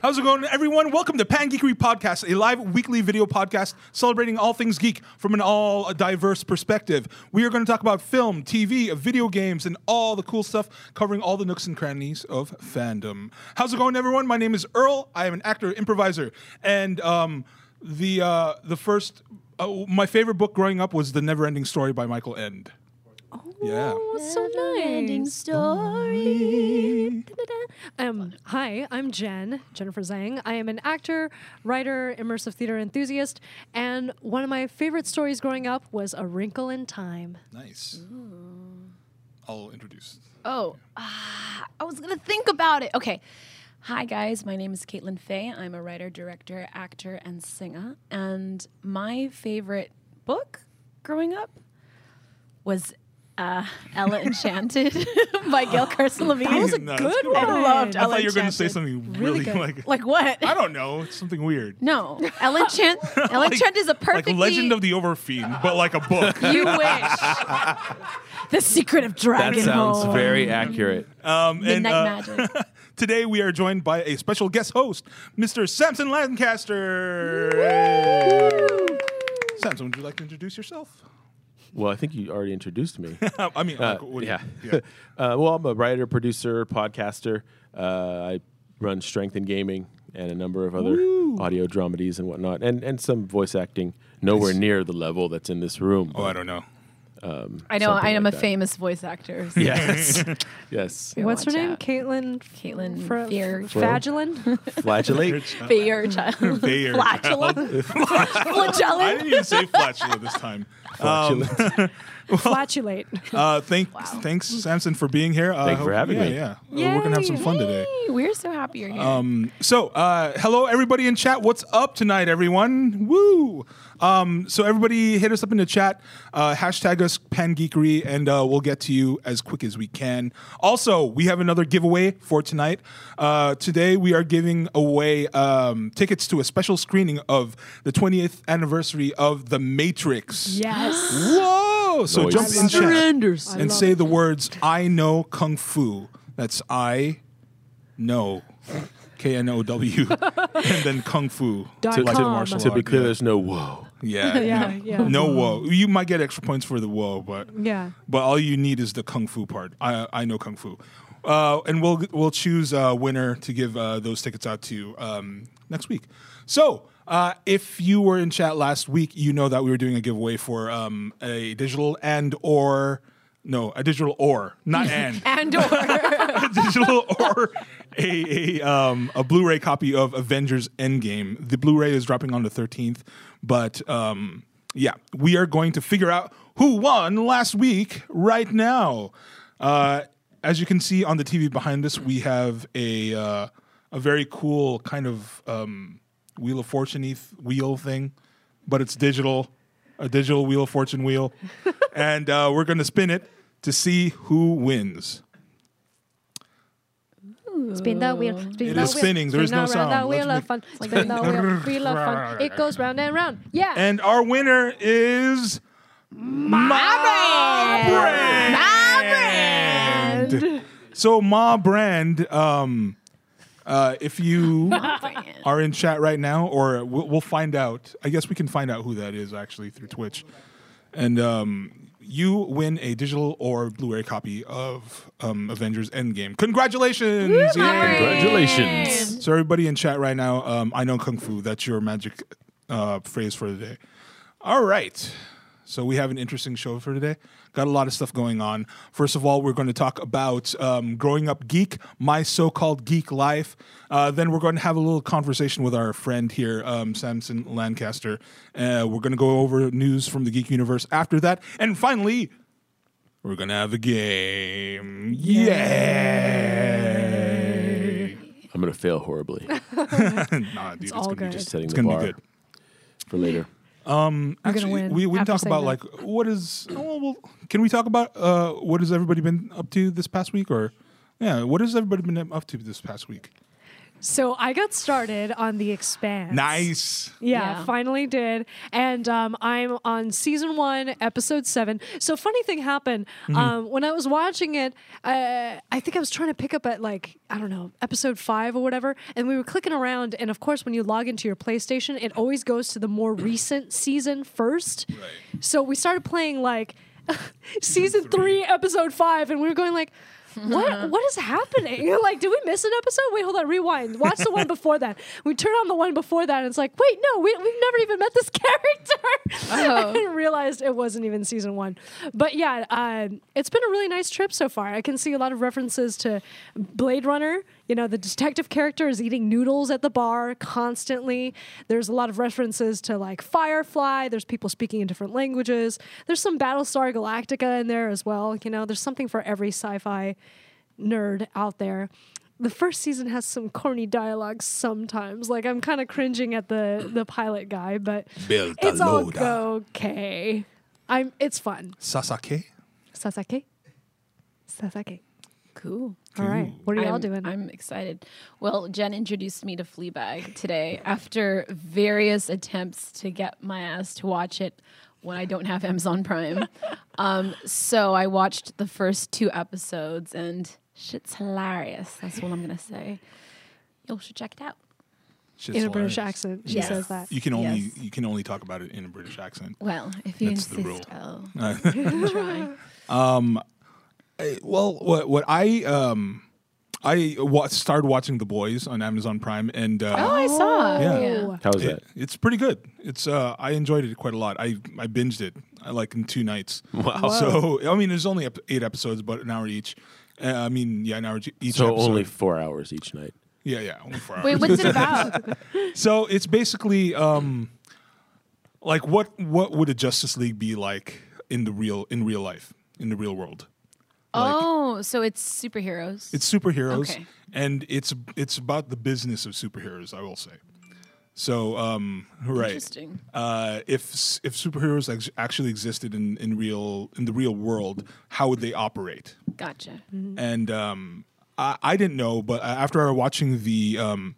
How's it going, everyone? Welcome to Pan Geekery Podcast, a live weekly video podcast celebrating all things geek from an all diverse perspective. We are going to talk about film, TV, video games, and all the cool stuff covering all the nooks and crannies of fandom. How's it going, everyone? My name is Earl. I am an actor, improviser, and um, the uh, the first uh, my favorite book growing up was The Neverending Story by Michael End. Oh. Yeah. That's so Never-ending nice. story. Um, hi, I'm Jen, Jennifer Zhang. I am an actor, writer, immersive theater enthusiast, and one of my favorite stories growing up was A Wrinkle in Time. Nice. I'll introduce. Oh, ah, I was gonna think about it. Okay. Hi guys, my name is Caitlin Fay. I'm a writer, director, actor, and singer. And my favorite book growing up was uh, Ella Enchanted by Gail Carson Levine. That was a No, that's good good. I one. loved I Ella thought you were going to say Enchanted. something really, good. like Like what? I don't know. It's something weird. No, Ella Enchant. Ella Enchanted is a Like perfectly Legend of the Overfiend, but like a book. Um, You wish. the Secret of That Dragonhold. sounds Oh. very accurate. Um, and, Midnight uh, Magic. Today we are joined by a special guest host, Mr. Samson Lancaster. Samson, would you like to introduce yourself? Well, I think you already introduced me. I mean, Uh, like, what do you- yeah. uh, well, I'm a writer, producer, podcaster. Uh, I run Strength in Gaming and a number of other audio dramedies and whatnot, and, and some voice acting. Nowhere near the level that's in this room. Oh, I don't know. I know. something I am like a that. famous voice actor. so Yes. yes. Yeah, What's her watch name? out. Caitlin. Caitlin Fra- Fear- Flagellan. Flagellate. Fear child. Fear Flagella. I Flagella. didn't even say flatula this time. Um, Flagellate. Flatulate. uh, thank, Thanks, Samson, for being here. Uh, Thank you for hope- having yeah, me. Yeah, Uh, We're going to have some fun today. Hey, we're so happy you're here. Um, so, uh, hello everybody in chat. What's up tonight, everyone? Woo! Um, so everybody, hit us up in the chat. Uh, hashtag us pangeekery, and uh, we'll get to you as quick as we can. Also, we have another giveaway for tonight. Uh, today, we are giving away um, tickets to a special screening of the 20th anniversary of The Matrix. yes. Whoa! So Nice. jump I in love chat it. I and love say it. the words "I know kung fu." That's I know K N O W, and then kung fu Dot like the com. martial to be art, clear, yeah. there's no whoa. yeah, Yeah, no, yeah. no whoa. You might get extra points for the whoa, but Yeah. but all you need is the kung fu part. I I know kung fu, uh, and we'll we'll choose a winner to give uh, those tickets out to um, next week. So. Uh, if you were in chat last week, you know that we were doing a giveaway for um, a digital and or no, a digital or not and and or a digital or a a, um, a Blu-ray copy of Avengers Endgame. The Blu-ray is dropping on the 13th, but um, yeah, we are going to figure out who won last week right now. Uh, as you can see on the TV behind us, we have a uh, a very cool kind of um, Wheel of Fortune wheel thing, but it's digital, a digital Wheel of Fortune wheel, and uh, we're going to spin it to see who wins. Spin that wheel. Spin It that is wheel, spinning. There spin is no around sound. That Let's wheel of make- fun. Spin that wheel. Wheel of fun. It goes round and round. Yeah. And our winner is Ma Brand. So Ma Brand, um, uh, if you are in chat right now, or we'll, we'll find out. I guess we can find out who that is actually through Twitch, and um, you win a digital or Blu-ray copy of um, Avengers Endgame. Congratulations! Yay. Congratulations. So everybody in chat right now, um, I know kung fu. That's your magic uh, phrase for the day. All right. So we have an interesting show for today. Got a lot of stuff going on. First of all, we're going to talk about um, growing up geek, my so-called geek life. Uh, then we're going to have a little conversation with our friend here, um, Samson Lancaster. Uh, we're going to go over news from the geek universe after that, and finally, we're going to have a game. Yay! I'm going to fail horribly. Nah, dude, it's, all gonna be good. just Just setting it's the gonna bar be good. for We're later. gonna Actually, win we we can after talk about saying like that. what is. oh, Well, well, can we talk about uh, what has everybody been up to this past week? Or yeah, what has everybody been up to this past week? So I got started on The Expanse. Nice. Yeah, Yeah. finally did. And um, I'm on season one, episode seven. So, funny thing happened um, when I was watching it. Uh, I think I was trying to pick up at like, I don't know, episode five or whatever. And we were clicking around. And of course, when you log into your PlayStation, it always goes to the more recent season first. Right. So, we started playing like season three, episode five. And we were going like, what what is happening? You're like, did we miss an episode? Wait, hold on, rewind. Watch the one before that. We turn on the one before that, and it's like, wait, no, we, we've never even met this character. Oh. and realized it wasn't even season one. But yeah, um, it's been a really nice trip so far. I can see a lot of references to Blade Runner. You know, the detective character is eating noodles at the bar constantly. There's a lot of references to like Firefly. There's people speaking in different languages. There's some Battlestar Galactica in there as well. You know, there's something for every sci fi nerd out there. The first season has some corny dialogue sometimes. Like I'm kind of cringing at the the pilot guy, but Build a it's all loader. okay. I'm it's fun. Sasake? Sasaki. Sasaki. Cool. All right. What are y'all I'm, doing? I'm excited. Well, Jen introduced me to Fleabag today after various attempts to get my ass to watch it when I don't have Amazon Prime. um, so I watched the first two episodes and shit's hilarious. That's all I'm going to say. You should check it out. Shit's in a British hilarious. accent. She Yes. says that. You can only Yes. you can only talk about it in a British accent. Well, if you That's the insist, I'll try. Uh, Well, what what I um I wa- started watching The Boys on Amazon Prime and uh, Oh, I saw. Yeah. How's It- that? it's pretty good. It's uh, I enjoyed it quite a lot. I I binged it uh, like in two nights. Wow. So I mean, there's only ep- eight episodes, but an hour each. Uh, I mean, yeah, an hour each. each So episode. only four hours each night. yeah, yeah, only four Wait, hours. what's it about? So it's basically um, like what what would a Justice League be like in the real in real life in the real world? oh, so it's superheroes. It's superheroes, Okay. and it's it's about the business of superheroes. I will say. So, um, right. Interesting. Uh, if s- if superheroes ex- actually existed in, in real in the real world, how would they operate? gotcha. And um, I, I didn't know, but a- after watching the um,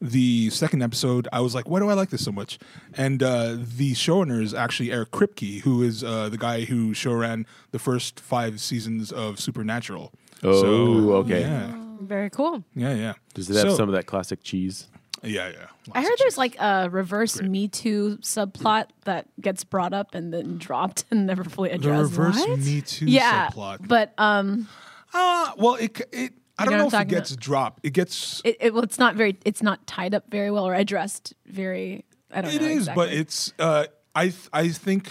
the second episode, I was like, why do I like this so much? And uh, the showrunner is actually Eric Kripke, who is uh, the guy who showran the first five seasons of Supernatural. Oh, So- okay. Yeah. Oh. Very cool. Yeah, yeah. Does it have So- some of that classic cheese? Yeah, yeah. I Lots heard of there's like a reverse Me Too subplot that gets brought up and then dropped and never fully the addressed. reverse What? Me Too yeah, subplot. but um, Ah, well, it c- it. I don't You know know what if I'm it talking gets dropped. It gets. it, it well, it's not very, it's not tied up very well or addressed very. I don't It know. is, exactly. but it's. Uh, I th- I think,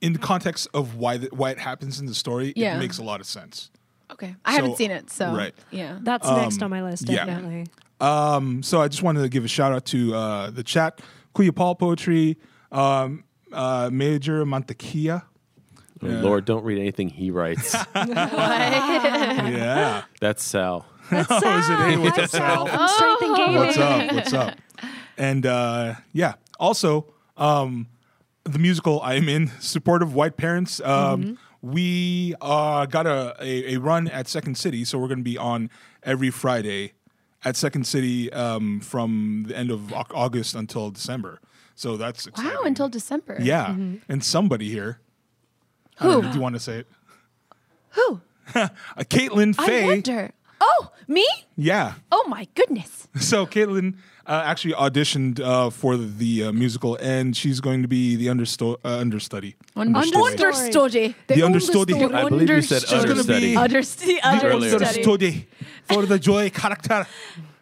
in the context of why the, why it happens in the story, Yeah. it makes a lot of sense. okay. I so- haven't seen it, so right. yeah. That's next on my list, Um, yeah. definitely. Um, so I just wanted to give a shout out to uh, the chat, Kuya Paul Poetry, um, uh, Major Mantequilla. Oh, Lord, don't read anything he writes. yeah. That's Sal. That's Sal. is it? Hey, what's Hi, up, Sal Sal? from Strength and Gaming. What's up? What's up? And uh, yeah, also um, the musical I'm in, supportive white parents. Um, Mm-hmm. We uh, got a, a, a run at Second City, so we're going to be on every Friday at Second City um, from the end of Au- August until December. So that's exciting. wow, until December. yeah, and somebody here. I Who? don't know, do you want to say it? Who? Uh, Caitlin I Faye. wonder. Oh, me? Yeah. Oh my goodness. So Caitlin uh, actually auditioned uh, for the uh, musical, and she's going to be the understo- uh, understudy. Understory. Understudy. The understudy. I believe you said gonna be- understudy. Understudy. Understudy. Understudy for the joy character.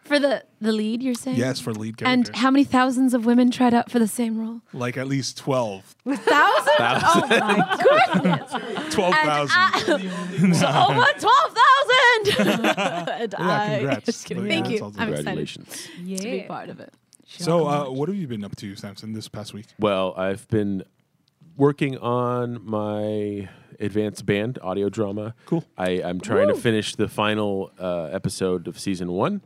For the the lead, you're saying? Yes, for lead And character. how many thousands of women tried out for the same role? like at least 12. Thousands? Oh my goodness! 12,000. So over twelve Uh, thousand. and I, congrats. just kidding. But Thank yeah, you. that's all the I'm excited Congratulations. Yeah. to be part of it. So, Oh, uh, what have you been up to, Samson, this past week? Well, I've been working on my advanced band audio drama. Cool. I, I'm trying to finish the final uh, episode of season one,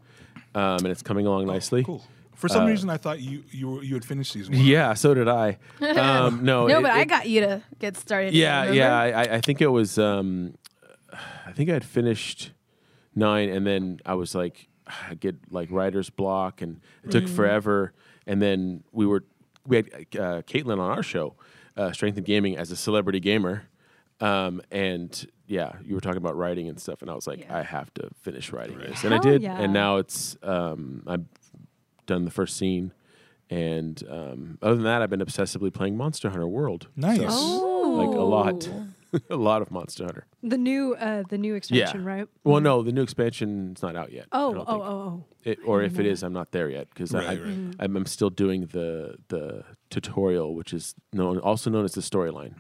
um, and it's coming along nicely. Cool. For some reason, I thought you you were, you had finished season one. Uh, Yeah, so did I. Um, uh, no, No, it- but I it- got you to get started. Yeah, remember? yeah. I, I- I think it was. Um, I think I had finished nine, and then I was like, I get like writer's block, and it took forever. And then we were we had uh, Caitlin on our show, uh, Strength in Gaming, as a celebrity gamer. Um, and yeah, you were talking about writing and stuff, and I was like, Yeah. I have to finish writing this, and I Hell did. yeah. And now it's um, I've done the first scene, and um, other than that, I've been obsessively playing Monster Hunter World. Nice. Oh, like a lot, Ooh. a lot of Monster Hunter. The new uh, the new expansion, right? Well, no, the new expansion's not out yet. I Oh, don't oh, think. oh, oh. It, or if it Mm-hmm. is, I'm not there yet because Right, I, right. Mhm. I'm, I'm still doing the the tutorial, which is known also known as the storyline.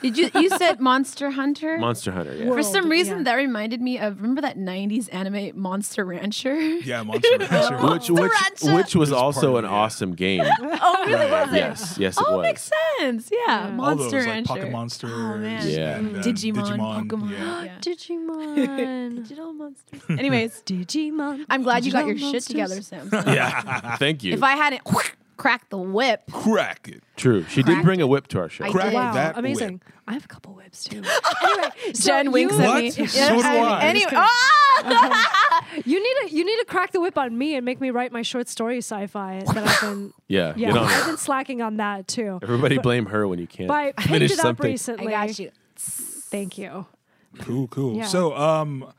Did you you said Monster Hunter? Monster Hunter, yeah. Whoa. For some World, reason, yeah. that reminded me of remember that '90s anime Monster Rancher. Yeah, Monster Rancher. Which which Sriracha. which was It's part also of an it, yeah. awesome game. Oh, really? Was it? yes, yes, it Oh, was. makes sense. Yeah, All Monster those like Rancher. Oh, Pocket Monsters. man. Yeah. and, uh, Digimon, Pokemon. yeah. Yeah. Digimon. Digital monsters. Anyways, Digimon. I'm glad you got your Digital shit together, monsters. Sam. Thank you. If I hadn't cracked the whip, Crack it. True, she did Cracked bring a whip to our show. I Crack did. Wow, that amazing. whip. I have a couple whips too. anyway, so Jen you- winks at What? me. So do I. Anyway, ah! You need to you need to crack the whip on me and make me write my short story sci-fi that I've been Yeah, yeah get on I've it. been slacking on that too. Everybody blame her when you can't But I picked finish it up something. I recently. got you. Thank you. Cool, cool. Yeah. So, um,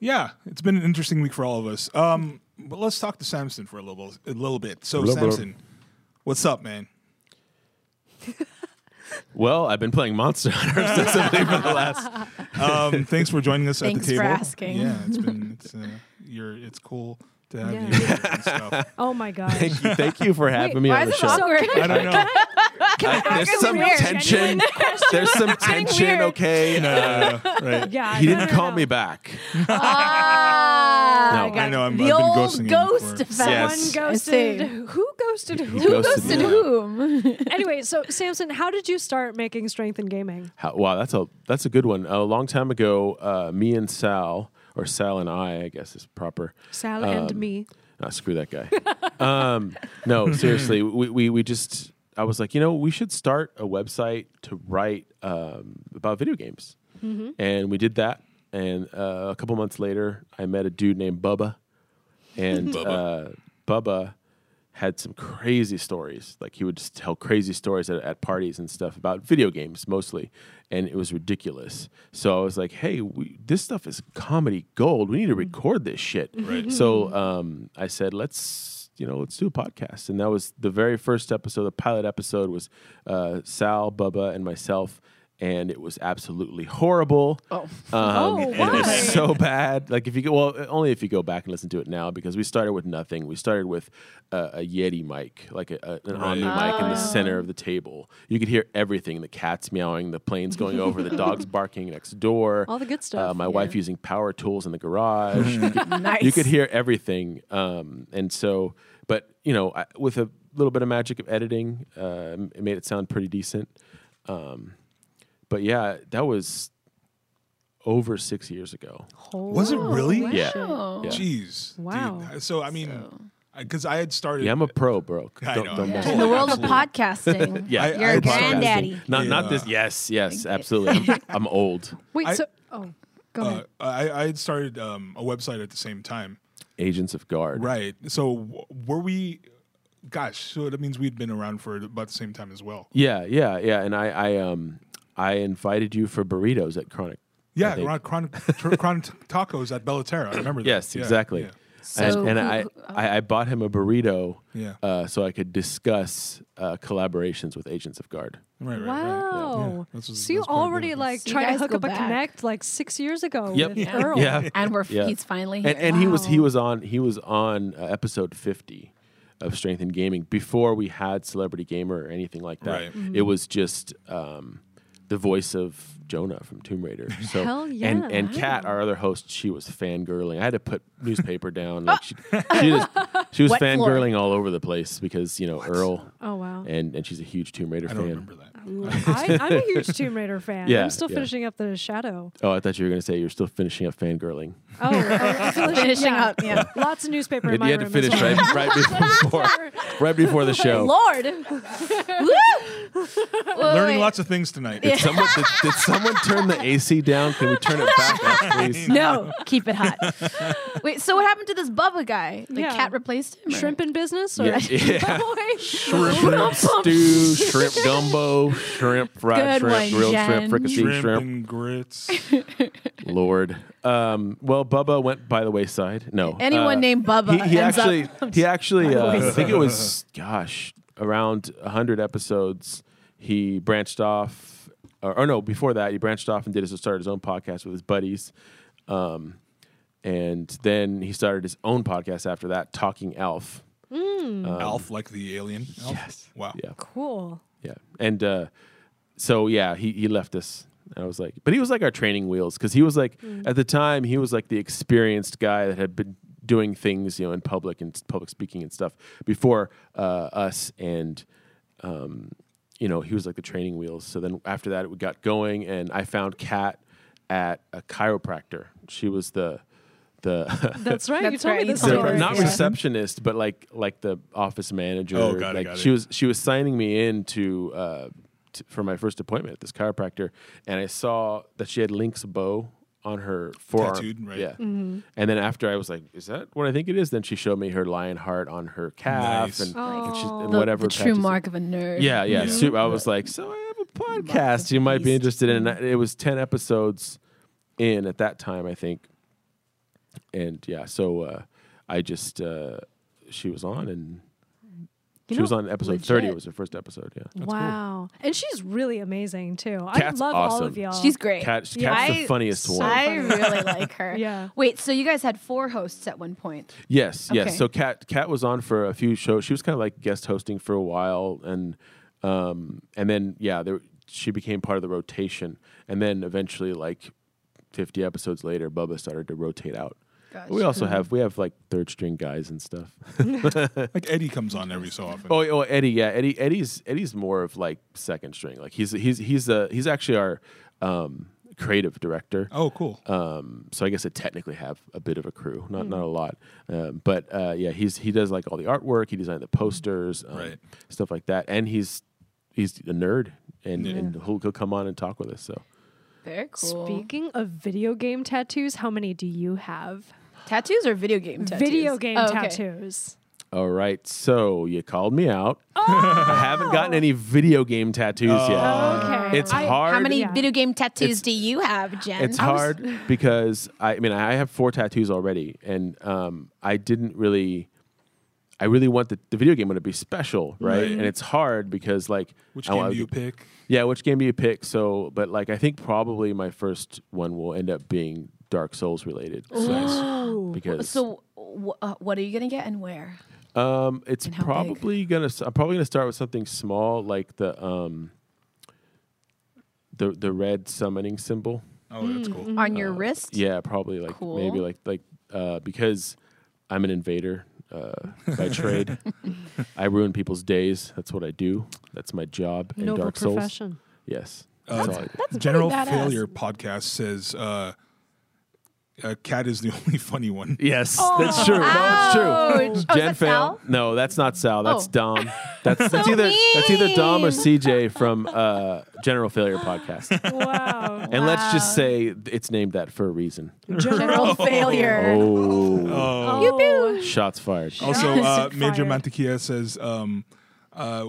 yeah, it's been an interesting week for all of us. Um, but let's talk to Samson for a little, a little bit. So, Little bit. Samson, what's up, man? Well, I've been playing Monster Hunter obsessively for the last. Um, thanks for joining us at Thanks the for table. asking. Yeah, it's been it's uh, you're it's cool to have Yeah. you here and stuff. Oh my gosh. Thank you, thank you for having Wait, me why on the is it show. awkward? I don't know. There's It's some weird. tension. There's some tension. weird. Okay. Uh, No, no, no, no, right. Yeah, He no, didn't no, call no. me back. Ah, No, I know. I'm, the I've been old ghosting him ghost for- effect. Yes. One I ghosted. see. Who ghosted who? Who ghosted Ghosted Yeah. whom? anyway, so Samson, how did you start making strength in gaming? How, wow, that's a that's a good one. A long time ago, uh, me and Sal, or Sal and I, I guess is proper. Sal and me. Ah, screw that guy. um, no, seriously, we, we we just I was like, you know, we should start a website to write um, about video games, Mm-hmm. and we did that. And uh, a couple months later, I met a dude named Bubba, and Bubba. Uh, Bubba had some crazy stories. Like he would just tell crazy stories at, at parties and stuff about video games mostly, and it was ridiculous. So I was like, "Hey, we, this stuff is comedy gold. We need to record this shit." Right. So um, I said, "Let's." You know, let's do a podcast, and that was the very first episode. The pilot episode was uh, Sal, Bubba, and myself, and it was absolutely horrible. Oh, Oh, it why? was so bad. Like if you go, well, only if you go back and listen to it now because we started with nothing. We started with uh, a Yeti mic, like a, a, an Omni mic in the Oh. center of the table. You could hear everything: the cats meowing, the planes going over, the dogs barking next door, All the good stuff, Uh, my wife using power tools in the garage. You could- nice. you could hear everything. Um, and so, but you know, I, with a little bit of magic of editing, uh, it made it sound pretty decent. Um, but yeah, that was over six years ago. Was it really? wow. Yeah. Oh. Yeah. Jeez. dude. Wow. So I mean, because I had started. Yeah, I'm a pro, bro. I Don't, know, don't I mess know. In with the it. world Absolutely. of podcasting, Yeah, I- you're I a podcasted. granddaddy. Not, not this. Yes, yes, absolutely. I'm, I'm old. Wait, I- so oh, go uh, ahead. I, I had started um, a website at the same time. Agents of Guard. Right. So w- were we? Gosh. So that means we'd been around for about the same time as well. Yeah, yeah, yeah. And I, I, um, I invited you for burritos at Chronic. I Yeah. think. Chronic chronic chronic tacos at Bellaterra. I remember that. Yes, Yeah, exactly. yeah. So and and who- uh, I, who- I, I bought him a burrito Yeah. uh, so I could discuss uh, collaborations with Agents of Guard. Right. Right. right. wow. Yeah, that's what's- so you that's part of already it. like you tried to guys hook go up a back. connect like six years ago Yep. with Yeah. Earl. Yeah. and we're Yeah. he's finally here. And, and he was he Wow. was on he was on uh, episode 50 of Strength in Gaming before we had Celebrity Gamer or anything like that. Right. Mm-hmm. Mhm. It was just um, the voice of Jonah from Tomb Raider. So Hell yeah. and and Kat, our other host, she was fangirling. I had to put newspaper down. Like she, she, just, she was Wet floor. fangirling all over the place because you know Earl Oh wow. and and she's a huge Tomb Raider I fan. don't remember that. Oh, I, I'm a huge Tomb Raider fan. Yeah, I'm still yeah. finishing up the Shadow. Oh, I thought you were going to say you're still finishing up fangirling. Oh, I'm Finishing yeah. up, yeah. Lots of newspaper in You my had to room as finish well. right, right before right before the show. Lord. Woo! Learning lots of things tonight. Did someone, did, did someone turn the AC down? Can we turn it back up, please? No, keep it hot. Wait, so what happened to this Bubba guy? The Yeah. cat replaced him? or- Shrimp in business? Or Yeah. Yeah. Shrimp. shrimp stew, shrimp gumbo, shrimp Good fried shrimp, one, grilled Jen. shrimp, fricassee Shrimp shrimp. and grits. Lord. Um, well, Bubba went by the wayside. No. Anyone uh, named Bubba. He, he ends actually, Up, he actually, uh, I think it was, gosh, around 100 episodes, he branched off, or, or no, before that, he branched off and did his, started his own podcast with his buddies. Um, and then he started his own podcast after that, Talking Elf. Alf, like the alien. Alf? Um, Yes. Wow. Yeah. Cool. Yeah. And uh, so yeah, he, he left us. And I was like, but he was like our training wheels because he was like at the time he was like the experienced guy that had been doing things you know in public and s- public speaking and stuff before uh, us and um, you know he was like the training wheels. So then after that we got going and I found Kat at a chiropractor. She was the the That's right. you That's told right, me you this told the- me story. not Yeah. receptionist, but like like the office manager. Oh, got it, like got she it. was she was signing me in to, uh, t- for my first appointment at this chiropractor, and I saw that she had Link's bow on her forearm. Tattooed, right. Yeah. Mm-hmm. And then after I was like, "Is that what I think it is?" Then she showed me her lion heart on her calf Nice. and, and she- and Oh. the, whatever the true patches- mark of a nerd. Yeah, yeah. Yeah. So I was like, "So I have a podcast you might be interested in." And it was ten episodes in at that time, I think and yeah, so uh, I just uh, she was on, and You she know, was on episode thirty. legit. It was her first episode. Yeah, Wow. And she's really amazing, too. Cat's I love all of awesome. y'all. She's great. Cat, Cat's Yeah. the I- funniest so- one. I really like her. Yeah. Wait, so you guys had four hosts at one point. Yes, yes. Okay. So Kat, Kat was on for a few shows. She was kind of like guest hosting for a while, and um, and then yeah, there, she became part of the rotation, and then eventually, like fifty episodes later, Bubba started to rotate out. Gosh. We also have we have like third string guys and stuff. Like Eddie comes on every so often. Oh, oh, Eddie, yeah, Eddie, Eddie's Eddie's more of like second string. Like he's he's he's uh, he's actually our um, creative director. Oh, cool. Um, so I guess I technically have a bit of a crew, not not a lot, um, but uh, yeah, he's he does like all the artwork. He designed the posters, um, Right. stuff like that, and he's he's a nerd, and, Yeah. and he'll, he'll come on and talk with us. So Very cool. Speaking of video game tattoos, how many do you have? Tattoos or video game tattoos? Video game Oh, okay. tattoos. all right, so you called me out. I haven't gotten any video game tattoos yet. Okay. It's Oh. I- hard. How many Yeah. video game tattoos It's- do you have, Jen? It's hard because I, I mean I have four tattoos already, and um, I didn't really. I really want the, the video game one to be special, right? Right. And it's hard because like Which I game want- do you pick? Yeah, which game do you pick? So, but like I think probably my first one will end up being Dark Souls related. So, because So, wh- uh, what are you gonna get and where? um, it's And how big? probably gonna. s- I'm probably gonna start with something small, like the um, the the red summoning symbol. Oh, that's Mm. cool. On your wrist? Yeah, probably like maybe Cool. like like uh, because I'm an invader uh, by trade. I ruin people's days. That's what I do. That's my job in Noble Dark Souls. profession. Yes. Uh, That's all I do. General badass. Failure podcast says uh, uh, Cat is the only funny one. Yes, that's true. No, Ouch. Oh, it's is true. Jen that Fail. Sal? No, that's not Sal. That's Oh. Dom. That's, that's either that's either Dom or CJ from uh, General Failure podcast. Wow. And let's just say it's named that for a reason. General failure. Oh, Oh. You do. shots fired. Also, Yeah. uh, Fire. Major Mantequilla says um, uh,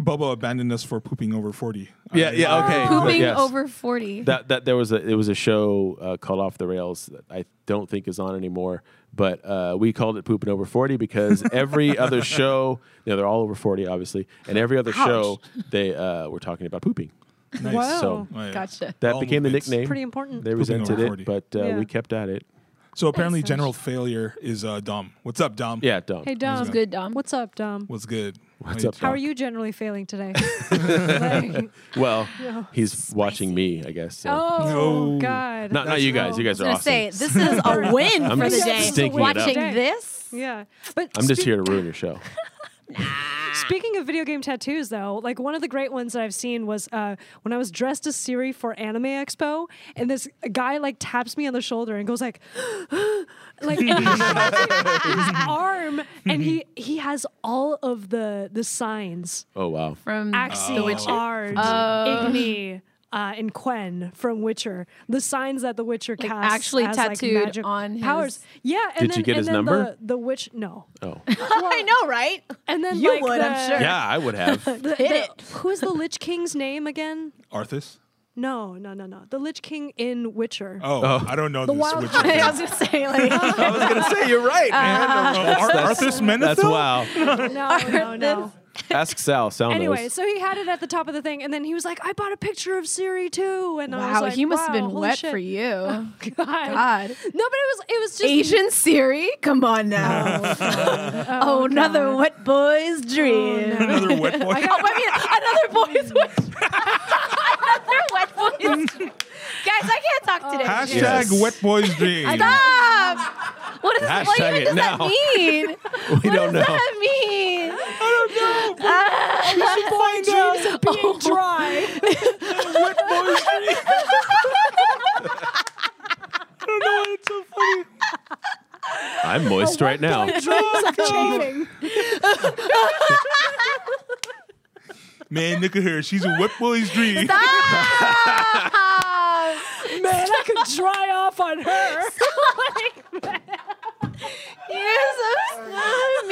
Bubba abandoned us for pooping over 40. Yeah, I- yeah, okay. Pooping Yes. over forty. that that there was a it was a show uh, called Off the Rails that I don't think is on anymore, but uh, we called it Pooping Over Forty because every other show, you know, they're all over forty, obviously, and every other show they uh, were talking about pooping. Nice. Wow. So Oh, yeah. gotcha. that All became the movements. nickname. Pretty important. They Pooping resented over 40. it, but uh, Yeah. we kept at it. So apparently, General Failure is uh, Dom. What's up, Dom? Yeah, dumb. Hey, Dom. good, Dom. What's up, Dom? What's good? Wait, What's up? How Doc? are you generally failing today? Like- Well, he's watching me, I guess. So. oh, No. God. not not you guys. You guys I are was awesome. gonna say this is a win I'm for the just day. stinking it up. Watching this. Yeah. But I'm just speak- here to ruin your show. Speaking of video game tattoos, though, like one of the great ones that I've seen was uh, when I was dressed as Siri for Anime Expo, and this guy like taps me on the shoulder and goes like, like and he shows me his arm, and he he has all of the the signs: Oh wow. From Axie, Ard, Igni. Uh, and Quen from Witcher, the signs that the Witcher Like, casts actually as, tattooed like, magic on his- powers. Yeah, and Did then, you get and his then number? The, the witch, no. Oh. I know, right? And then You like, would, I'm the- sure. Yeah, I would have. the- Hit the- it. Who is the Lich King's name again? Arthas? No, no, no, no. The Lich King in Witcher. Oh, I don't know this wild- Witcher. I was gonna say like I was gonna say you're right, man. Oh, Ar- Arthas Menethil? That's wow. No, no, no. Ask Sal. Sal knows. Anyway, so he had it at the top of the thing, and then he was like, "I bought a picture of Siri too." And I was wow, like, he must have been holy wet shit." for you. God. God. No, but it was it was just Asian Siri, come on now. oh, another wet boy's dream. Another wet boy. Oh, I mean, another boy's wet. another wet boy's dream. Guys, I can't talk today. Hashtag Yes. wet boy's dream. Stop! What, is, what Hashtag even it does that now. mean? what we does don't know. that mean? Ah. dreams of being dry. wet boy's dream. I don't know why it's so funny. I'm moist right now. dreams of chafing. Man, look at her. She's a wet boy's dream. Ah! Man, I could dry off on her. You're so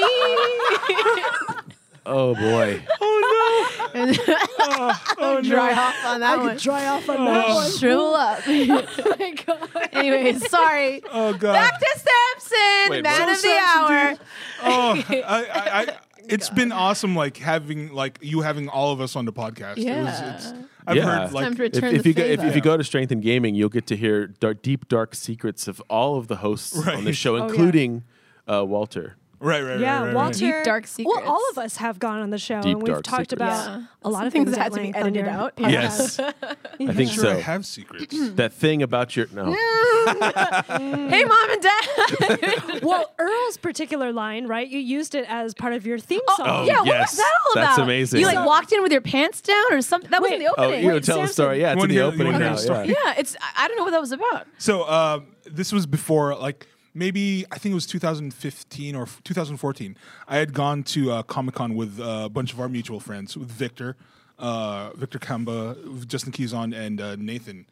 mean. Oh boy. Oh no. oh Dry no. off on that one. Dry off Oh, on that one. Shrivel up. Oh my God. Anyways, sorry. Oh god. Back to Samson, Wait, man what? of So the hour. oh, I, I, I, it's been awesome. Like having like you having all of us on the podcast. It was, it's, I've Yeah. heard like Time to If, return if the you go, if, favor. if you go to Strength and Gaming, you'll get to hear dark, deep, dark secrets of all of the hosts on the Right. Oh, show, yeah. including uh, Walter. right, right, Yeah, right, right, right. Walter. Deep dark secrets. Well, all of us have gone on the show, Deep and we've dark talked secrets. about Yeah. a lot Some of things things that had at to be length edited on your out. podcast. Yes, I think Sure, I so. have secrets. That thing about your no. hey, mom and dad. Well, Earl's particular line, right? You used it as part of your theme song. oh, yeah, what yes. was that all about? That's amazing. You like So- walked in with your pants down or something? That Wait. was in the Oh, opening. you know, tell the Samson. story. You Yeah, it's in wanna the hear- you opening wanna hear now. the story? yeah. yeah, it's I- I don't know what that was about. So uh, this was before, like maybe I think it was 2015 or f- 2014. I had gone to uh, Comic Con with uh, a bunch of our mutual friends, with Victor, uh, Victor Kamba, Justin Keyson, and uh, Nathan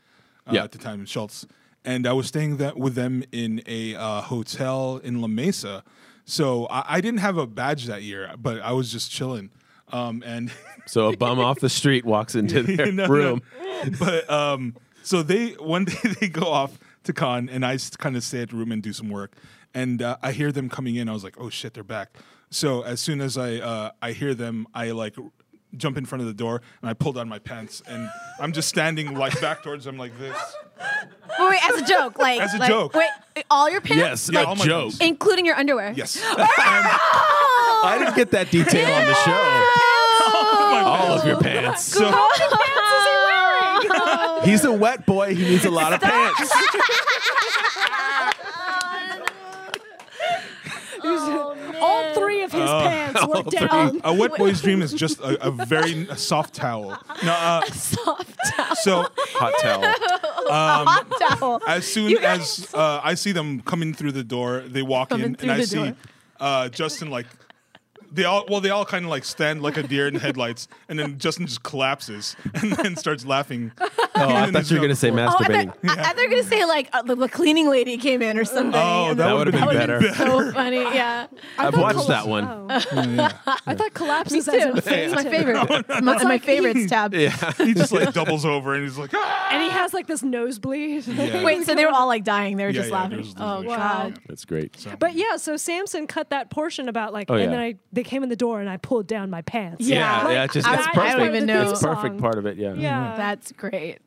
uh, Yeah. at the time, Schultz. And I was staying that with them in a uh, hotel in La Mesa. So I, I didn't have a badge that year, but I was just chilling. Um, and So a bum off the street walks into their No, no. room. but um, so they one day they go off to con, and I kind of stay at the room and do some work. And uh, I hear them coming in. I was like, oh shit, they're back. So as soon as I uh, I hear them, I like jump in front of the door and I pull down my pants and I'm just standing like back towards them like this. Wait, wait, as a joke, like As a like- joke. Wait, all your pants, Yes, Yeah, a all my joke. friends. including your underwear. Yes. Oh, I didn't get that detail on the show. All of Oh your pants. so He's a wet boy. He needs a lot of pants. Oh, All three of Oh. his pants were down. a wet boy's dream is just a, a very a soft towel. No, uh, Soft towel. so Hot towel. Hot towel. as soon as uh, I see them coming through the door, they walk Coming in, through and I the see door. uh, Justin like they all well they all kind of like stand like a deer in headlights, and then Justin just collapses and then starts laughing. Oh, I thought you were gonna say Oh, I masturbating. thought, I thought they were gonna say like uh, the, the cleaning lady came in or something. Oh, and that, That would have been would've better. been that's so funny. Yeah, I've thought watched Cole's- that one. Oh. I thought collapses as in It's my fainted. favorite. It's my, my favorites tab. he just like doubles over and he's like, ah! And he has like this nosebleed. Yeah. Wait, so they were all like dying. They were Yeah, just yeah, laughing. there's- Oh there's- god. That's great. But yeah, so Samson cut that portion about like, Oh, and yeah. then I they came in the door and I pulled down my pants. Yeah, Like, yeah, it's just I- that's I don't perfect. even know. That's perfect part of it. Yeah. Mm-hmm. Yeah, That's great.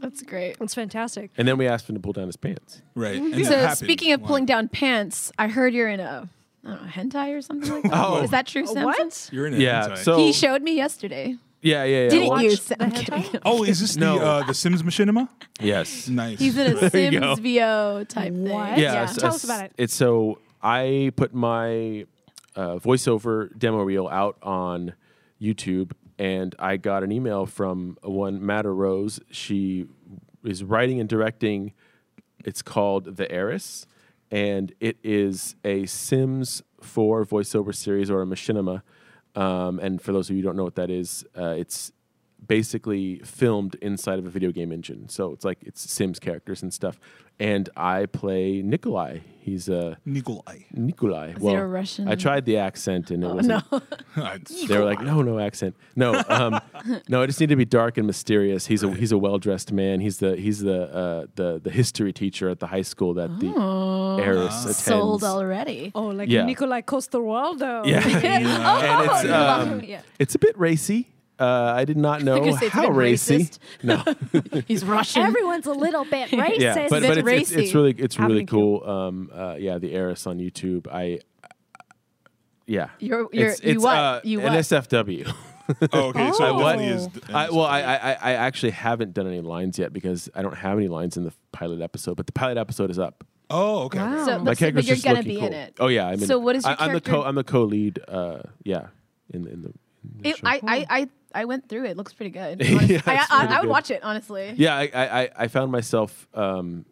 That's great. it's fantastic. And then we asked him to pull down his pants. right. And it So happened. speaking of Wow. pulling down pants, I heard you're in a I don't know, hentai or something like that. Oh. Is that true, Samson? What? you're in it. Yeah. hentai. So He showed me yesterday. yeah, yeah, yeah. Didn't Watch- you? Watch Sam? the I'm hentai? kidding. oh, is this No. the uh, the Sims Machinima? Yes. Nice. He's in a There you go. Sims VO type thing. What? Yeah. Yeah. it's- Tell us it's- about it. It's so I put my uh, voiceover demo reel out on YouTube, and I got an email from one Matta Rose. She is writing and directing. It's called The Heiress, and it is a Sims 4 voiceover series or a machinima. Um, and for those of you who don't know what that is, uh, it's basically filmed inside of a video game engine. So it's like it's Sims characters and stuff. And I play Nikolai. He's a Nikolai. Nikolai. it a Russian- Oh, I tried the accent and it wasn't. They were like, no, no accent, no, um, no. I just need to be dark and mysterious. He's a he's a well dressed man. He's the he's the uh, the the history teacher at the high school that the Oh. heiress attends. sold already. Oh, like Yeah. Nikolai Costerwaldo. Yeah, and it's um, Oh, Yeah. it's a bit racy. Uh, I did not know gonna say it's a how bit racy. racist. No, He's Russian. Everyone's a little bit racist. yeah, but, bit but it's, it's, it's racy. really it's really Happening too. cool. Um, uh, yeah, the heiress on YouTube. I, yeah, uh, You're- you're- you what? You what? NSFW. Oh, okay. So Oh. it Uh, What? really is. I, well, I, I I actually haven't done any lines yet because I don't have any lines in the pilot episode. But the pilot episode is up. oh, okay. okay. So, My but, so, but character's you're just gonna looking be in cool. it. Oh yeah, I'm in So it. what is your I, I'm the character- co I'm the co lead. Uh, yeah, in in the. In the It- show. I, I, I, I went through it. It looks pretty good. honestly. Yeah, I, it's I, pretty I would good. watch it honestly. yeah, I, I, I- I found myself um,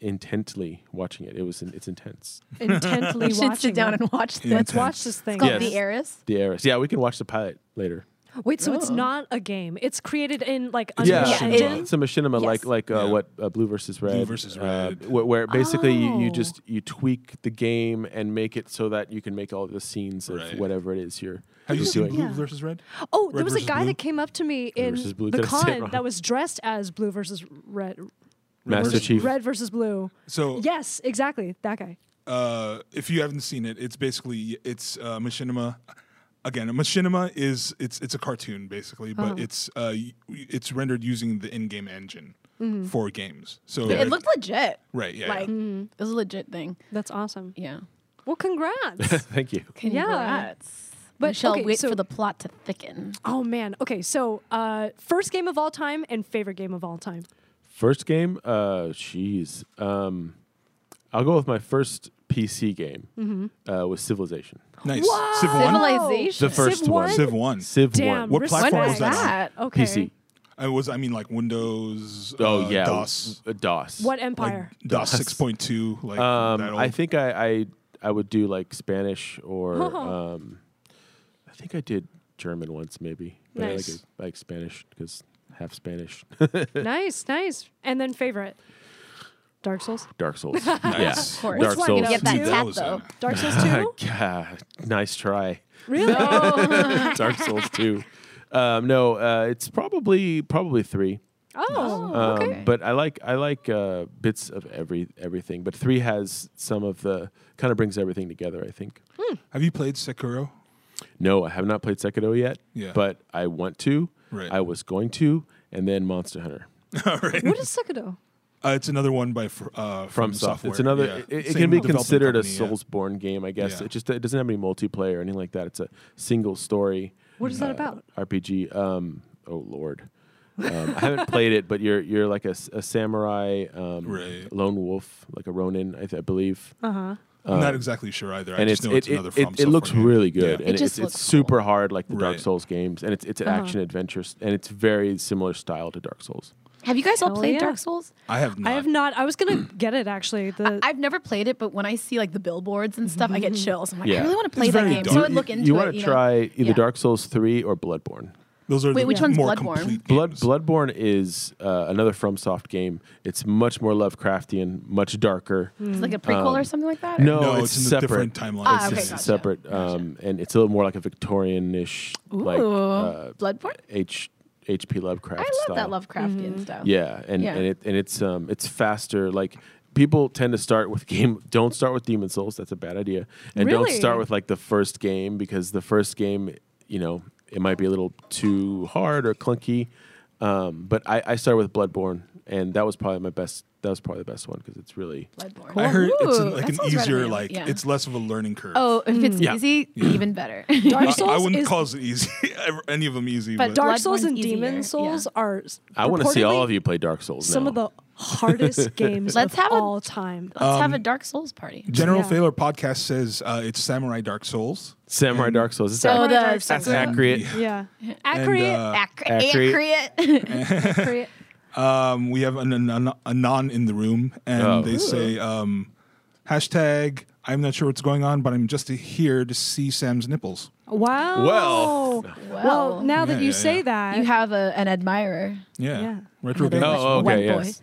intently watching it. It was it's intense. Intently We should watching sit down it. and watch this. Let's watch this thing. Called Yes. The Heiress. The heiress. Yeah, we can watch the pilot later. Wait, so it's Oh. not a game. It's created in like Yeah, Unreal Yeah, machinima. Engine. it's a machinima like like uh, Yeah. what uh, Blue versus Red. versus uh, Red. wh- where, basically you, Oh. you just you tweak the game and make it so that you can make all the scenes of Right. whatever it is you're, Have you you're seen doing. Blue Yeah. versus Red? Oh, Red there was a versus guy Blue? that came up to me in versus Blue. the Did I say it con wrong? that was dressed as Blue versus Red. Master versus Chief. Red versus Blue. So Yes, exactly. That guy. uh, if you haven't seen it, it's basically it's uh, machinima. Again, a machinima is it's it's a cartoon basically, but Oh. it's uh, y- it's rendered using the in-game engine Mm-hmm. for games. So It looked legit. right, yeah, Like yeah. it was a legit thing. That's awesome. Yeah. Well, congrats. Thank you. Congrats. But, But Michelle, okay, wait so- for the plot to thicken. oh man. Okay, so uh, first game of all time and favorite game of all time. First game, uh, jeez, um, I'll go with my first PC game uh, was Civilization, nice. Civ one, Civilization. the first Mm-hmm. Civ one? one, Civ one. Civ Damn. one, What platform respect. When was was that? Okay. PC. I was I mean like Windows. Oh uh, yeah, DOS, uh, DOS. What empire? like DOS six point two. Like Um, that old. I think I, I I would do like Spanish or Oh. um, I think I did German once maybe. But I Nice. like, I like Spanish because half Spanish. nice, nice. And then favorite. Dark Souls. Dark Souls. Nice. Of course. Dark Which one? Souls. Get that Two. tat, That was though. in it. Dark Souls 2? Yeah, nice try. really? Dark Souls two. Um, no, uh, it's probably probably three. Oh, Um, okay. But I like I like uh, bits of every everything. But three has some of the kind of brings everything together. I think. Have you played Sekiro? No, I have not played Sekiro yet. Yeah. But I want to. Right. I was going to, and then Monster Hunter What is Sekiro? Uh, it's another one by fr- uh, from, from, Soft. software. It's another. yeah. It, it Same can be development considered company, a yeah. Soulsborne game, I guess. Yeah. It just it doesn't have any multiplayer or anything like that. It's a single story. uh, What is that about? RPG. Um, oh lord, um, I haven't played it, but you're you're like a, s- a samurai um, Right. lone wolf, like a Ronin, I, th- I believe. Uh-huh. I'm not exactly sure either. Um, and I it's, just know it, it's it, another it, from it looks software really game. good, Yeah. and It just it's, it's looks super cool. Uh-huh. hard, like the Dark Right. Souls games, and it's it's an action adventure, s- and it's very similar style to Dark Souls. Have you guys all Hell played yeah. Dark Souls? I have not. I have not. I was going to get it actually. The I've never played it, but when I see like the billboards and stuff, I get chills. I'm like, Yeah. I really want to play that very game. dark. So I would You- look you- into you it. wanna know? try Yeah. either Dark Souls three or Bloodborne. Those are Wait, the which one's more Bloodborne? complete Blood games. Bloodborne is uh, another FromSoft game. It's much more Lovecraftian, much darker. It's like a prequel or something like that. um, No, No, it's it's, in a separate. different timeline. Ah, It's okay, just gotcha. separate, um, and it's a little more like a Victorian-ish, like Ooh. uh, Bloodborne. H H.P. Lovecraft. I love style. that Lovecraftian stuff. Yeah, and Yeah. and it and it's um it's faster. Like people tend to start with game. Don't start with Demon Souls. That's a bad idea. And don't Really? start with like the first game because the first game, you know, it might be a little too hard or clunky. Um, but I, I started with Bloodborne, and that was probably my best. That was probably the best one because it's really Bloodborne. I heard it's an, Ooh, like that an sounds right up easier, my alley. like Yeah. it's less of a learning curve. Oh, if it's Yeah. easy, even better. I, Dark I Souls wouldn't is call it easy, ever- any of them easy. But But, Dark Souls Bloodborne's and Demon easier, Souls yeah. are I want to see all of purportedly you play Dark Souls. Some now. of the hardest games Let's of have a- all time. Let's have Um, a Dark Souls party. General Yeah. Failure podcast says uh, it's Samurai Dark Souls. Samurai Dark Souls. Is So that the Dark Souls. that's accurate? Yeah. And, Accurate. uh, Accurate. accurate. um, we have an anon, anon in the room, and Oh. they say um, hashtag I'm not sure what's going on, but I'm just here to see Sam's nipples. Wow. Well. Well, now that Yeah, you yeah, say yeah. that, you have a, an admirer. Yeah, Yeah. retro game. Oh, oh, One okay, boy. yes.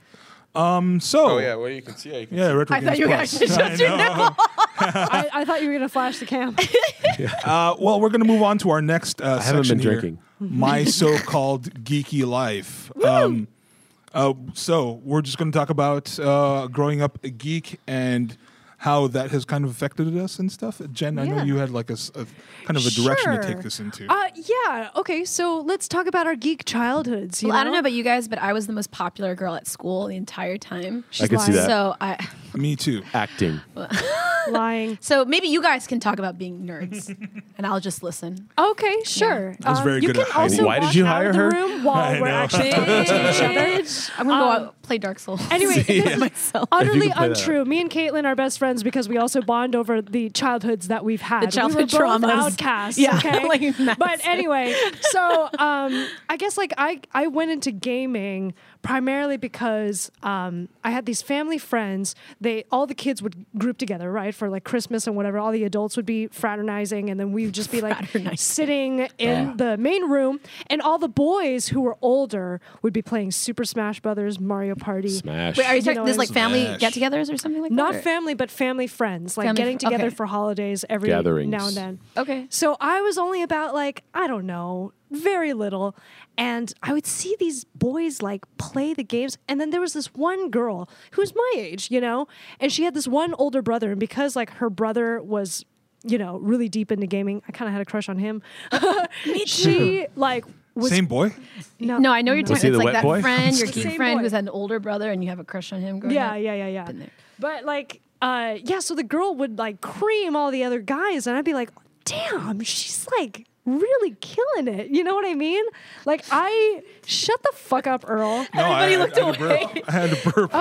So Oh, well, you can see. yeah, retro I games. thought you were Plus. actually just I know. I, I thought you were going to flash the cam. Uh, well, we're going to move on to our next. Uh, I haven't been drinking. My so-called geeky life. Um, uh, so we're just going to talk about uh, growing up a geek and how that has kind of affected us and stuff. Jen, I know Yeah. you had like a, s- a kind of a direction to Sure. take this into. Uh, yeah. Okay. So let's talk about our geek childhoods. You Well, I don't know about you guys, but I was the most popular girl at school the entire time. I could see lying. that So I, Me too. acting. lying. so maybe you guys can talk about being nerds, and I'll just listen. Okay, sure. I was Um, very you good can at hiding. also Why did walk you out hire of the her? room while I we're know. actually talking to each other. I'm gonna go Um, out play Dark Souls. Anyway, this is myself. If you utterly could play that. untrue. Me and Caitlin are best friends because we also bond over the childhoods that we've had. childhood we were both traumas. outcasts. Yeah, Okay? like, that's but it. anyway, so um, I guess like I I went into gaming primarily because um, I had these family friends. They all the kids would group together, right, for like Christmas and whatever. All the adults would be fraternizing, and then we'd just be like Fraternizing. sitting in the main room, and all the boys who were older would be playing Super Smash Brothers, Mario Party. Smash. Wait, are you You talking know, this like it's- family Smash. get-togethers or something like Not that? or- family, but family friends, like Family getting fr- together okay. for holidays every Gatherings. now and then. Okay. So I was only about like, I don't know, very little. And I would see these boys like play the games. And then there was this one girl who's my age, you know? And she had this one older brother. And because like her brother was, you know, really deep into gaming, I kind of had a crush on him. Me She like was Mm-hmm. Same boy. no, No, I know you're no. talking. he It's the like wet that boy? friend, your It's the geek same friend boy. who's an older brother, and you have a crush on him. Growing Yeah, up. yeah, yeah, yeah. Been there. But like, uh, yeah. So the girl would like cream all the other guys, and I'd be like, "Damn, she's like really killing it." You know what I mean? Like, I shut the fuck up, Earl. No, Everybody I, looked I, I, had to burp. I had to burp.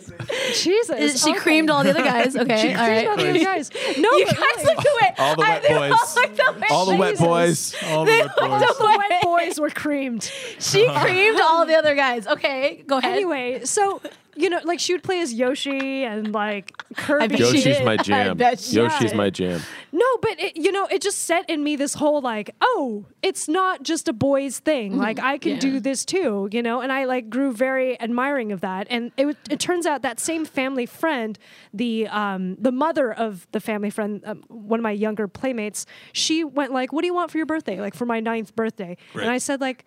Okay. Jesus. Is- She okay. creamed all the other guys. Okay, all Creamed right. all the other guys. No, You but guys really, looked away. All the I- wet they all boys. looked away. All the wet Jesus. boys. All the wet boys. all the wet boys were creamed. She creamed all the other guys. Okay, go ahead. Anyway, so you know, like she would play as Yoshi and like Kirby. bet she Yoshi's did. my I jam. bet she Yoshi's did. my jam. No, but it, you know, it just set in me this whole like, oh, it's not just a boys thing. Like I can Yeah. do this too, you know. And I like grew very admiring of that. And it was- it turns out that same family friend, the um the mother of the family friend, um, one of my younger playmates, she went like, "What do you want for your birthday?" Like for my ninth birthday, Right. and I said like.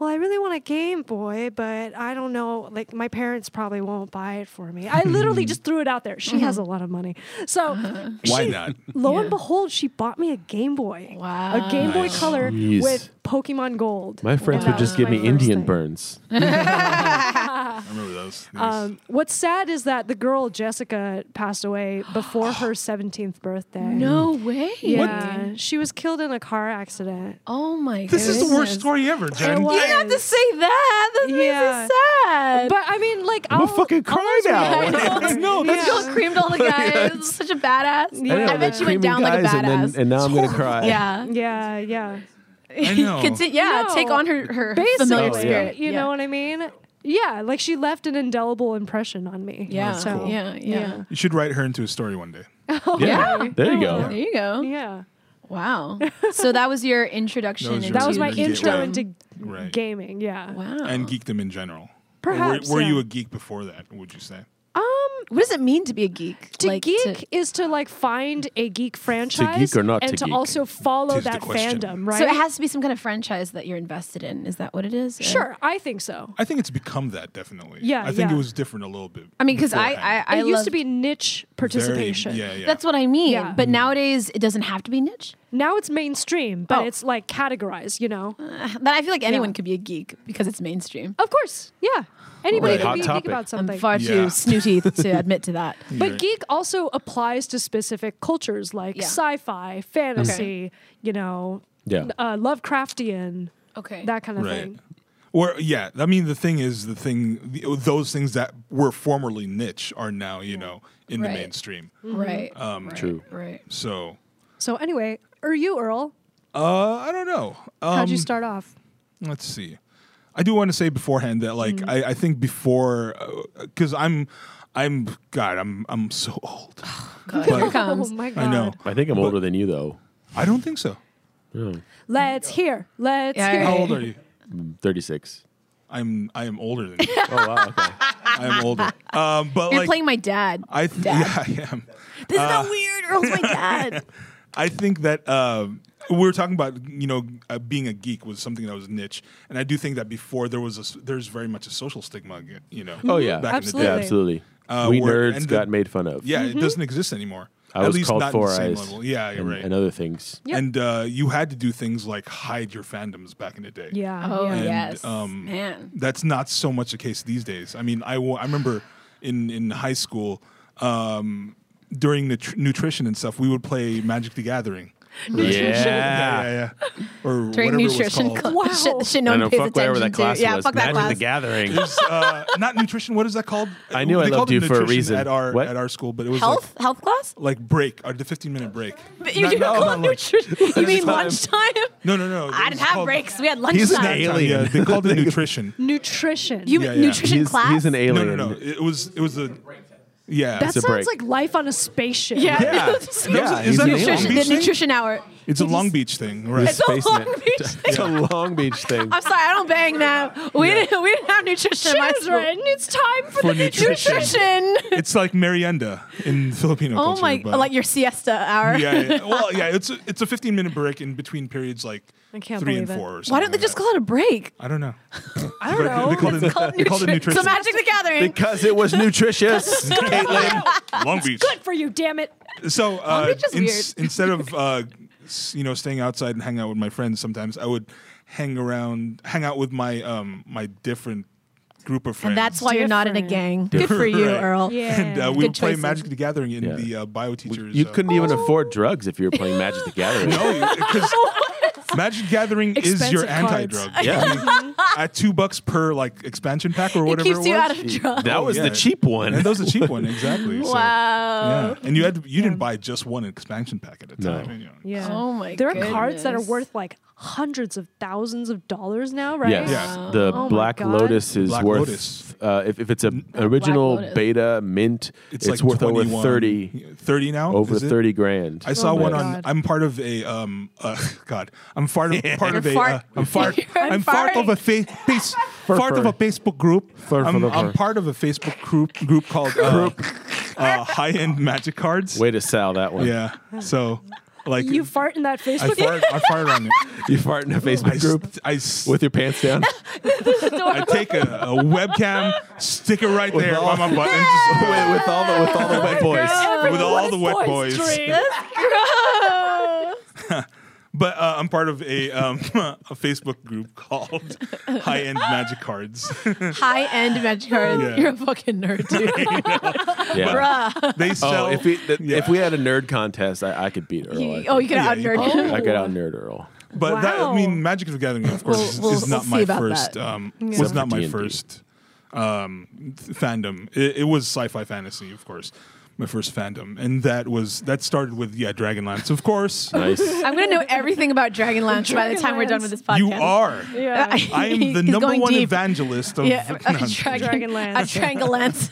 Well, I really want a Game Boy, but I don't know. Like, my parents probably won't buy it for me. I literally just threw it out there. She has a lot of money. So, Why she- not? Lo and behold, she bought me a Game Boy. Wow. A Game Boy Nice. Color Jeez. with Pokemon Gold. My friends Wow. would just give me My first Indian thing. burns. I remember those. things. Um, what's sad is that the girl Jessica passed away before her 17th birthday. no way. Yeah, she was killed in a car accident. Oh my god. this is the worst story ever, Jen. was- You didn't have to say that. That Yeah. makes me sad. But I mean, like, I'll, I'm a fucking I'll cry I now. know. No, This that's Yeah. girl creamed all the guys. Such a badass. Yeah. know, I I they're bet you went creaming down like a guys and then- badass. And, now I'm gonna cry. yeah. Yeah, yeah. I know. Conti- yeah. No. Take on her her familiar Basically, spirit. you know what I mean? Yeah, like she left an indelible impression on me. Yeah. So, yeah. Yeah. You should write her into a story one day. Yeah. There you There go. you go. Yeah. Wow. so that was your introduction. That was your- That was Dude, my you get intro one. into Right. gaming. Yeah. Wow. And geekdom in general. Or Perhaps, Were, were yeah. you a geek before that? Would you say? Um, what does it mean to be a geek? to Like, geek is to like find a geek franchise or not and to to, geek? also follow Tis the that question. fandom, right? So it has to be some kind of franchise that you're invested in. Is that what it is? sure, I think so. I think it's become that definitely. Yeah, I think yeah. it was different a little bit. I mean, because I, I, beforehand. I it used loved- to be niche participation. Very, yeah, yeah. That's what I mean. Yeah. But nowadays, it doesn't have to be niche. Now it's mainstream, but Oh. it's like categorized, you know? Uh, But I feel like anyone Yeah. could be a geek because it's mainstream. Of course. Yeah. Anybody Right. can Hot be a geek topic. about I'm something. far Yeah. too snooty to admit to that. But geek also applies to specific cultures like Yeah. sci-fi, fantasy, you know, Yeah. uh, Lovecraftian, Okay. that kind of Right. thing. Or yeah, I mean the thing is the thing the, those things that were formerly niche are now you know in the Right. mainstream. Right. Um, right, True. Right. So So anyway, are you Earl? uh, I don't know. Um, How'd you start off? let's see i do want to say beforehand that like Mm-hmm. I, I think before because i'm i'm god i'm i'm so old God, But- here comes. Oh my god! i know I think I'm older than you though. i don't think so Let's hear. Let's Yeah, hear. how Right. old are you Thirty six. i'm i am older than you Oh wow. Okay. i'm older um but You're like playing my dad. i th- yeah i am This is not weird. Earl's my dad. I think that um, we were talking about you know uh, being a geek was something that was niche, and I do think that before there was a s- there's very much a social stigma, ag- you know. Oh yeah. back Absolutely. Mm-hmm. Yeah, in the day. absolutely. Uh, we we're- nerds and the- got made fun of. Yeah, it doesn't exist anymore. I At was least called not in Four the same Eyes. level. Yeah, you're and, right. and other things. Yep. And uh, you had to do things like hide your fandoms back in the day. Yeah. Oh yeah. yes, um, man. That's not so much the case these days. I mean, I, wa- I remember in, in high school, um, during the tr- nutrition and stuff, we would play Magic the Gathering. Yeah. yeah, yeah. Or During whatever nutrition it was class, called. Wow. shit, shit no I one don't know. pays Fuck attention whatever that class to. Yeah, was. fuck that Magic class. the Gathering. It's, uh, not nutrition. What is that called? I knew I They called loved it you for a nutrition reason. At our What? at our school, but it was Health, health class. like like break or the fifteen minute break. But you Not- didn't no, call not it lunch. nutrition. you mean time. lunchtime? No, no, no. I It didn't was have called- breaks. We had He's an lunchtime. Snack time, Alien. Yeah, they called it nutrition. Nutrition. You Yeah, yeah. nutrition he's, class. he's an No, alien. no, no. It was it was a yeah. that It's a sounds break. like life on a spaceship. Yeah. yeah. Yeah, is he's that an a Long nutrition, alien. Beach the thing? nutrition hour. It's a Long Beach thing, right? It's a Space Long man. Beach thing. It's a Long Beach thing. I'm sorry, I don't bang now. We didn't. We didn't have nutrition. in my school. Children, it's time for, For the nutrition. Nutrition. It's like merienda in Filipino Oh culture. my! but- Like your siesta hour. yeah, yeah. Well, yeah. It's a, it's a 15 minute break in between periods, like I can't three and believe it. four. Or something Why don't they like just that. call it a break? I don't know. I don't know. They called it, they called it So nutrition. Magic the Gathering. because it was nutritious. Long Beach. Good for you, damn it. So uh, Beach is ins- weird. instead of uh, s- you know staying outside and hanging out with my friends, sometimes I would hang around, hang out with my um my different group of friends. And that's why you're not in a gang. Good for you, Right. Earl. Yeah. And uh, we Good would play choices. Magic the Gathering in Yeah. the uh, bio teachers. You uh, couldn't even afford drugs if you were playing Magic the Gathering. No, because Magic Gathering is your Expensive anti cards. drug. Yeah. At two bucks per like expansion pack or It whatever it, keeps was. you out of drugs. That was Oh, yeah. the cheap one. and that was a cheap one, exactly. So, Wow. yeah. And you had to, you didn't buy just one expansion pack at a No. time. you know. Yeah. Oh my There are cards that are goodness. worth like hundreds of thousands of dollars now, right? Yes, Yeah. the Oh my Black God. Lotus is Black worth. Lotus. Uh, if, if it's a original Lotus. beta mint, it's, It's, like worth over 21 thirty, 30 now? over is it? thirty grand. I Oh saw my one on. God. I'm part of a um. Uh, God, I'm part of part of You're a. fart- Uh, I'm part. You're I'm part farting. of a fa- face. Part of a Facebook group. Fur, I'm, fur, I'm fur. part of a Facebook group group called uh, uh, High End Magic Cards. Way to sell that one. Yeah. So, like, You fart in that I Facebook. fired. I fired on it. You fart in a I, Facebook s- group I s- with your pants down. I take a, a webcam, stick it right there by my butt, and just with, with all the with all the wet boys. with all the Oh wet boys. But uh, I'm part of a um, a Facebook group called High End Magic Cards. High end magic cards. Yeah. You're a fucking nerd, dude. Yeah. They sell. Oh, if, it, th- Yeah. if we had a nerd contest, I, I could beat Earl. oh, I think. you could Yeah, out you nerd could. him. I could out nerd Earl. But that, I Wow. mean, Magic the Gathering, of course, We'll- is- we'll- is not we'll see my about first. that. Um, Except Was for not my D&D. first um, th- fandom. It, it was sci-fi fantasy, of course. My first fandom, and that was that started with yeah, Dragonlance, of course. Nice. I'm going to know everything about Dragonlance by the time we're done with this podcast. You are. Yeah. I am the He's number going one deep. evangelist of Yeah, no, a I'm just kidding. dragon, Dragonlance.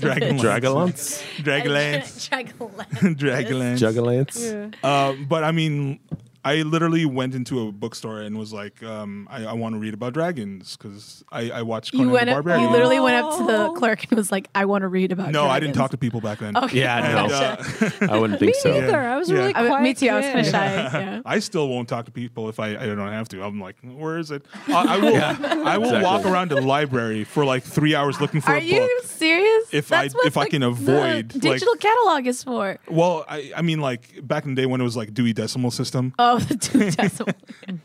Dragonlance. Dragalance? Dragonlance, Dragonlance. Dragonlance. Juggalance? Yeah. Um, but I mean, I literally went into a bookstore and was like, um, I, I want to read about dragons because I, I watched Conan You went. the Up, Barbarian. you literally went up to the clerk and was like, "I want to read about." no, I didn't dragons." talk to people back then. Okay. Yeah, And, no. uh, I wouldn't think so. Neither. I was Yeah. really I quiet. I, me too. I was kind of kid. shy. Yeah. I still won't talk to people if I, I don't have to. I'm like, where is it? I, I will. I will exactly. walk around the library for like three hours looking for Are a book. you serious? If I- what if I the- can the avoid, like- digital catalog is for. Well, I, I mean, like back in the day when it was like Dewey Decimal System, Oh, the two decimal.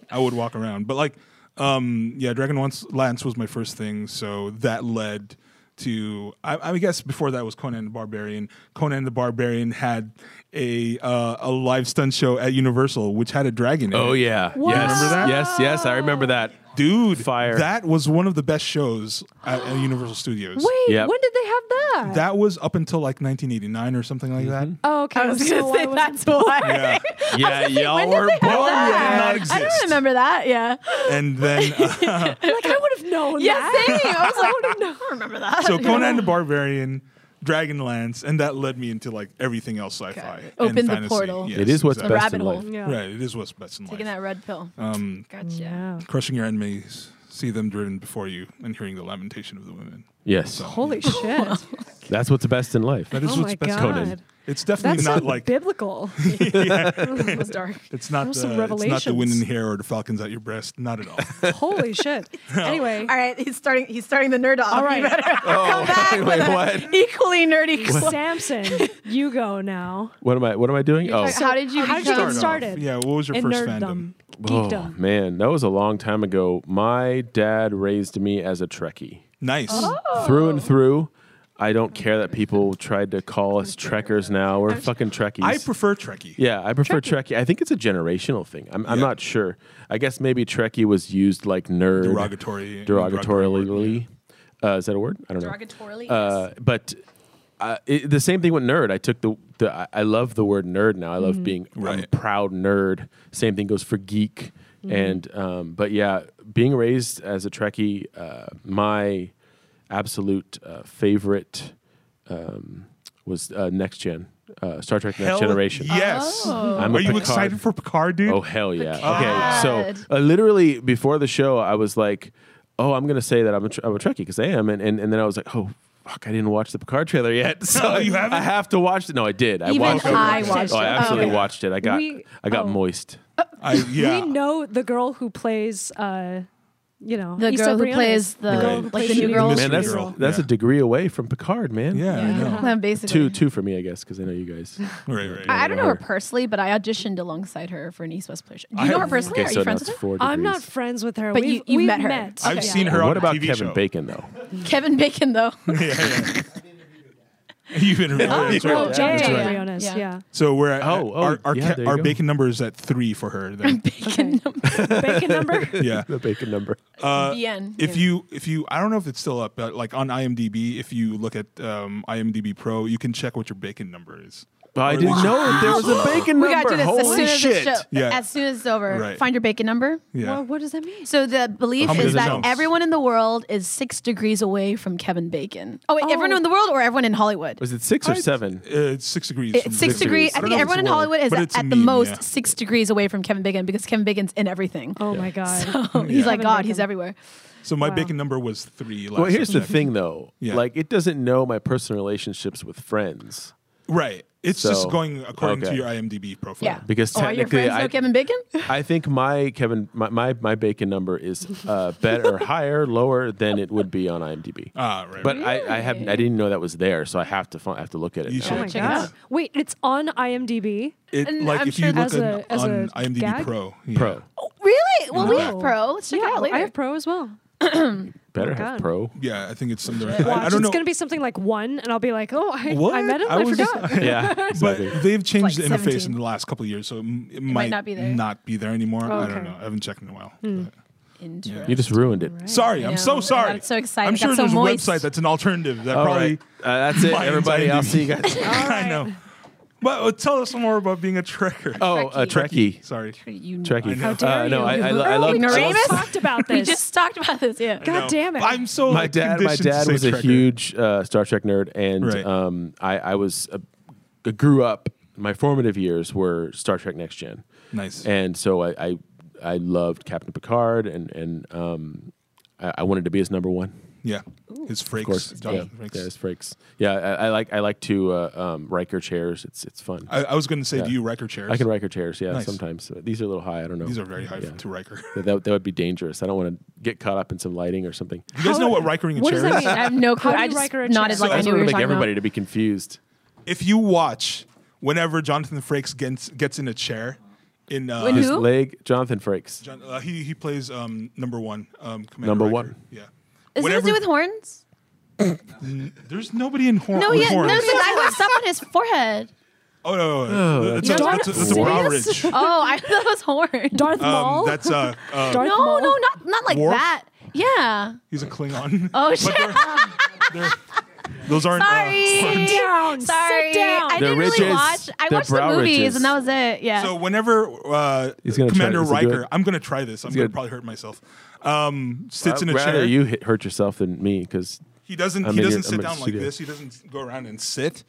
I would walk around. But like, um, yeah, Dragon Lance, Lance was my first thing, so that led to I, I guess before that was Conan the Barbarian. Conan the Barbarian had a uh, a live stunt show at Universal, which had a dragon. in Oh it. yeah. Wow. Yes. Remember that? Yes, yes, I remember that. dude, Fire. That was one of the best shows at, at Universal Studios. Wait, Yep. when did they have that? That was up until like 1989 or something like Mm-hmm. that. oh, okay. I was so gonna say wasn't- that's why. Yeah. yeah, y'all did were they have born. that? yet. not I exist. don't remember that. Yeah. And then, uh, Like I would have known. Oh, Yeah, that. same. I was like, I don't remember that. so Conan the Barbarian, Dragonlance, and that led me into like everything else sci-fi. and Opened the fantasy. portal. Yes, It is what's exactly. best Rabbit in hole. life. Yeah. Right, it is what's best in Taking life. that red pill. Um, Gotcha. Yeah. crushing your enemies, see them driven before you, and hearing the lamentation of the women. Yes, Holy shit. that's what's best in life. That is Oh what's my best. God. Conan. It's definitely That's not so like biblical. It was dark. it's not Those are the, some it's not the wind in revelations. the hair or the falcons at your breast. Not at all. Holy shit. Anyway. All right, he's starting. He's starting the nerd off. All You right. better come back wait, with a what? equally nerdy. quote. Samson, you go now. What am I? What am I doing? Oh, How did you How did you become- get Start off. started? Yeah. What was your In first nerddom. fandom? oh Geekdom. man, that was a long time ago. My dad raised me as a Trekkie. Nice. through and through. I don't care that people tried to call us trekkers now. We're fucking trekkies. I prefer Trekkie. yeah, I prefer Trekkie. I think it's a generational thing. I'm, I'm Yeah. not sure. I guess maybe Trekkie was used like nerd. Derogatory- Derogatorily. Uh, is that a word? I don't know. Derogatorily, Uh, but uh, it, the same thing with nerd. I took the, the I- I love the word nerd now. I love being I'm a Right. proud nerd. Same thing goes for geek. And um, but yeah, being raised as a Trekkie, uh, my absolute uh, favorite um, was uh, Next Gen, uh, Star Trek Next Hell Generation. Yes. Oh. I'm a Are you Picard. excited for Picard, dude? Oh hell yeah! Okay, Picard. so uh, literally before the show, I was like, "Oh, I'm gonna say that I'm a, tr- I'm a Trekkie because I am," and, and and then I was like, "Oh." Fuck! I didn't watch the Picard trailer yet, so Oh, you I- haven't? I have to watch it. No, I did. I Even watched I it. watched oh, I it. absolutely Okay. watched it. I got We- I got oh. moist. I, yeah. We know the girl who plays, uh, you know, the Issa girl who Briones. plays the girl Right. who like plays the new the girl. mystery Man, that's girl. that's Yeah. a degree away from Picard, man. yeah. I know. Yeah, basically. two two for me, I guess, because I know you guys. Right. Right. I I right. don't know her personally, but I auditioned alongside her for an East West Pleasure. Do I- you know her personally? Okay, Are you so now friends it's with her? four degrees. I'm not friends with her. But we've, you- you we've met her. I've Okay. seen her on What about a TV Kevin show. Bacon though? Kevin Bacon, though. You've been Oh, right. John Yeah, That's yeah, right. yeah. Briones, Yeah. yeah. So we're at, Oh, oh, our our, yeah, ca- there you our go. bacon number is at three for her. Then. Bacon Bacon number? yeah. The Bacon number. Uh, BN. if you if you I don't know if it's still up, but like on IMDb, if you look at um, IMDb Pro, you can check what your bacon number is. I didn't know that there was a Bacon we gotta number. do this Holy as soon as shit! it's show, Yeah. as soon as it's over. Right. Find your Bacon number. Yeah. Well, what does that mean? So the belief How many is that zones? everyone in the world is six degrees away from Kevin Bacon. Oh wait, Oh. everyone in the world or everyone in Hollywood? Was it six or seven? Uh, it's six degrees. from It's six zero. degrees. I don't think know if everyone in it's a world, Hollywood is but at it's a the meme, most yeah. six degrees away from Kevin Bacon because Kevin Bacon's in everything. Oh my God. He's like Kevin God. Bacon. He's everywhere. So my Wow. bacon number was three. Last Well, here's I the checked. thing, though. Yeah. Like, it doesn't know my personal relationships with friends Right. It's just So- going according okay. to your IMDb profile. Yeah. because Oh, are your technically, friends I, know Kevin Bacon? I think my Kevin, my my, my bacon number is uh, better, higher, lower than it would be on IMDb. Ah, right. but right. I, I have I didn't know that was there, so I have to find, I have to look at it. You now. should. Oh my Check it God. out. Wait, it's on IMDb? it, and like I'm if sure you look as a- on, as on a IMDb gag? Pro, yeah. Pro Oh Really? Well, we No. have Pro. Let's check it out later. I have Pro as well. better my have God. pro. Yeah, I think it's something. I, Watch, I don't it's know. going to be something like one, and I'll be like, oh, I, What? I met him. I I, was- forgot. Yeah, but exactly. they've changed like the interface 17. in the last couple of years, so it, m- it might not be there. not be there anymore. I Okay. don't know. I haven't checked in a while. but- Interesting. you just ruined it. Sorry, I I'm know. so I sorry. got so excited. I'm I got sure so there's moist. a website that's an alternative that All probably. right, uh, that's it, Mine's everybody. I'll IMDb. see you guys. I know. But uh, tell us more about being a trekker. Oh, uh, Trekkie. sorry. You Trekkie. How uh, no, I, I, lo- I love. we Nervous? just talked about this. We just talked about this. Yeah. God damn it. I'm so my like, dad my conditioned to dad say was a trekker. huge uh, Star Trek nerd and Right. um, I, I was uh, g- grew up my formative years were Star Trek Next Gen Nice. and so I I, I loved Captain Picard and and um, I, I wanted to be his number one yeah. His frakes. of course John yeah, Frakes. yeah, his Frakes yeah I, I like I like to uh, um, Riker chairs it's it's fun I, I, I was going to say, do Yeah. you Riker chairs? can Riker chairs yeah Nice. sometimes these are a little high I don't know These are very high Yeah. to Riker. that, that, that would be dangerous I don't want to get caught up in some lighting or something You guys How- know what Rikering a what chair does is? that I have no clue. How do I you just Riker a nodded chance? like So I I just knew want we to were make talking everybody about. to be confused If you watch whenever Jonathan Frakes gets, gets in a chair, in uh, When His Who? leg, Jonathan Frakes. John, uh, he he plays um, number one. Um, Commander Number Riker. one? Yeah. Is it to Whenever- do with horns? There's nobody in hor- No, with Oh, yeah, no, horns. because I got stuff on his forehead. Oh no, no, no. that's, You that's, know that's, what? a- that's a brow Serious? ridge. Oh, I thought it was horn. Darth Um, Maul. that's uh, uh, Darth no, Maul? no, not not like Worf? that. Yeah. he's a Klingon. Oh, But shit. they're- they're- those aren't. Sorry. Uh, Sit down. Sorry, Sit down. I Oh, The didn't ridges. really watch. I The watched the brow movies, ridges. and that was it. Yeah. So whenever uh, He's gonna try- Commander is he good? Riker, I'm gonna try this. I'm He's gonna good. probably hurt myself. Um, sits in I'd a rather chair. you hit, hurt yourself than me because He doesn't. I'm he in your- doesn't I'm sit in down like studio. this. He doesn't go around and sit.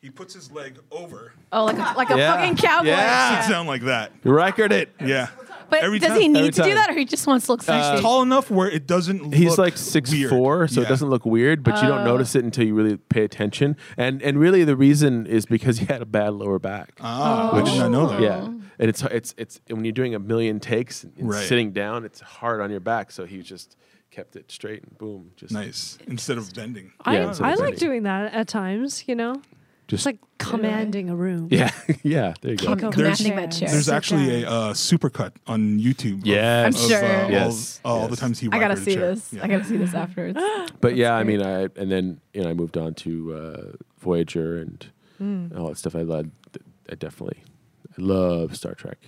He puts his leg over. oh, like a, like a Yeah. fucking cowboy. Yeah. Sits down like that. you record it. Yeah. But Every does time. Uh, he Every need to time. do that, or he just wants to look sexy? Tall enough where it doesn't. He's look like six weird. four, so Yeah. it doesn't look weird, but you Oh. don't notice it until you really pay attention. And and really, the reason is because he had a bad lower back. Ah, I did not Oh. know that. Yeah, and it's it's it's when you're doing a million takes and Right. sitting down, it's hard on your back. So he just kept it straight and boom, just Nice. Instead of bending. I, Yeah, it's I like amazing. doing that at times, you know? It's just like commanding a room. yeah, yeah. There you go. Com- There's- commanding that chair. There's Sit actually a down. uh, supercut on YouTube. of- Yes. I'm of, sure. all- Yes. all, the Yes. times he. I gotta whacked her see chair. this. Yeah. I gotta see this afterwards. but yeah, I mean, I and then you know I moved on to uh, Voyager and Hmm. all that stuff. I loved. I definitely I love Star Trek.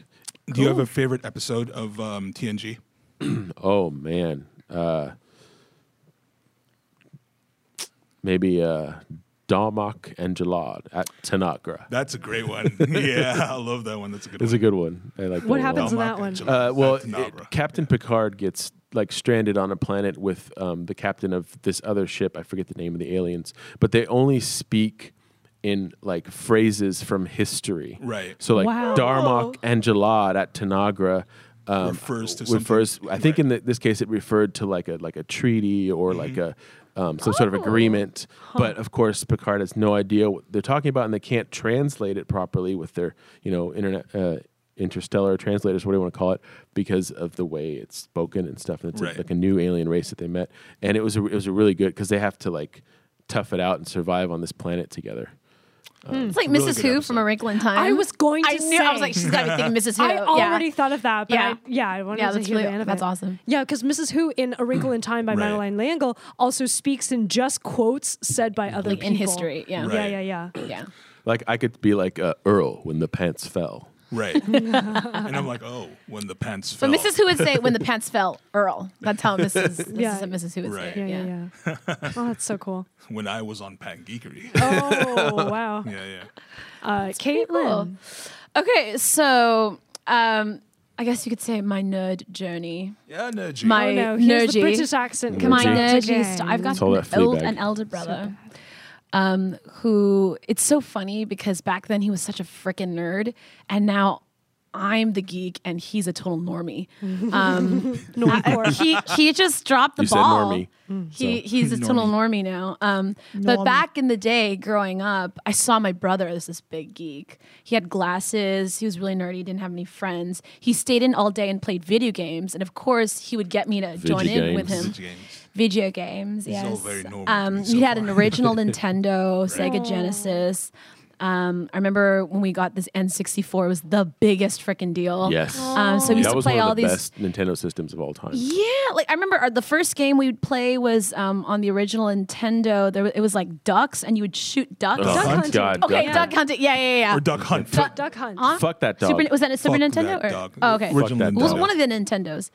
Do you have a favorite episode of um, TNG? Oh man, uh, maybe uh, Darmok and Jalad at Tanagra. That's a great one. yeah, I love that one. That's a good It's a one. good one. I like. What that one a lot. happens in that Dalmak one? and Uh, Jalal. well, That's not it- right. Captain Picard gets like stranded on a planet with um, the captain of this other ship. I forget the name of the aliens, but they only speak in like phrases from history. Right. So like Wow. Darmok and Jalad at Tanagra. Um, Refers to refers. something. I think Right. in the, this case it referred to like a like a treaty or like a Mm-hmm. um, some sort of agreement. But of course, Picard has no idea what they're talking about, and they can't translate it properly with their you know internet uh, interstellar translators, what do you want to call it, because of the way it's spoken and stuff. And it's a- Right. like a new alien race that they met, and it was a, it was a really good because they have to like tough it out and survive on this planet together. It's like Really Mrs. good Who episode. from A Wrinkle in Time. I was going to I knew. I was say. like, she's got to be thinking Mrs. Who. I yeah. already thought of that, but Yeah. I, yeah, I wanted Yeah, to that's hear the really- end of that's it. awesome. Yeah, because Mrs. Who in A Wrinkle in Time by Right. Madeline Langle also speaks in just quotes said by other Like people in history. Yeah. Right. Yeah, yeah, yeah. Yeah. Like I could be like uh, Earl when the pants fell. Right. and I'm like, oh, when the pants But fell. Mrs. Who would say when the pants fell, Earl. That's how Mrs. Yeah. Mrs. and Mrs. Who would Right. say. Yeah, it, yeah, Yeah. yeah. oh, that's so cool. When I was on Pat Geekery. Oh, wow. yeah, yeah. Uh, Caitlin. Oh, Cool. Okay, so um, I guess you could say my nerd journey. Yeah, no, gee. My Oh, no, here's the Nergy. British accent. Come my coming on, out nerdy today. stuff. I've got It's all an, that el- Fleabag. an elder brother um, who it's so funny because back then he was such a freaking nerd, and now I'm the geek and he's a total normie. Um, I- he he just dropped the You said ball. normie, He he's a total normie now. Um, but back in the day, growing up, I saw my brother as this big geek. He had glasses. He was really nerdy. Didn't have any friends. He stayed in all day and played video games. And of course, he would get me to join in with games. him Mrs. James. video games. yes, all very normal to um, me we so had an original Nintendo, Sega Genesis. Um, I remember when we got this N64 it was the biggest freaking deal. Yes. Um, so we used that to was play one of all the these. best Nintendo systems of all time. Yeah, like I remember our, the first game we would play was um, on the original Nintendo. There wa- it was like ducks, and you would shoot ducks. Oh, Duck hunting. God, okay, duck duck hunting. Yeah, yeah, yeah. Or Duck Hunt. Duck- Duck Hunt. Huh? Fuck that dog. Super, was that a Super Fuck Nintendo? that or- dog. Oh, okay. Original Fuck that It was dog. one of the Nintendos.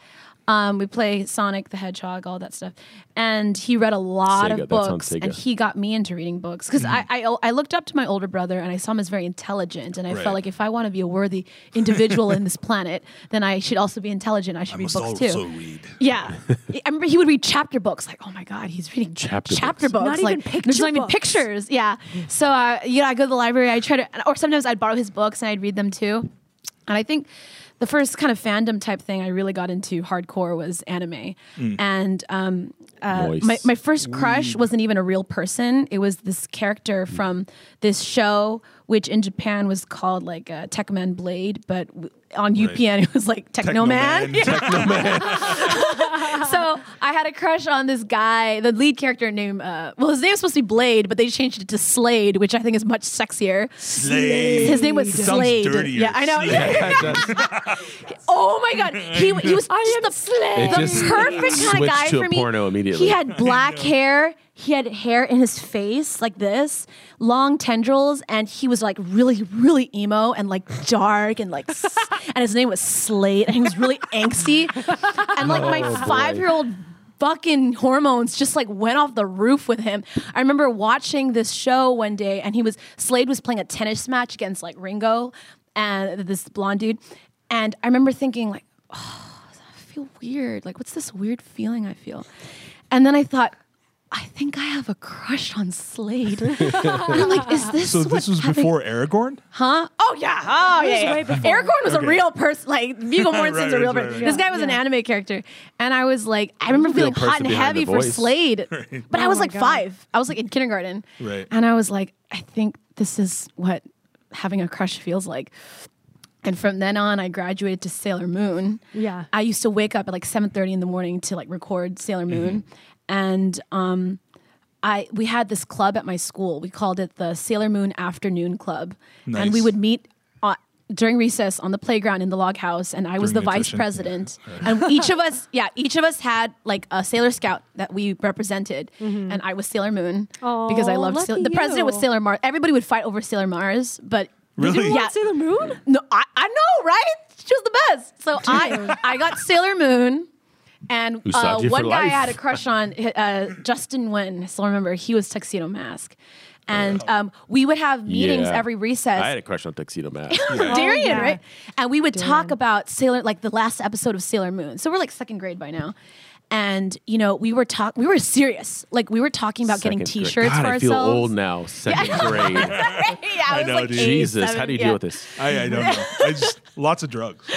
Um, we play Sonic the Hedgehog, all that stuff. And he read a lot Sega, of that's on books, Sega. Mm-hmm. and he got me into reading books because I, I I looked up to my older brother and I saw him as very intelligent, and I Right. felt like if I want to be a worthy individual in this planet, then I should also be intelligent. I should read Must books also too. read. Yeah, I remember he would read chapter books. Like, oh my god, he's reading Chapter chapter chapter books. books. Not even like, picture There's not even books. pictures. Yeah. So uh, you know, I go to the library. I try to, or sometimes I'd borrow his books and I'd read them too. And I think the first kind of fandom type thing I really got into hardcore was anime. And um, uh, Hmm. Nice. my, my first crush wasn't even a real person. It was this character Hmm. from this show, which in Japan was called like uh, Tekman Blade, but w- on UPN it was like Technoman. Technoman. so I had a crush on this guy, the lead character named, uh, well, his name was supposed to be Blade, but they changed it to Slade, which I think is much sexier. Slade. His name was Sounds Slade. dirtier. Yeah, I know. Slade. That's- oh my my god, he he was I am just slay. the, It the just perfect kind of switched guy to a for me. porno immediately. He had black hair. He had hair in his face like this, long tendrils, and he was like really, really emo and like dark and like, s- and his name was Slate, and he was really angsty, and like my Oh, boy. five year old fucking hormones just like went off the roof with him. I remember watching this show one day and he was Slade was playing a tennis match against like Ringo and this blonde dude. And I remember thinking like, oh, I feel weird. Like what's this weird feeling I feel? And then I thought, I think I have a crush on Slade. and I'm like, is this So what this was having- before Aragorn? Huh? Oh yeah. Oh was yeah. way yeah. before. Aragorn was Okay. a real person. Like Viggo Right, Mortensen's a real right, right, person. right. This guy was an anime character, and I was like, I remember Real feeling hot person and behind the heavy for voice. Slade, but I Oh was my like God. five. I was like in kindergarten, Right. and I was like, I think this is what having a crush feels like. And from then on, I graduated to Sailor Moon. Yeah. I used to wake up at like seven thirty in the morning to like record Sailor Moon, and um, I we had this club at my school. We called it the Sailor Moon Afternoon Club, and we Nice. would meet. On, during recess on the playground in the log house and I was During the vice nutrition. president and each of us yeah each of us had like a sailor scout that we represented and I was Sailor Moon because I Mm-hmm. Aw, loved Sailor lucky the president was you. Sailor Mars everybody would fight over Sailor Mars but Really? yeah See the moon? no, I, I know, right? She was the best. So I I got Sailor Moon, and Who uh, sucked you for one guy I life. had a crush on, hi- uh, Justin Nguyen. I still remember he was Tuxedo Mask, and um, we would have meetings Oh, Yeah. every recess. I had a crush on Tuxedo Mask. Darian, yeah. right? And we would talk about Sailor, like the last episode of Sailor Moon. So we're like second grade by now. And you know, we were talk, we were serious. Like we were talking about getting Second grade. T-shirts God, for I ourselves. feel old now. Second grade. yeah, I, was know, like dude. eight, Jesus, how seven, do you yeah. deal with this? I, I don't know. I just lots of drugs.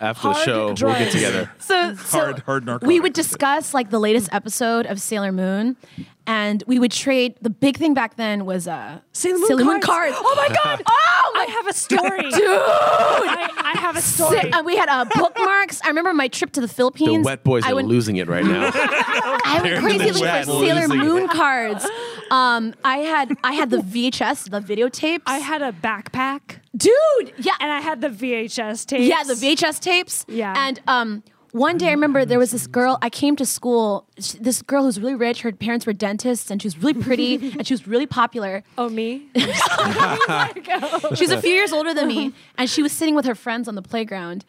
After the Hard show, we'll get drugs. together. so, Hard- so hard We narcotic. would discuss like the latest episode of Sailor Moon, and we would trade. The big thing back then was uh, Sailor Moon cards. Oh my god! oh I my have a story. dude! I, I have a story. And we had uh, bookmarks. I remember my trip to the The Philippines. wet boys I are went, losing it right now. I went They're crazy the looking for wet boys. Sailor Losing it. Moon cards. Um, I had I had the VHS, the videotapes. I had a backpack dude, yeah, and I had the VHS tapes. Yeah, the VHS tapes. Yeah. And um, one day I remember there was this girl. I came to school. Sh this girl who's really rich. Her parents were dentists, and she was really pretty, and she was really popular. Oh me. She was a few years older than me, and she was sitting with her friends on the playground.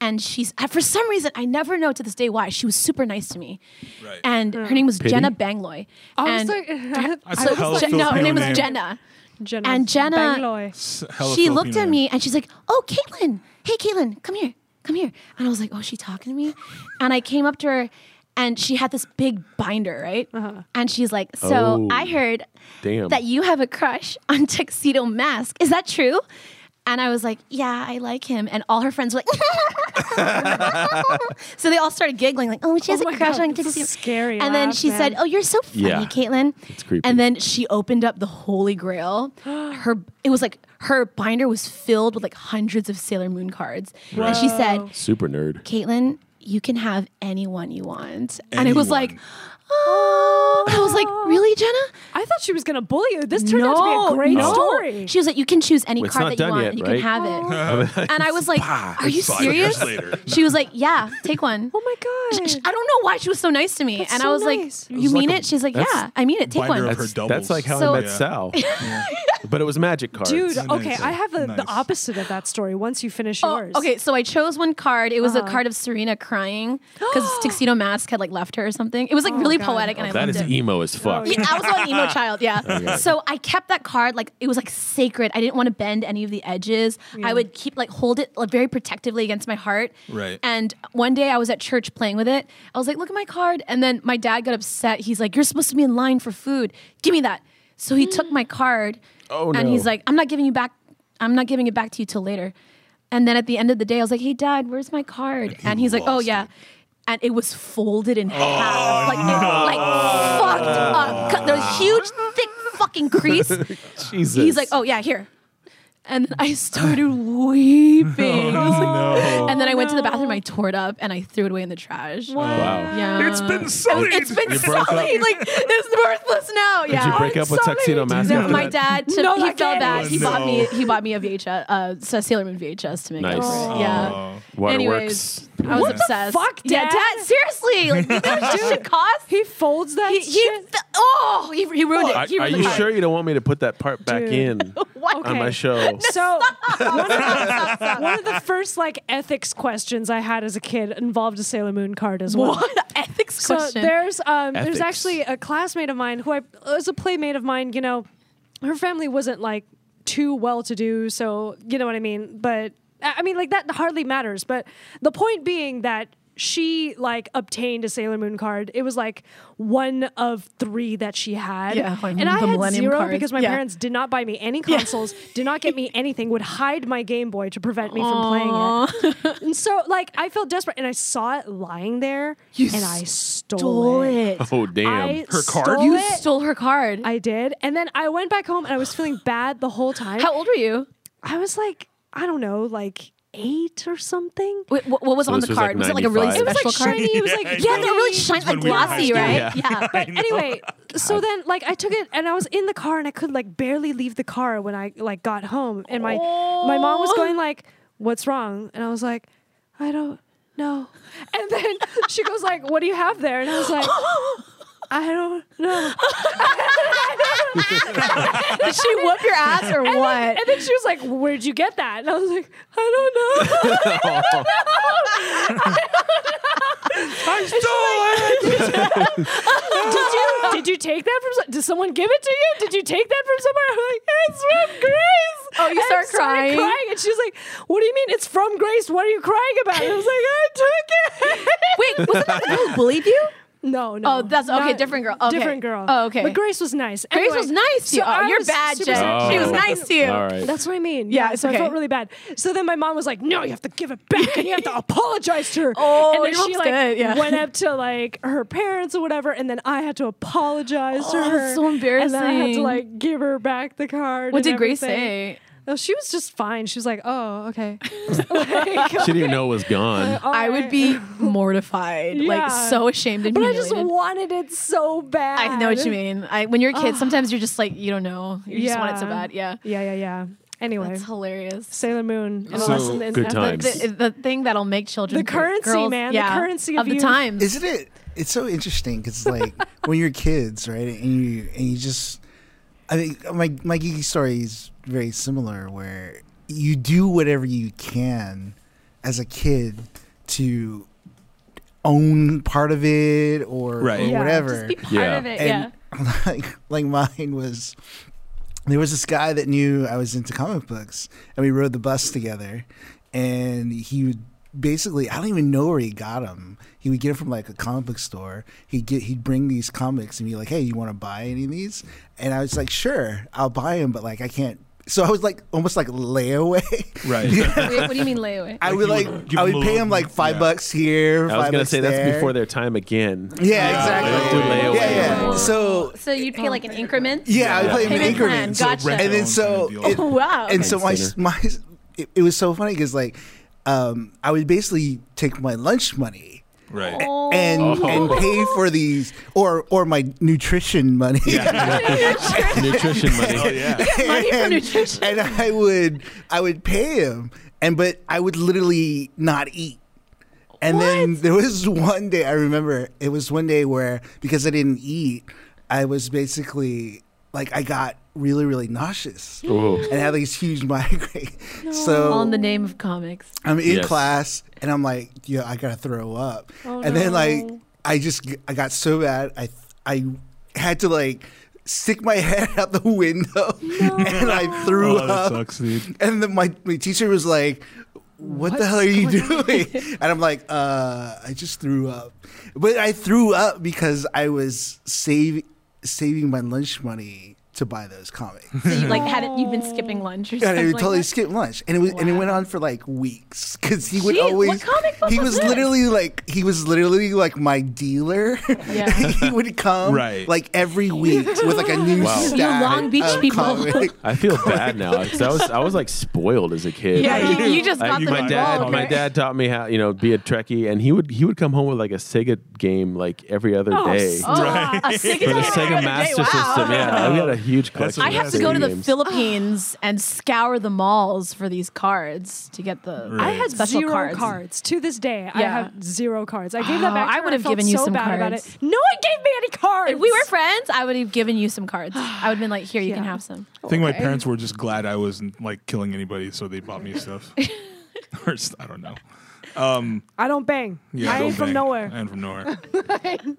And she's I- for some reason I never know to this day why she was super nice to me, Right. and her name was Pity? Jenna Bangloy. I and was like, That's so a hell of a Je- no, her Filipino name. name was Jenna. Jenna and Jenna- Bangloy. Hell of she looked Filipino at name. me and she's like, "Oh, Caitlin, hey, Caitlin, come here, come here." And I was like, "Oh, is she talking to me?" And I came up to her, and she had this big binder, right? Uh-huh. And she's like, "So Oh. I heard Damn. that you have a crush on Tuxedo Mask. Is that true?" And I was like, "Yeah, I like him." And all her friends were like, so they all started giggling, like, "Oh, she has Oh a my crush God, on this is Tuxedo." scary And then laugh, she said, man. "Oh, you're so funny, Yeah. Caitlin." It's creepy. And then she opened up the Holy Grail. Her it was like her binder was filled with like hundreds of Sailor Moon cards, and she said, Super nerd. "Caitlin, you can have anyone you want." And it was like, Anyone. oh, I was like, really, Jenna? I thought she was gonna bully you. This turned out to be a great no. story. Oh. She was like, you can choose any Well, it's card not that you done want, yet, and you right? can have it. and I was like, are you It's five years serious? later. She was like, yeah, take one. oh my Sh- god. I don't know why she was so nice to me, That's and so I was nice. like, "You was mean like a- it?" She's like, that's "Yeah, I mean it. Take binder one." of her That's, doubles. that's like how So- I met Yeah. Sal. but it was magic cards. Dude, Nice. okay, I have the, Nice. the opposite of that story once you finish Oh, yours. okay, so I chose one card. It was Uh-huh. a card of Serena crying because Tuxedo Mask had like left her or something. It was like really Oh, God. poetic, and I that loved is it. emo as fuck. Oh, Yeah, I was like an emo child, yeah. So I kept that card like it was like sacred. I didn't want to bend any of the edges. I would keep like hold it like very protectively against my heart. Right. And one day I was at church playing with it. I was like, look at my card. And then my dad got upset. He's like, you're supposed to be in line for food. Give me that. So he took my card. Oh, And no. he's like, I'm not giving you back. I'm not giving it back to you till later. And then at the end of the day, I was like, hey, dad, where's my card? And, he's like, oh, lost yeah. And it was folded in half. Like, it, like fucked up. Cut- There's a huge, thick fucking crease. Jesus. He's like, oh, yeah, here. And then I started weeping. I was like- No. Oh, and then I went to the bathroom. I tore it up and I threw it away in the trash. Wow. Yeah. It's been sullied. It's been You broke up? sullied. Like it's worthless now. Did Yeah. you break up with sorry. Tuxedo Mask? No, after my dad that? took, No, he I fell can't. back. He Oh, no. bought me he bought me a VHS uh so Sailor Moon VHS to make Nice. up for it. Yeah. Oh. Waterworks. Anyways, I was What the obsessed. fuck, Yeah, Dad? dad, seriously. Like, you know what this should cost? He folds that He, he shit. fe- oh, he, he ruined Are, it. He are ruined you the sure you don't want me to put that part back Dude. in What? on my show? So one of, the, one of the first like ethics questions I had as a kid involved a Sailor Moon card as well. What ethics So question? there's um, Ethics. there's actually a classmate of mine who I was a playmate of mine. You know, her family wasn't like too well to do, so you know what I mean. But I I mean, like that hardly matters. But the point being that she like obtained a Sailor Moon card. It was like one of three that she had, Yeah, like and I the had Millennium zero cards. because my Yeah. parents did not buy me any consoles, did not get me anything, would hide my Game Boy to prevent me from playing it. And so, like, I felt desperate, and I saw it lying there, and I stole, stole it. it. Oh damn! I Her card? stole You it. stole her card. I did, and then I went back home, and I was feeling bad the whole time. How old were you? I was like, I don't know, like eight or something. Wait, what, what was So on this the was card? like was it like a really It 95? special was like card? shiny. It was like Yeah, I Yeah, they're really shiny. shiny, like when we were in high glossy, school. right? Yeah. yeah. anyway, so then like I took it and I was in the car and I could like barely leave the car when I like got home and my my mom was Aw. going like, "What's wrong?" And I was like, "I don't know." And then she goes like, "What do you have there?" And I was like, "I don't know." Did she whoop your ass or And then, what? and then she was like, "Where'd you get that?" And I was like, "I don't know." did you did you take that from? so- Did someone give it to you? Did you take that from somewhere? I'm like, it's from Grace. Oh, you And I start started crying. and she's like, "What do you mean it's from Grace? What are you crying about?" And I was like, "I took it." Wait, wasn't that the girl who bullied you? No, no. Oh, that's- okay, different girl. Okay. Different girl. Oh, okay. But Grace was nice. Grace Anyway, was nice to you. so I Oh, you're was bad, super Jen. sad. Oh. She was nice to you. All right. That's what I mean. Yeah, it's so I okay. felt really bad. So then my mom was like, "No, you have to give it back, and you have to apologize to her." Oh, and your then she mom's like good, yeah. went up to like her parents or whatever, and then I had to apologize to Oh, her. that's so And then I had to embarrassing. like give her back the card. What and did Grace everything. say? Oh, she was just fine. She was like, "Oh, okay." Like, She didn't even know it was gone. all I would right. be mortified, Yeah. like so ashamed and But I just humiliated. wanted it so bad. I know what you mean. I, when you're a kid, sometimes you're just like you don't know. You just want it so bad. Yeah, Yeah, yeah, yeah. Anyway, that's hilarious. Sailor Moon and a So, lesson in good ethics. times. The, the thing that'll make children The gr- currency, girls- man, the yeah, currency of the youth. times. Isn't it? It's so interesting because like when you're kids, right? And you and you just, I think uh, my my geeky story is very similar, where you do whatever you can as a kid to own part of it or, Right. or Yeah, whatever Just be part Yeah. of it. yeah. and like like mine was there was this guy that knew I was into comic books and we rode the bus together and he would basically I don't even know where he got them. He would get 'em from like a comic book store. He'd get he'd bring these comics and be like, "Hey, you want to buy any of these?" And I was like, "Sure, I'll buy them, but like I can't." So I was like almost like layaway. Right. Wait, what do you mean layaway? I would you like would give I 'em a would pay little- him like five yeah. bucks here. I was five gonna bucks say that's there. before their time again. Yeah, They don't do exactly. layaway yeah, yeah. anymore. So So you'd Oh, pay like an increment. yeah, I would Yeah. play him in Payment plan. increments. Gotcha. rent and then so Own it, deal. Wow. and so my Thanks, my it, it was so funny because like um i would basically take my lunch money right. and Oh. and pay for these or or my nutrition money Nutrition Oh money. yeah. money for and, nutrition. and i would i would pay him and but i would literally not eat and then there was one day I remember it was one day where because I didn't eat, I was basically like I got really really nauseous Ooh. and had these huge migraine. So All in the name of comics. I'm in Yes. class and I'm like, yeah, I gotta throw up. and then like I just I got so bad I I had to like stick my head out the window and I threw Oh, that up. sucks, dude. And then my, my teacher was like, what, the hell are you doing? and I'm like, uh, I just threw up. But I threw up because I was save, saving my lunch money to buy those comics. So you like hadn't you've been skipping lunch or Yeah, something? he like totally that? skipped lunch, and it was and it went on for like weeks because he would Jeez, what always. comic book he was was this? literally like he was literally like my dealer. Yeah. he would come Right. like every week with like a new Wow. You stack Long Beach of people. comic. I feel bad now because I was I was like spoiled as a kid. Yeah, Like, you, you just I- got you them got my dad, involved, my right? dad taught me how you know be a Trekkie, and he would he would come home with like a Sega game like every other day Oh, a Sega for the game every Sega day, Master wow. System. Yeah, we had a huge collection. I of have to Sega go to the games. Philippines and scour the malls for these cards to get the. Right. I had Special zero cards. cards. To this day, I Yeah. have zero cards. I gave that Oh, back. To I her. would have felt given you so some bad about cards. it. No one gave me any cards. If we were friends, I would have given you some cards. I would have been like, "Here, you can Yeah. have some." I think my parents were just glad I wasn't like killing anybody, so they bought me stuff. or s- I don't know. Um, I don't bang. Yeah, I don't ain't from bang. nowhere. I ain't from nowhere.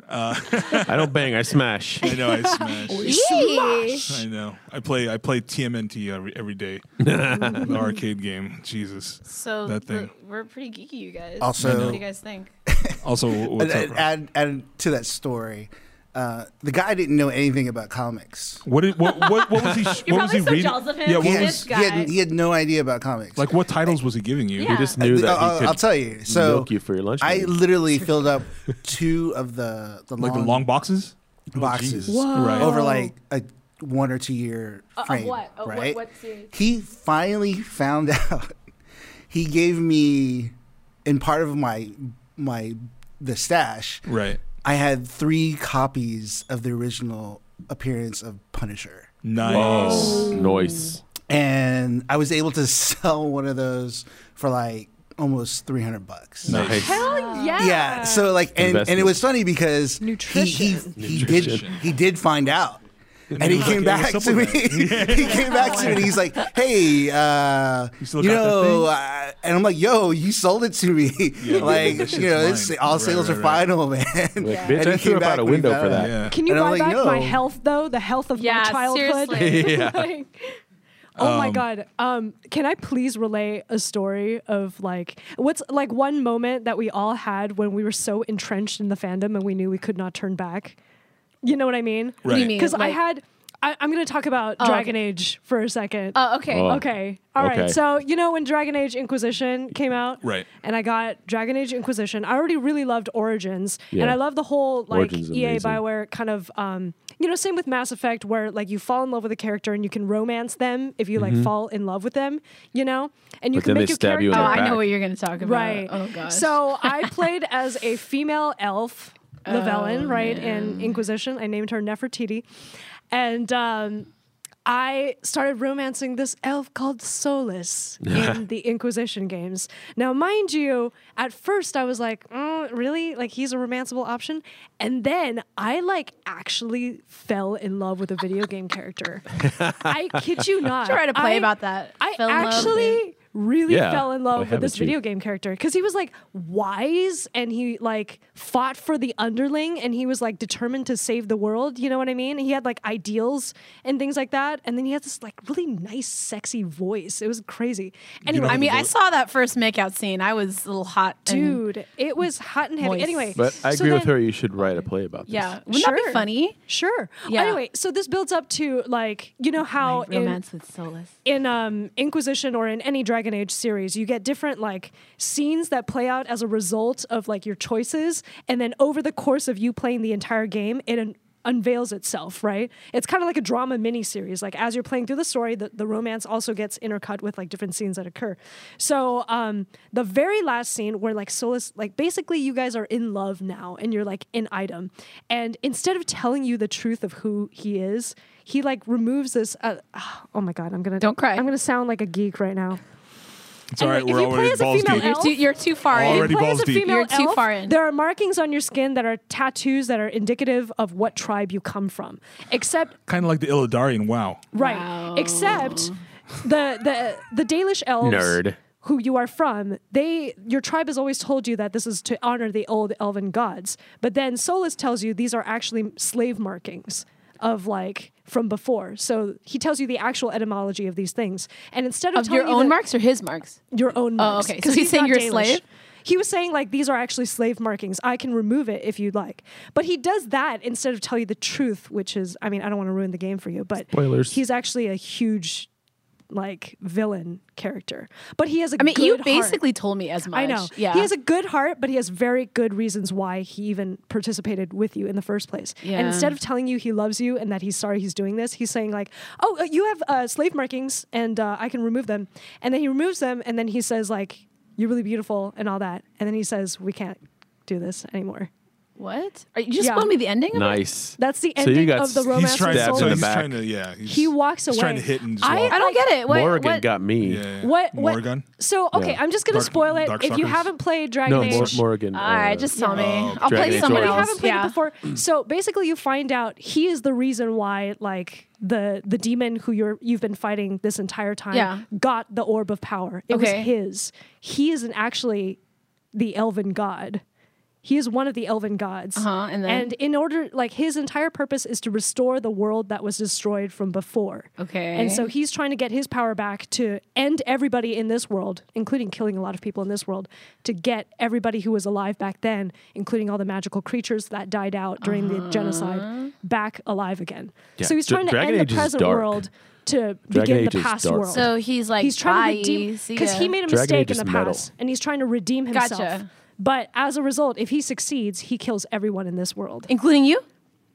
I don't bang, I smash. I know I smash. Yee. I know. I play. I play TMNT every, every day. the arcade game. Jesus. So That thing. the- we're pretty geeky, you guys. Also- what do you guys think? Also, wh- what's up? And- and Rob? add, add to that story, uh, the guy didn't know anything about comics. What, did, what what what was he? You're what was he probably so reading? jealous of him. Yeah. What He Yes. had, was This he, had, guy. he had no idea about comics. like? What titles was he giving you? Yeah. He just knew that I'll, he could I'll tell you. So milk you for your lunch. I money. literally filled up two of the the Like long, the long boxes. boxes Jesus. Oh. Whoa. Right. over like a one or two year frame. what? Uh, Of what- right? what series? He finally found out. He gave me, in part of my my the stash. Right. I had three copies of the original appearance of Punisher, Nice. Oh, noise. and I was able to sell one of those for like almost three hundred bucks. Nice. Hell yeah. Yeah. So like, and, and it Investment. was funny because he- he Nutrition. he, did Nutrition. he did find out. And he was came like, "Hey, back what's to up me. with he came back to me and he's like, "Hey, uh, You you, still got that know," thing? uh, and I'm like, "Yo, you sold it to me. like, that shit's you know, it's, mine." all Right, sales right, are right. final, man." Like, And bitch, he I came threw up back out a when he window found for out. that. Can you And I'm buy like, back my no. health though? The health of Yeah, my childhood. seriously. Like- oh my god. Um, can I please relay a story of like what's like one moment that we all had when we were so entrenched in the fandom and we knew we could not turn back? You know what I mean? Right. do you mean? Because I Like- Oh, had. I, I'm going to talk about okay. Dragon Age for a second. Oh, okay. Oh. Okay. All right. Okay. So you know when Dragon Age Inquisition came out, Right. And I got Dragon Age Inquisition. I already really loved Origins, and Yeah. I love the whole like Origins is EA amazing. Bioware kind of, um, you know, same with Mass Effect, where like you fall in love with a character and you can romance them if you like fall in love with them, you know, and you Mm-hmm. But can then they make your stab character. you in Oh, the I know back. what you're going to talk about. Right. Oh gosh. So I played as a female elf, Oh, Novellin, right in Inquisition. I named her Nefertiti, and um, I started romancing this elf called Solus in the Inquisition games. Now, mind you, at first I was like, "Mm, really? Like he's a romanceable option? And then I like actually fell in love with a video game character. I kid you not. Should write a play I- about that. I Fell in love actually with- really Yeah. fell in Why love with this haven't you? video game character because he was like wise and he like fought for the underling and he was like determined to save the world. You know what I mean? He had like ideals and things like that. And then he had this like really nice, sexy voice. It was crazy. Anyway, know I mean, I Vote. saw that first makeout scene. I was a little hot. and- dude, it was hot and heavy. Moist. Anyway, But I so agree with then- her. You should write a play about this. yeah. Wouldn't that be Sure. funny? Sure. Yeah. Anyway, so this builds up to like you know how in, Romance with Solus. in um, Inquisition or in any Dragon Age series, you get different like scenes that play out as a result of like your choices, and then over the course of you playing the entire game, it un- unveils itself. Right? It's kind of like a drama miniseries. Like as you're playing through the story, the, the romance also gets intercut with like different scenes that occur. So um, the very last scene where like Solus, like basically you guys are in love now, and you're like in item, and instead of telling you the truth of who he is. He like removes this. Uh, oh my god! I'm gonna Don't cry. I'm gonna sound like a geek right now. It's all right. We're Anyway, if you play already as a balls female deep. elf- You're too, you're too far Already in. Play balls as a deep. female You're too elf, far in. There are markings on your skin that are tattoos that are indicative of what tribe you come from. Except Kind of like the Illidarian. Wow. right. Wow. Except the the the Dalish elves Nerd. who you are from, they your tribe has always told you that this is to honor the old elven gods. But then Solus tells you these are actually slave markings of like from before. So he tells you the actual etymology of these things. And instead of, Of telling your you own the- marks or his marks? your own marks. Oh, okay. So 'cause he's saying not you're a slave? He was saying like these are actually slave markings. I can remove it if you'd like. But he does that instead of tell you the truth, which is I mean, I don't want to ruin the game for you, but Spoilers. he's actually a huge like villain character. But he has a I mean, you good heart. basically told me as much. I know. Yeah. He has a good heart, but he has very good reasons why he even participated with you in the first place. Yeah. And instead of telling you he loves you and that he's sorry he's doing this, he's saying like, "Oh, uh, you have uh, slave markings, and uh, I can remove them." And then he removes them, and then he says like, "You're really beautiful," and all that. And then he says, "We can't do this anymore." what? Are you just Yeah. told me the ending? of it? Nice. That's the So you ending got of the s- romance he's of trying, the soul. stabbed in so the he's back. trying to, yeah. He's, He walks he's trying to away. hit and just I, walk. I don't get it. What, Morgan what- got me. Yeah, yeah, yeah. What, what? Morgan? So okay, Yeah. I'm just gonna Dark- spoil it. Dark if you Suckers? haven't played Dragon No, Age, Mor- Morgan. All right, uh, just tell me. Oh, I'll Dragon play Age someone If you Origins. else. haven't played yeah. it before. So basically, you find out he is the reason why, like the the demon who you're you've been fighting this entire time, Yeah. got the orb of power. It Okay. was his. He isn't actually the elven god. He is one of the elven gods. Uh-huh, and then- Mm-hmm. in order, like his entire purpose is to restore the world that was destroyed from before. Okay. And so he's trying to get his power back to end everybody in this world, including killing a lot of people in this world, to get everybody who was alive back then, including all the magical creatures that died out during the genocide, back alive again. Uh-huh. Yeah. So he's Dra- trying to Dragon end Age the is present dark. world to Dragon begin Age the is past dark. world. So he's like, he's "Bye, trying to redeem see because ya." he made a Dragon mistake Age in the is metal. past, and he's trying to redeem himself. Gotcha. But as a result, if he succeeds, he kills everyone in this world, including you.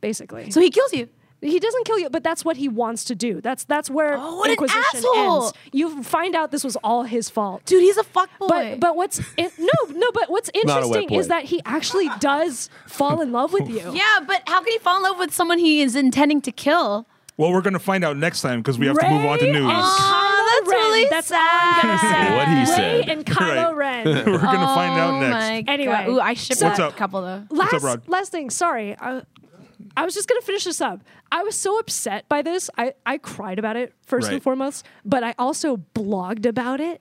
basically. So he kills you. He doesn't kill you, but that's what he wants to do. That's that's where Oh, what an Inquisition asshole! ends. You find out this was all his fault. Dude, he's a fuckboy. But but what's in, no no but what's Not a wet interesting boy. is that he actually does fall in love with you. yeah, but how can he fall in love with someone he is intending to kill? Well, we're going to find out next time because we have to move on to Rey news. and Kylo Aw, that's Ren. really that's sad. What he Rey said. and Kylo Ren. Oh we're going to find out next. Oh My Anyway, God. ooh, I shipped so- that What's up? couple though. What's last up, Rod? last thing, sorry. I, I was just gonna finish this up. I was so upset by this. I, I cried about it first Right. and foremost, but I also blogged about it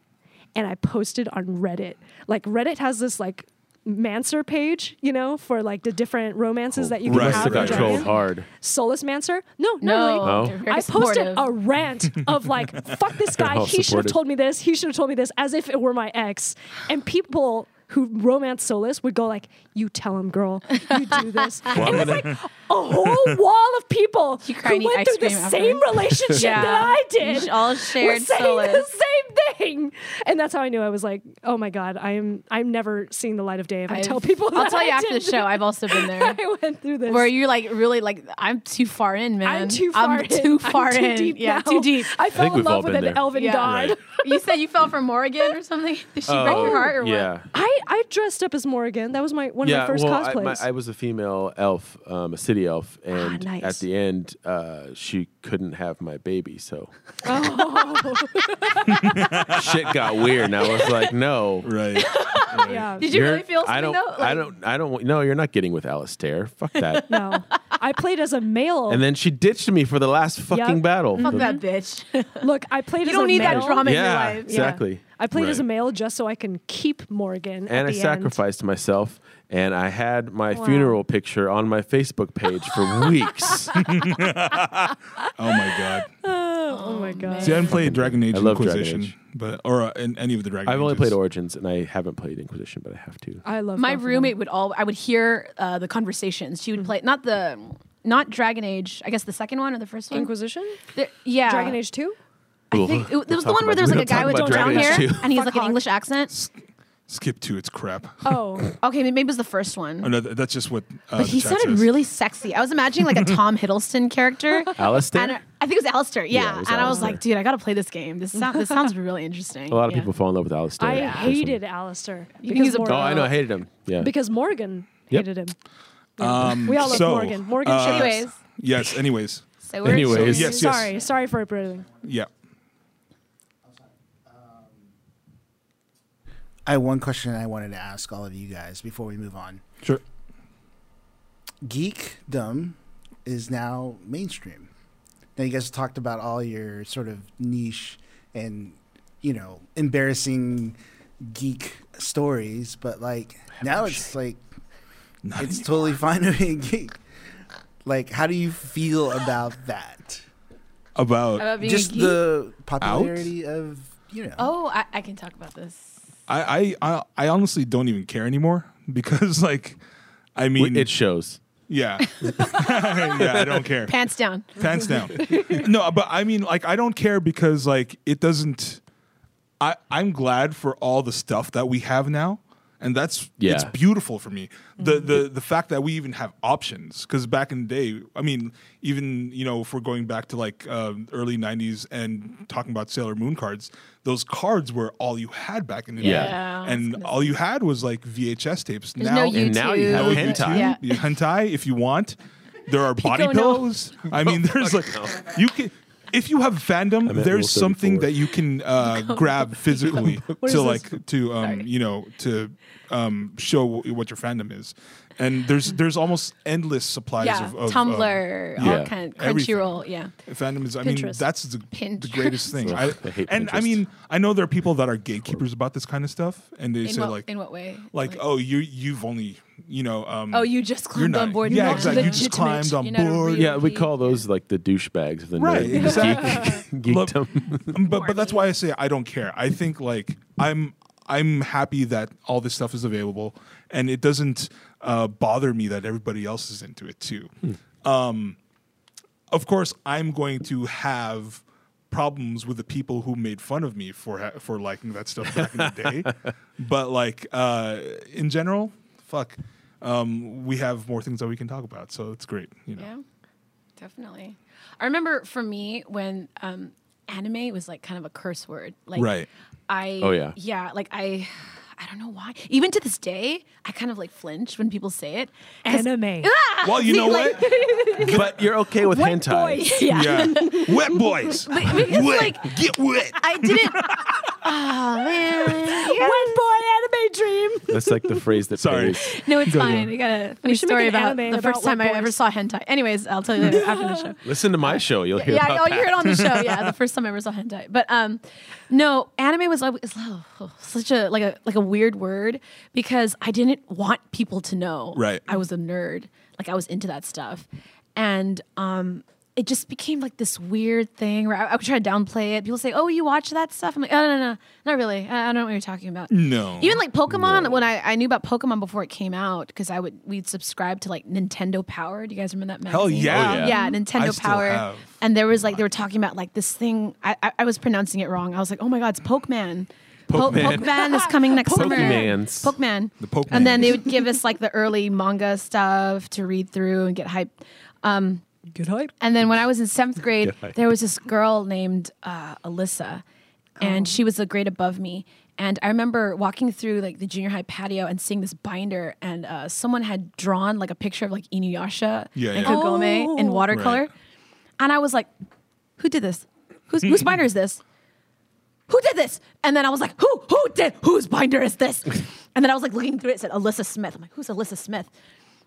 and I posted on Reddit. Like Reddit has this like Mancer page, you know, for like the different romances that you can Right, Must have. have right, with got right. trolled dragons. hard. Solus Mancer? No, No, Oh. no, No. they're very I posted supportive. a rant of like, fuck this guy. all He should have supportive. told me this. He should have told me this as if it were my ex. And people who romance Solus would go like, you tell him, girl, you do this. and it's like a whole wall of people You cry and who eat went ice through the cream same afterwards. relationship Yeah. that I You did should all were shared saying solace. the same thing. And that's how I knew I was like, oh my God, I'm I'm never seeing the light of day if i I've- tell people I'll that tell you I after the did show. I've also been there. I went through this. Where you're like really like I'm too far in, man. I'm too far I'm in. too far I'm too in. Deep yeah, now. too deep. I fell in we've all love with been an there. elven Yeah. god. Right. you said you fell for Morgan or something? Did she break Oh, your heart or yeah. what? I, I dressed up as Morrigan. That was my one of my first well, I, my, cosplays. I was a female elf, um, a city elf, Ah, and nice. at the end, uh, she couldn't have my baby, so Oh, shit got weird. And I was like, no, Right. yeah. Did you you're- really feel something I don't, though? I Like- don't, I don't. want- No, you're not getting with Alistair. Fuck that. No, I played as a male. and then she ditched me for the last fucking battle. Fuck that Mm-hmm. bitch. you Look, I played as a don't need male. that drama in your Yeah, life. Yeah. exactly. I played as Right. a male just so I can keep Morgan. at And I the sacrificed myself, and I had my funeral picture on my Facebook page for weeks. Oh my god. End. Oh my god. See, I haven't played Dragon Age I love Dragon Inquisition, Age. but or uh, in, any of the Dragon. I've only played Ages. Origins, and I haven't played Inquisition, but I have to. I love my both of them. roommate would all I would hear uh, the conversations. She would play not the not Dragon Age. I guess the second one or the first one. Inquisition, There- yeah, Dragon Age Two. I think it, there was the one where there was like a guy with about brown Dragon Age hair too. and he's Fuck like an Hawk. English accent. Skip two. It's crap. Oh, Okay, maybe it was the first Oh, one. no, th- that's just what. Uh, But the he chat sounded says. really sexy. I was imagining like a Tom Hiddleston character. Alistair? And I, I think it was Alistair. Yeah. it was and I was like, Alistair. dude, I gotta play this game. This sound, this sounds really interesting. A lot of Yeah. people fall in love with Alistair. I That's one. hated Alistair think because he's a Oh, Morgan, I know. I hated him. Yeah. because Morgan Yep. hated him. Um, We all love so, Morgan. Morgan uh, should be- Anyways, Yes. Anyways. so we're anyways. Yes, yes. sorry, sorry for everything. Yeah. I have one question I wanted to ask all of you guys before we move on. Sure. geekdom is now mainstream. Now you guys talked about all your sort of niche and you know embarrassing geek stories, but like now it's like it's totally fine to be a geek. Like, how do you feel about that? About. About being a Just geek? the popularity of you know. Oh, I, I can talk about this. I, I I I honestly don't even care anymore because like I mean it shows. yeah yeah I don't care Pants down. pants down no but I mean like I don't care because like it doesn't I I'm glad for all the stuff that we have now and that's Yeah. it's beautiful for me the Mm-hmm. the the fact that we even have options because back in the day I mean even you know if we're going back to like um, early 90s and talking about Sailor Moon cards those cards were all you had back in the Yeah. day Yeah, I was and gonna all you had was like VHS tapes There's now no YouTube. And now you have Oh, hentai. YouTube, Yeah. you- hentai if you want. There are body no. pillows. I mean, there's like you can if you have fandom, at rule there's something 34. that you can uh, grab physically is to this? like to um, you know to um, show w- what your fandom is, and there's there's almost endless supplies Yeah. of, of um, Tumblr, yeah. all kind, Everything. Crunchyroll. Yeah. fandom is. I mean, Pinterest. that's the, the Pinterest. greatest thing. Ugh, I hate and I Pinterest. mean, I know there are people that are gatekeepers about this kind of stuff, and they In say what, like in what way? like oh you you've only you know um, oh, you just you're climbed not, on board. Yeah, You're not exactly. You just legitimate. climbed on You're not a board. real Yeah, we geek. call those like the douchebags of the Right, nerd, the geek, Look, geekdom. but but that's why I say I don't care. I think like I'm I'm happy that all this stuff is available, and it doesn't uh, bother me that everybody else is into it too. Um, of course, I'm going to have problems with the people who made fun of me for ha- for liking that stuff back in the day. But like uh, in general, fuck. Um, we have more things that we can talk about, so it's great. You know, Yeah, definitely. I remember for me when um, anime was like kind of a curse word. Like, Right. I. Oh, yeah. Yeah. Like I. I don't know why. Even to this day, I kind of like flinch when people say it. 'Cause- Anime. well, you See, know like- what? but you're okay with Wet hentai. boys. Yeah. Yeah. wet boys. Because wet. like Get wet. I didn't. oh man. Yeah. Wet boy anime dream. That's like the phrase that Sorry. pays. No, it's fine. I got a funny should make story an about anime the about first time wet I ever boys. saw hentai. Anyways, I'll tell you later after the show. Listen to my show. You'll hear yeah, about oh, that. you heard it on the show. Yeah, the first time I ever saw hentai. But um, no, anime was always oh, oh, such a like a like a weird word because I didn't want people to know. Right. I was a nerd. Like I was into that stuff, and um, it just became like this weird thing where I, I would try to downplay it. People say, "Oh, you watch that stuff?" I'm like, "Oh, no, no, no, not really. I, I don't know what you're talking about." No. Even like Pokemon, when I, I knew about Pokemon before it came out, because I would we'd subscribe to like Nintendo Power. Do you guys remember that magazine? Hell yeah. Oh, yeah. yeah, I Nintendo still Power. have. And there was like they were talking about like this thing. I I, I was pronouncing it wrong. I was like, oh my god, it's Pokemon. Po- Pokemon. Pokemon is coming next summer. Pokemans. Pokemon. The Pokemans. And then they would give us like the early manga stuff to read through and get hyped. Um, Good hype. and then when I was in seventh grade, Yeah. there was this girl named uh, Alyssa, and she was a grade above me. And I remember walking through like the junior high patio and seeing this binder, and uh, someone had drawn like a picture of like Inuyasha Yeah, and yeah. Kagome in Oh. watercolor. Right. And I was like, "Who did this? Who's, whose binder is this? Who did this?" And then I was like, "Who? Who did? Whose binder is this?" and then I was like looking through it, it said Alyssa Smith. I'm like, "Who's Alyssa Smith?"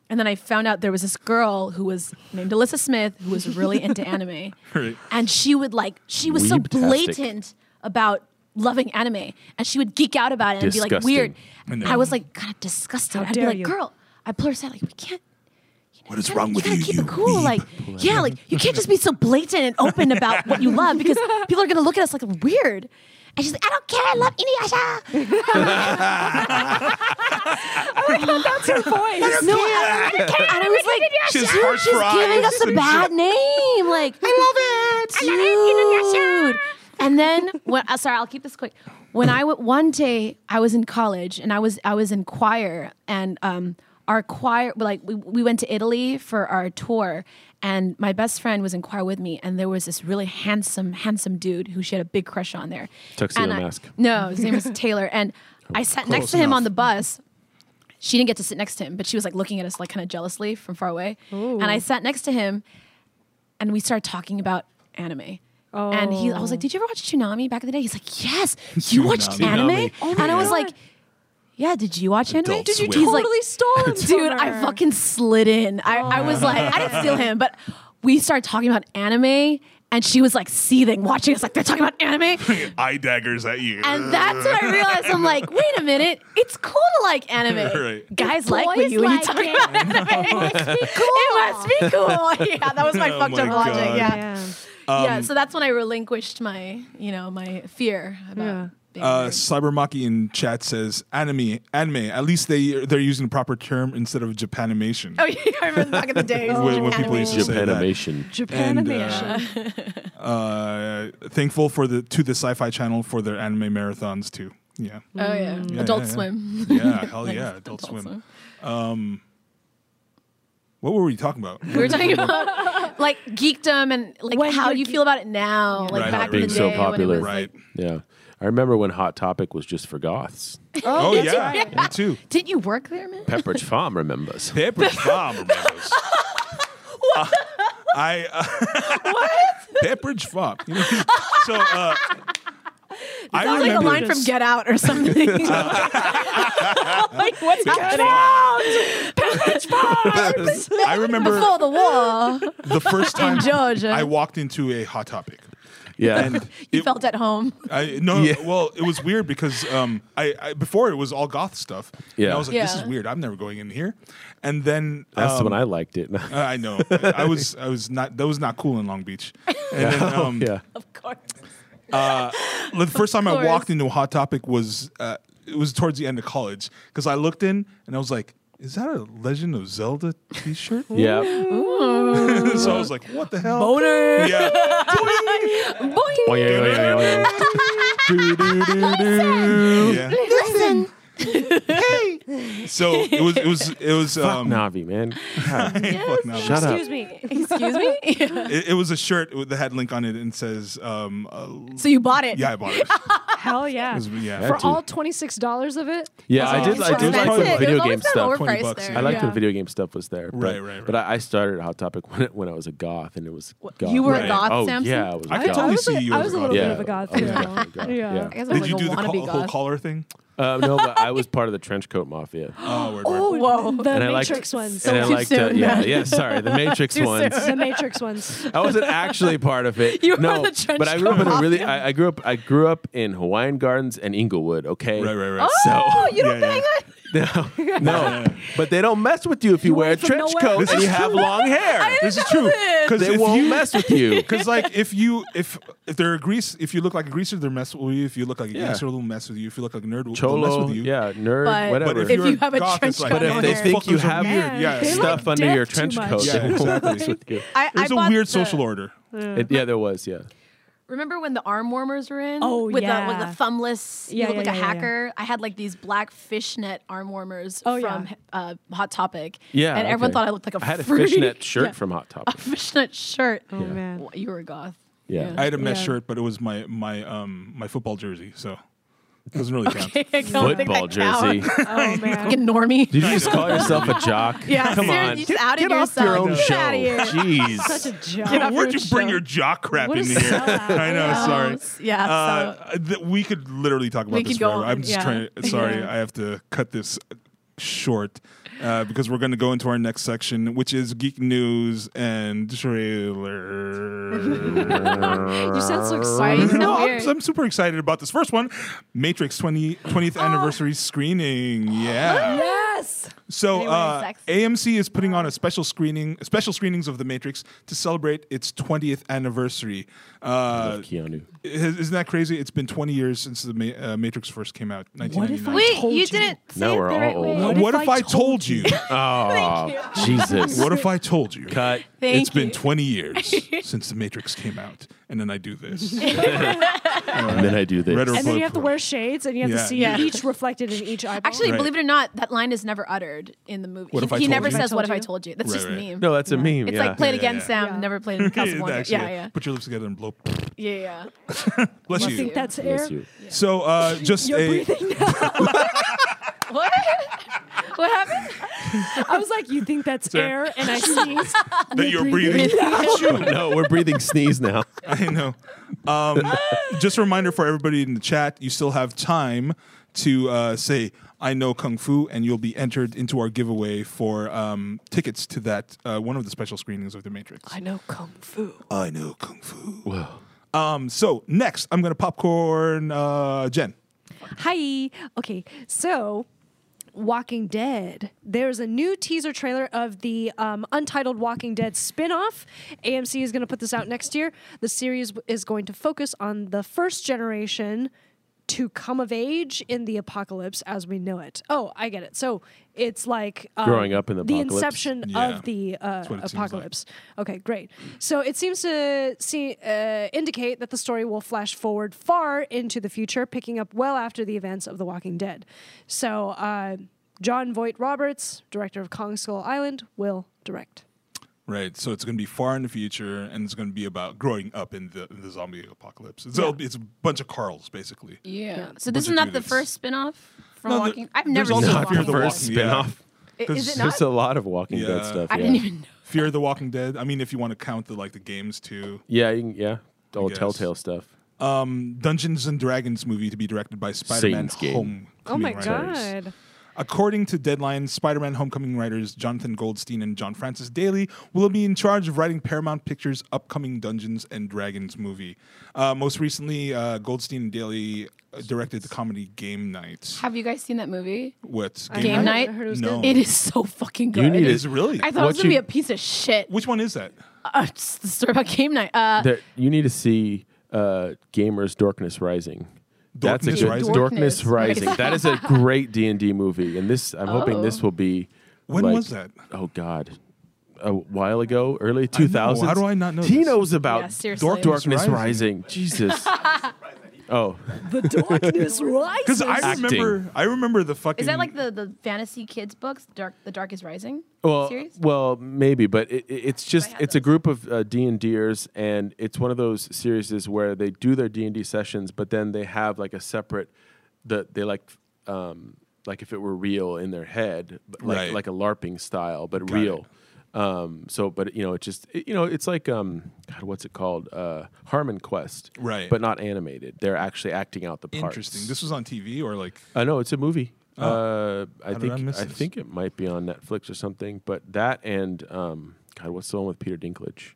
And then I found out there was this girl who was named Alyssa Smith who was really into anime. Right. And she would like, she was so Weebtastic. blatant about loving anime. And she would geek out about it and be like Disgusting. weird. I know. I was like kind of disgusted. I'd How be dare like, you. girl, I pull her aside, like, we can't. What is gotta- wrong with you? gotta keep you it cool. weeb? Like, yeah, like you can't just be so blatant and open about what you love because people are gonna look at us like weird. And she's like, I don't care. I love Inuyasha. Oh That's her voice. No, I don't care. And I was like, She's harsh she's fries giving us a and bad shit. name. Like, I love it, dude. And then when uh, sorry, I'll keep this quick. When I w- one day I was in college and I was I was in choir and um our choir like we, we went to Italy for our tour and my best friend was in choir with me and there was this really handsome handsome dude who she had a big crush on there. Tuxedo And I- mask. No, his name was Taylor and I sat next to him on the bus she didn't get to sit next to him, but she was like looking at us like kind of jealously from far away. And I sat next to him and we started talking about anime. And he, I was Oh. like, "Did you ever watch Tsunami back in the day?" He's like, "Yes, you watched Tsunami. anime." Oh and I was like, "Yeah, did you watch anime?" Adult Did you He's like, totally stole him from dude, I her. fucking slid in. I, I was like, I didn't steal him, but we started talking about anime, and she was like seething, watching us like they're talking about anime. Eye daggers at you. And that's when I realized I'm like, wait a minute, it's cool to like anime. Right. Guys like when you, when you like talk it. about anime. It must be cool. Yeah, that was my Oh fucked my up logic. God. Um, Yeah. Yeah. yeah, so that's when I relinquished my, you know, my fear about Yeah. big Uh, word. Cybermaki in chat says anime, anime. At least they they're using the proper term instead of Japanimation. Oh, yeah, I remember back in the day. When- when people used to say that. Japanimation. And, uh, Japanimation. Uh, thankful for the to the Sci-Fi Channel for their anime marathons too. Yeah, Oh yeah, Mm. Yeah, Adult yeah, yeah. Swim. yeah, hell yeah, Adult, Adult Swim. Swim. Um, what were we talking about? We were talking about like geekdom and like When how you're you geek- feel about it now, like Right, back right, in the being day so when it popular. was right. like, Yeah. I remember when Hot Topic was just for goths. Oh, yeah, me too. didn't you work there, man? Pepperidge Farm remembers. Pepperidge Farm remembers. I uh, what? Pepperidge Farm. You know, so uh, I Sounds like a remember- line from Get Out or something. like what's happening? I remember Before the war, the first time Georgia. I walked into a hot topic. Yeah. And you it- felt at home. I no Yeah. well it was weird because um I, I before it was all goth stuff. And Yeah. I was like this is Yeah. weird. I'm never going in here. And then That's um, when I liked it. I know. I was I was not that was not cool in Long Beach. And then um yeah. Of course. Well, the first time I course. walked into a Hot Topic was uh, it was towards the end of college because I looked in and I was like, "Is that a Legend of Zelda T-shirt?" Yeah. so I was like, "What the hell?" Yeah. Oh, yeah. Listen. So it was it was it was um, Navi, man. God, fuck no. Shut up. Excuse me. Excuse me. It, it was a shirt with- that had link on it and says, um, uh, So you bought it. "Yeah, I bought it." Hell yeah. It was- yeah. Yeah. For all $26 of it? Yeah, I did. It's I did expensive. like when It was always video game kind of $20 stuff. overpriced bucks, there. I liked Yeah. when video game stuff was there. But, Right, right, But I, I started Hot Topic when, when I was a goth, and it was goth. you were a Right. goth, oh, Samson? Yeah, I was a I could goth. I totally was, see a, you I as was a a goth. little Oh, yeah, bit of a god I was thing. though. definitely a goth, Yeah. yeah. I guess I was Did like you a do the wannabe col- whole goth. collar thing? Um, no, but I was part of the trench coat mafia. Oh, word, word. Oh, Whoa. The and I liked, Matrix ones. And I Too liked, uh, soon. yeah, yeah. Sorry, the Matrix Too ones. soon. the Matrix ones. I wasn't actually part of it. You were no, the trench but I grew up in coat a really. mafia. I, I grew up. I grew up in Hawaiian Gardens and Inglewood. Okay, Right, right, right. Oh, you don't Yeah, yeah. bang on. No, no. But they don't mess with you if you, wear a from trench nowhere. coat This and is you have true. long hair. This is true because They if won't you mess with you. Because like if you if if they're a grease if you look like a greaser they'll mess with you if you look like a Yeah. gangster they'll mess with you if you look like a nerd they'll mess Cholo, with you yeah, nerd, But- whatever. but if, If you're you a have a goth, it's trench like, coat But if "Man, they these think you fuckers are have weird. Yeah. yeah, They yeah. like stuff under death your too trench much. coat, Yeah, they won't exactly. mess with you. I, there's I a bought weird the- social order It- yeah, there was. Yeah, Remember when the arm warmers were in? Oh, with The, with yeah. the thumbless, you Yeah, look yeah, like a yeah, yeah, yeah. hacker. I had like these black fishnet arm warmers Oh, yeah. from uh, Hot Topic. yeah. And everyone okay. thought I looked like a I had a freak. fishnet shirt Yeah. from Hot A Topic. fishnet shirt. Oh, man. Wha- You were a goth. Yeah. I had a mesh Yeah. shirt but it was my my um my football jersey so it doesn't really count I don't think Football that counts. jersey. Oh, man. Fucking normie. Did you just call yourself a jock? Yeah, come seriously, on. you just outed Get off your yourself. own Get show. outta here. Such a Jeez. joke. where'd you bring your jock crap What a in here sellout. I know Oh, sorry s- Yeah. so, uh, th- we could literally talk about We this could go forever. on, I'm just yeah. trying. Sorry, Yeah. I have to cut this short uh, because we're going to go into our next section, which is geek news and trailer. You sound so Why excited. is No, so I'm, weird. I'm super excited about this first one, Matrix 20, Oh. 20th anniversary screening. Yeah. Yes. So They were uh, sexy. AMC is putting on a special screening, special screenings of The Matrix to celebrate its 20th anniversary. Uh, Keanu. is- Isn't that crazy? It's been 20 years since the Ma- uh, Matrix first came out. What if 1999. I Wait, told you you. didn't say Now it we're the all right way. old. What, if, I, told, you? Oh, Jesus. what if I told you? Cut. Thank it's been you. 20 years since The Matrix came out, and then I do this. And then I do this. Red or And then you have to Bloodpool. wear shades and you have Yeah. to see Yeah. each reflected in each eyeball. Actually, Right. believe it or not, that line is never uttered in the movie. What he if I he told never you? says, I "What if told I you?" told you?" That's Right, just a right. meme. No, that's a meme. it's yeah. like play it Yeah, again, yeah, Sam. yeah. Never played in Casablanca. Actually, yeah, yeah, Put your lips together and blow. yeah, yeah. Bless I you. think that's air. Bless you. So uh, just You're a breathing What? what happened? I was like, you think that's Sir. air? And I sneezed. that you're breathing. no, we're breathing sneeze now. I know. Um, just a reminder for everybody in the chat: you still have time to uh, say "I know kung fu," and you'll be entered into our giveaway for um, tickets to that uh, one of the special screenings of The Matrix. I know kung fu. I know kung fu. Wow. Um, so next, I'm gonna popcorn uh, Jen. Hi. Okay, so Walking Dead. There's a new teaser trailer of the um, Untitled Walking Dead spin-off. AMC is going to put this out next year. The series w- is going to focus on the first generation to come of age in the apocalypse as we know it. Oh, I get it. So it's like um, Growing up in the the apocalypse. inception Yeah. of the what uh, it seems like. apocalypse. Okay, great. So it seems to see uh, indicate that the story will flash forward far into the future, picking up well after the events of The Walking Dead. So uh, John Voight Roberts, director of Kong Skull Island, will direct. Right. So it's going to be far in the future, and it's going to be about growing up in the, in the zombie apocalypse. It's, all, it's a bunch of Carls, basically. Yeah. So Bunch this is of not the dudes. first spin-off from No, the- Walking. I've there's never seen also Walking. Fear the Dead. First Walking- spin-off. I- There's- Is it There's a not? lot of Walking Yeah. Dead stuff. I yeah. didn't even know. Fear of the Walking Dead. I mean, if you want to count the like the games too. Yeah, you can, yeah. All guess. Telltale stuff. Um, Dungeons and Dragons movie to be directed by Spider-Man Satan's Game. Homecoming Oh my writers. god. According to Deadline, Spider-Man Homecoming writers Jonathan Goldstein and John Francis Daly will be in charge of writing Paramount Pictures' upcoming Dungeons and Dragons movie. Uh, most recently, uh, Goldstein and Daly uh, directed the comedy Game Night. Have you guys seen that movie? What's I Game heard- Night? I heard it was No. good. It is so fucking good. You need Is it really? I thought it What was gonna you- be a piece of shit. Which one is that? Uh, it's the story about game night. Uh, There, you need to see uh, Gamers Darkness Rising. That's a Darkness good Rising? Darkness Darkness Rising. Rising. Oh. that is a great D and D movie, and this I'm hoping this will be. When like- was that? Oh God, a while ago, early know. 2000s. How do I not know He this? knows about Yeah, seriously. Darkness, Darkness Rising. Jesus. oh, The darkness rises. Because I Acting. remember, I remember the fucking. is that like the, the fantasy kids books? Dark, The Dark is Rising. well, series? well, maybe, but it, it- it's just had it's a group of uh, D and Ders, and it's one of those series where they do their D and D sessions, but then they have like a separate the they like um, like if it were real in their head, but like Right. like a LARPing style, but it. real. Um, so, but you know, it just it- you know, it's like um, God, what's it called? Uh, Harmon Quest, Right. But not animated. They're actually acting out the parts. interesting. This was on TV or like Uh, no, it's a movie. Uh, I Oh. did think I I, miss this? think it might be on Netflix or something. But that and um, God, what's the one with Peter Dinklage?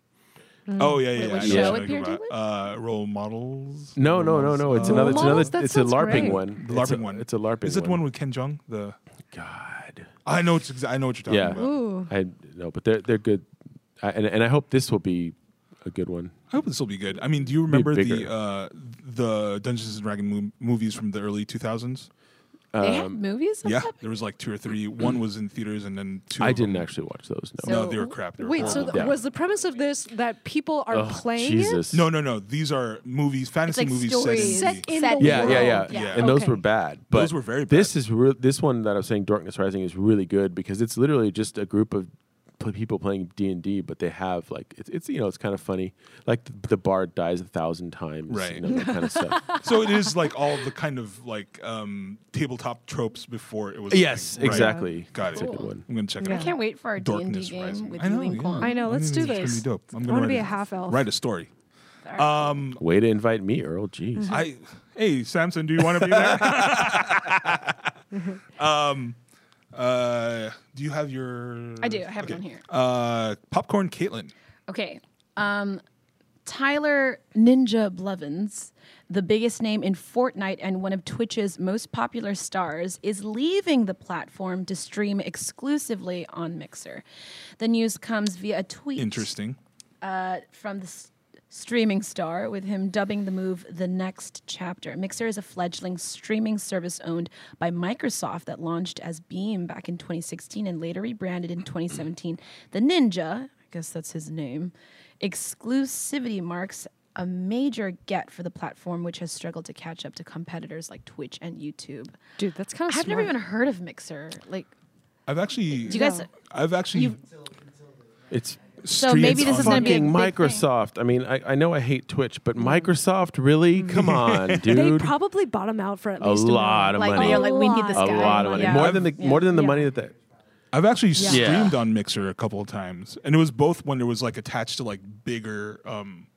Oh yeah, yeah. what yeah. I know show what with you're Peter talking about. Uh, role models. No, Role no, no, models. no. It's Uh, another. It's another. Models? That it's a sounds LARPing great. one. The It's LARPing a- one. It's a LARPing. Is it one with Ken Jong? The God? I know. It's, exa- I know what you're talking Yeah. about. Ooh. I no, but they're they're good, I, and and I hope this will be a good one. I hope this will be good. I mean, do you remember the bigger. uh, the Dungeons and Dragon mo- movies from the early 2000s? they have movies. of Yeah, that? there was like two or three. One was in theaters, and then two. I of them- didn't actually watch those. No. No, they were crap. They were Wait, so horrible. th- Yeah. was the premise of this that people are Ugh, playing it? Jesus. no, no, no. These are movies, fantasy like movies set in stories. the- Set in Set the Yeah, world. yeah, yeah, Yeah. And those Oh, Okay. were bad. But Those were very This bad. is re- this one that I was saying, Darkness Rising, is really good because it's literally just a group of pl- people playing D and D, but they have like it's, it's you know it's kind of funny. Like the, the bard dies a thousand times, Right. You know that kind of stuff. so it is like all the kind of like um, tabletop tropes before it was. a yes, thing, right? exactly. Got That's it. a good one. I'm gonna check it Yeah. out. I can't wait for our D and D Darkness game Rising. with I know, you and yeah. Kwon. I know, let's do think it's this. gonna be dope. I'm I gonna wanna write be a- a half-elf. Write a story. Um, Way to invite me, Earl. Jeez. Mm-hmm. I hey Samson, do you want to be there? um, uh, do you have your? I do. I have it on here. Uh, popcorn, Caitlin. Okay. Um, Tyler Ninja Blevins, the biggest name in Fortnite and one of Twitch's most popular stars, is leaving the platform to stream exclusively on Mixer. The news comes via a tweet Interesting. uh, from the s- streaming star, with him dubbing the move the next chapter. Mixer is a fledgling streaming service owned by Microsoft that launched as Beam back in 2016 and later rebranded in 2017. The Ninja, I guess that's his name, exclusivity marks a major get for the platform, which has struggled to catch up to competitors like Twitch and YouTube. Dude, that's kind of I've never even heard of Mixer. Like, I've actually. do you guys? I've actually. It's So maybe this is going to be a fucking big thing. Microsoft. I mean, I, I know I hate Twitch, but Microsoft really? Come on, Mm-hmm. They dude. probably bought him out for at A least a oh, lot of Like, money. they're like, we need this a guy. lot of money. Yeah. More than the more than the Yeah. money that they, I've actually Yeah. streamed on Mixer a couple of times, and it was both when it was like attached to like bigger, um,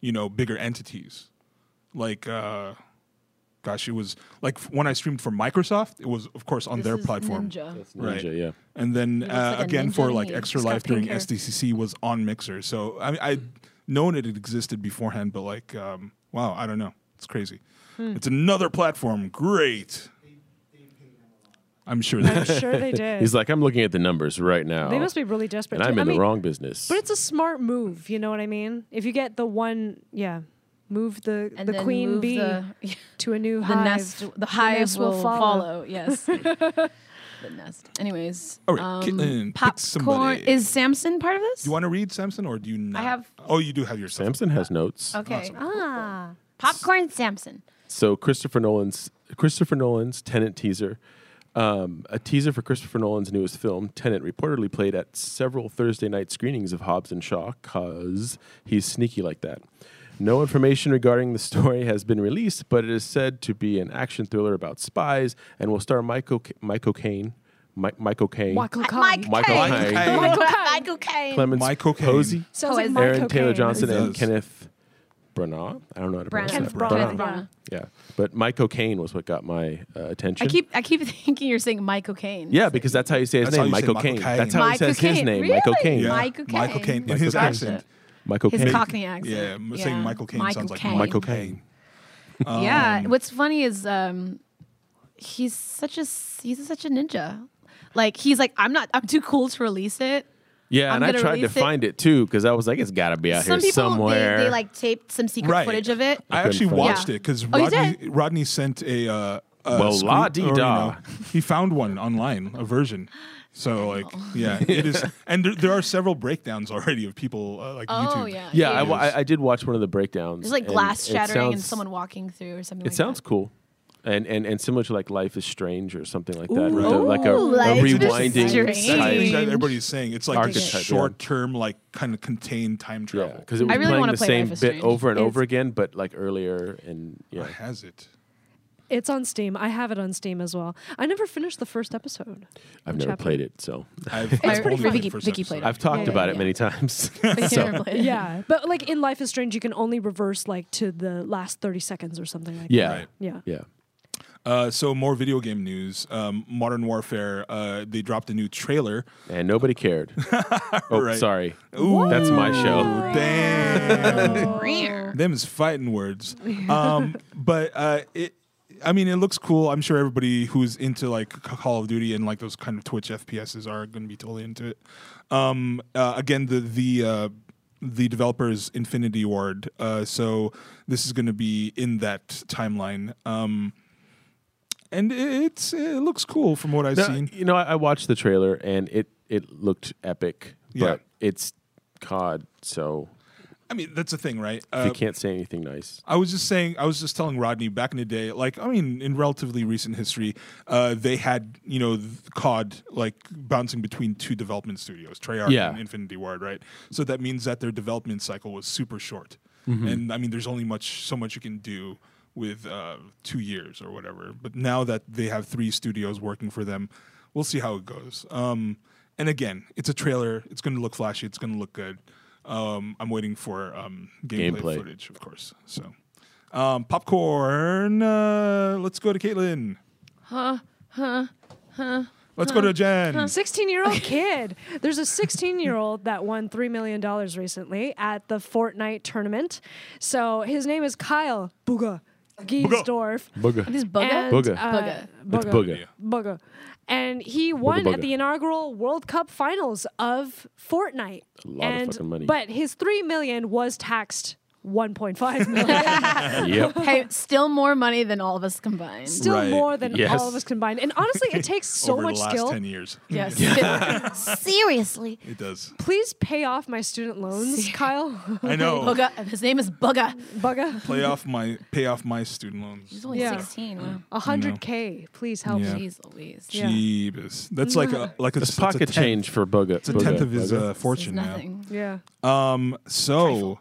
you know, bigger entities. Like, uh, gosh, it was like f- when I streamed for Microsoft, it was of course on This their is platform. Ninja. Right. Ninja, yeah. And then looks uh, like a again ninja for to like me. extra He's got life pink during hair. SDCC was on Mixer. So I mean, I known it existed beforehand, but like, um, wow, I don't know. It's crazy. Hmm. It's another platform. Great. I'm sure I'm that sure they did. He's like, I'm looking at the numbers right now. they must be really desperate. and too. I'm in I mean, the wrong business. But it's a smart move, you know what I mean? If you get the one, yeah. move the And the then queen move bee the- yeah, to a new the hive. nest, the hive nest will will, follow. Yes, the nest. Anyways, All right, um, Caitlin, pick popcorn. somebody. Is Samson part of this? Do you want to read Samson or do you not? have- Oh, you do have your Samson. Samson has notes. okay. Ah, popcorn Samson. So Christopher Nolan's Christopher Nolan's Tenant teaser, um, a teaser for Christopher Nolan's newest film, Tenant, reportedly played at several Thursday night screenings of Hobbs and Shaw, cause he's sneaky like that. No information regarding the story has been released, but it is said to be an action thriller about spies and will star Michael Ca- Michael Caine, Mike Michael Caine, Michael Kahn. Mike Michael Caine. Caine, Caine. Michael Caine. Michael Caine. Clemens Michael Caine. Posey, oh, Sounds like Poison. Mike Aaron Taylor Cocaine. Johnson, It and does. Kenneth Branagh. I don't know how to pronounce Kenneth that. Branagh. Kenneth Branagh. Branagh. Yeah, but Mike O'Kane was what got my uh, attention. I keep I keep thinking you're saying Michael Caine. yeah, because that's how you say his That's how name, you say Michael Michael Caine. Caine. That's how he Michael says his Caine. name, Really? Michael Caine. Yeah. Michael Michael Caine. Caine. In Michael his Caine. accent. Michael His Caine. Cockney Yeah, accent. I'm saying Michael Caine Michael sounds like Caine. Michael Caine. yeah. What's funny is um, he's such a s- he's such a ninja. Like he's like I'm not I'm too cool to release it. Yeah, I'm and I gonna tried to release it. find it too because I was like, it's got to be out Some here people somewhere. They, they like taped some secret Right. footage of it. I couldn't actually find it. watched Yeah. it because Oh, you Rodney, Rodney sent a. Uh, a Well, screen- la-di-da. or, you know, he found one online, a version. So like, yeah, it is, and there, there are several breakdowns already of people uh, like Oh YouTube. yeah. yeah, I, wa- I, I did watch one of the breakdowns. There's like and glass it shattering and sounds- someone walking through or something. It like sounds that. cool. And, and and similar to like Life is Strange or something like that, Ooh. with a- like a, a Ooh, Life is rewinding. Strange. That's type- what Strange. everybody's saying. It's like Archetype, yeah. short term, like kind of contained time Yeah, travel. because it was I really playing wanna the play same Life is bit Strange. over and It's- over again, but like earlier and yeah. Has it? It's on Steam. I have it on Steam as well. I never finished the first episode. I've never Chapter. played it, so I've, pretty I've only fun. played Vicky- first Vicky episode. played it. I've talked yeah, about yeah. it many times. so, Terrible. Yeah, but like in Life is Strange, you can only reverse like to the last thirty seconds or something like yeah, that. Right. Yeah. yeah. Uh, so more video game news. Um, Modern Warfare. Uh, they dropped a new trailer. And nobody cared. oh, Right. sorry, Ooh, that's my show. damn. Them is fighting words. Um, but uh, it, I mean, it looks cool. I'm sure everybody who's into like C- Call of Duty and like those kind of Twitch FPSs are going to be totally into it. Um, uh, again, the the uh, the developers Infinity Ward. Uh, so this is going to be in that timeline. Um, and it- it's it looks cool from what I've No, seen. you know, I, I watched the trailer and it it looked epic, Yeah. but it's COD, so I mean, that's the thing, right? if Uh, you can't say anything nice. I was just saying, I was just telling Rodney back in the day, like, I mean, in relatively recent history, uh, they had, you know, th- COD like bouncing between two development studios, Treyarch Yeah. and Infinity Ward, right? So that means that their development cycle was super short. And I mean, there's only much, so much you can do with uh, two years or whatever. But now that they have three studios working for them, we'll see how it goes. Um, and again, it's a trailer. It's going to look flashy. It's going to look good. Um, I'm waiting for um, gameplay, Gameplay. footage, of course. So, um, popcorn. Uh, let's go to Caitlin. Huh? Huh? Huh? Let's go to Jen. 16 year old kid. There's a 16 year old that won $3 million recently at the Fortnite tournament. So his name is Kyle Buga Giesdorf. Booga. This bugger. And, Booga. uh, Booga. It's Booga. Booga. Booga. And he won booga. at the inaugural World Cup finals of Fortnite. A lot of and, fucking money. But his 3 million was taxed 1.5 million. yep. Hey, still more money than all of us combined. Still Right. more than Yes. all of us combined. And honestly, it takes so Over much the last skill. ten years, yes. Seriously. it does. Please pay off my student loans, Kyle. I Oh. know. Bugger. His name is Bugger. Bugga. Play off my pay off my student loans. He's only Yeah. 16. Wow. A hundred K, please help. Yeah. me. Jeez Louise. Yeah. Jeebus. That's like a like a, It's that's a pocket tenth. change for Booga. It's a tenth of his uh, fortune now. Nothing. Yeah. Um, so